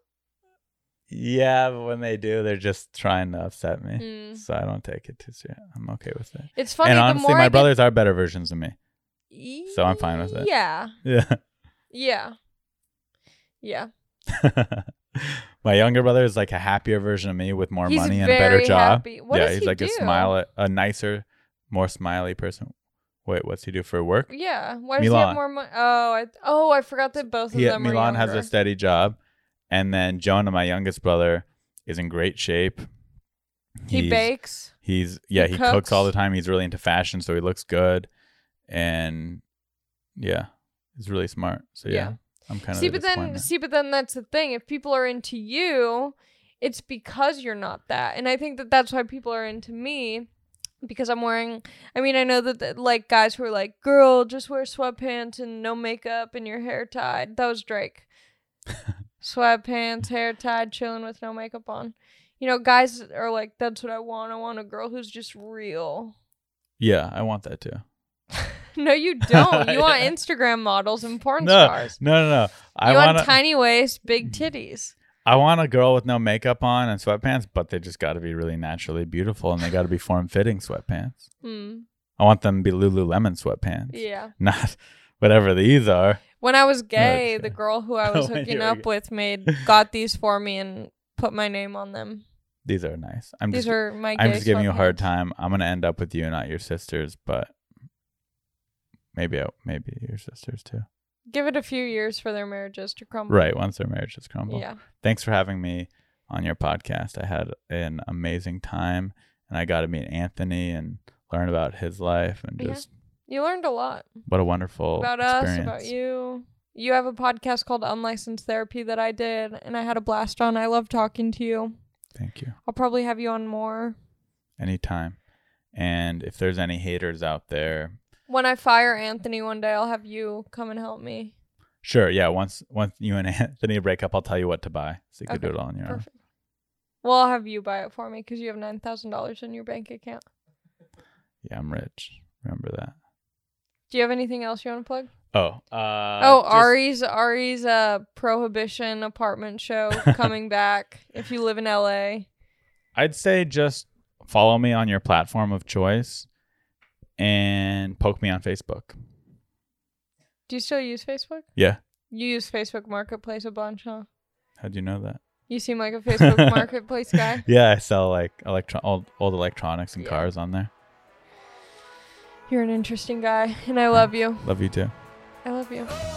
[SPEAKER 2] yeah. But when they do, they're just trying to upset me.
[SPEAKER 1] Mm.
[SPEAKER 2] So I don't take it too serious. I'm okay with it.
[SPEAKER 1] It's funny.
[SPEAKER 2] and
[SPEAKER 1] the
[SPEAKER 2] honestly,
[SPEAKER 1] more
[SPEAKER 2] my
[SPEAKER 1] I
[SPEAKER 2] brothers are better versions of me.
[SPEAKER 1] get...
[SPEAKER 2] so I'm fine with it.
[SPEAKER 1] Yeah,
[SPEAKER 2] Yeah.
[SPEAKER 1] yeah, yeah.
[SPEAKER 2] my younger brother is like a happier version of me with more
[SPEAKER 1] He's
[SPEAKER 2] money and a
[SPEAKER 1] very
[SPEAKER 2] better job.
[SPEAKER 1] happy. What
[SPEAKER 2] yeah,
[SPEAKER 1] does
[SPEAKER 2] he's
[SPEAKER 1] he
[SPEAKER 2] like a
[SPEAKER 1] do?
[SPEAKER 2] smile, a nicer, more smiley person. Wait, what's he do for work?
[SPEAKER 1] Yeah. Why does he
[SPEAKER 2] Milan.
[SPEAKER 1] have more money? Oh, I oh I forgot that both of
[SPEAKER 2] He,
[SPEAKER 1] them.
[SPEAKER 2] Milan
[SPEAKER 1] are
[SPEAKER 2] has a
[SPEAKER 1] younger.
[SPEAKER 2] steady job, and then Jonah, my youngest brother, is in great shape.
[SPEAKER 1] He
[SPEAKER 2] He's-
[SPEAKER 1] bakes.
[SPEAKER 2] He's yeah,
[SPEAKER 1] He
[SPEAKER 2] he, cooks.
[SPEAKER 1] cooks.
[SPEAKER 2] all the time. He's really into fashion, so he looks good, and yeah, he's really smart. So yeah,
[SPEAKER 1] Yeah.
[SPEAKER 2] I'm kind of
[SPEAKER 1] See, but then see, but then that's the thing. If people are into you, it's because you're not that, and I think that that's why people are into me. Because I'm wearing, I mean, I know that, that like guys who are like, "Girl, just wear sweatpants and no makeup and your hair tied." That was Drake. sweatpants, hair tied, chilling with no makeup on. You know, guys are like, "That's what I want. I want a girl who's just real."
[SPEAKER 2] yeah, I want that too.
[SPEAKER 1] No, you don't. You want
[SPEAKER 2] Yeah.
[SPEAKER 1] Instagram models and porn
[SPEAKER 2] No,
[SPEAKER 1] stars.
[SPEAKER 2] No, no, no. I Mm.
[SPEAKER 1] you
[SPEAKER 2] want
[SPEAKER 1] want tiny waist, big titties.
[SPEAKER 2] I want a girl with no makeup on and sweatpants, but they just got to be really naturally beautiful and they got to be form fitting sweatpants.
[SPEAKER 1] Hmm.
[SPEAKER 2] I want them to be Lululemon sweatpants,
[SPEAKER 1] Yeah.
[SPEAKER 2] not whatever these are.
[SPEAKER 1] When I was gay,
[SPEAKER 2] okay.
[SPEAKER 1] the girl who I was
[SPEAKER 2] When you
[SPEAKER 1] hooking
[SPEAKER 2] were
[SPEAKER 1] up
[SPEAKER 2] gay.
[SPEAKER 1] with made got these for me and put my name on them.
[SPEAKER 2] These are nice. I'm
[SPEAKER 1] These
[SPEAKER 2] just
[SPEAKER 1] are my.
[SPEAKER 2] I'm
[SPEAKER 1] gay
[SPEAKER 2] just giving you a hard
[SPEAKER 1] sweatpants.
[SPEAKER 2] time. I'm gonna end up with you, not your sisters, but maybe I, maybe your sisters too.
[SPEAKER 1] Give it a few years for their marriages to crumble.
[SPEAKER 2] Right once their marriages crumble.
[SPEAKER 1] Yeah.
[SPEAKER 2] Thanks for having me on your podcast. I had an amazing time, and I got to meet Anthony and learn about his life and
[SPEAKER 1] Yeah.
[SPEAKER 2] just
[SPEAKER 1] You learned a lot
[SPEAKER 2] what a wonderful
[SPEAKER 1] about us,
[SPEAKER 2] experience.
[SPEAKER 1] about you. You have a podcast called Unlicensed Therapy that I did, and I had a blast on. I love talking to you.
[SPEAKER 2] Thank you.
[SPEAKER 1] I'll probably have you on more.
[SPEAKER 2] Anytime. And if there's any haters out there,
[SPEAKER 1] When I fire Anthony one day, I'll have you come and help me.
[SPEAKER 2] sure, yeah. Once once you and Anthony break up, I'll tell you what to buy. So you can do
[SPEAKER 1] Okay,
[SPEAKER 2] it all on your own.
[SPEAKER 1] Perfect. Well, I'll have you buy it for me because you have nine thousand dollars in your bank account.
[SPEAKER 2] Yeah, I'm rich. Remember that.
[SPEAKER 1] Do you have anything else you want to plug?
[SPEAKER 2] Oh. Uh,
[SPEAKER 1] oh,
[SPEAKER 2] just-
[SPEAKER 1] Ari's Ari's uh prohibition apartment show coming back. If you live in LA,
[SPEAKER 2] I'd say just follow me on your platform of choice and poke me on Facebook.
[SPEAKER 1] do you still use Facebook?
[SPEAKER 2] Yeah.
[SPEAKER 1] You use Facebook Marketplace a bunch, huh?
[SPEAKER 2] How'd you know that?
[SPEAKER 1] You seem like a Facebook Marketplace guy.
[SPEAKER 2] Yeah, I sell like electro old, old electronics and
[SPEAKER 1] Yeah.
[SPEAKER 2] cars on there.
[SPEAKER 1] You're an interesting guy, and I love you.
[SPEAKER 2] Love you too.
[SPEAKER 1] I love you.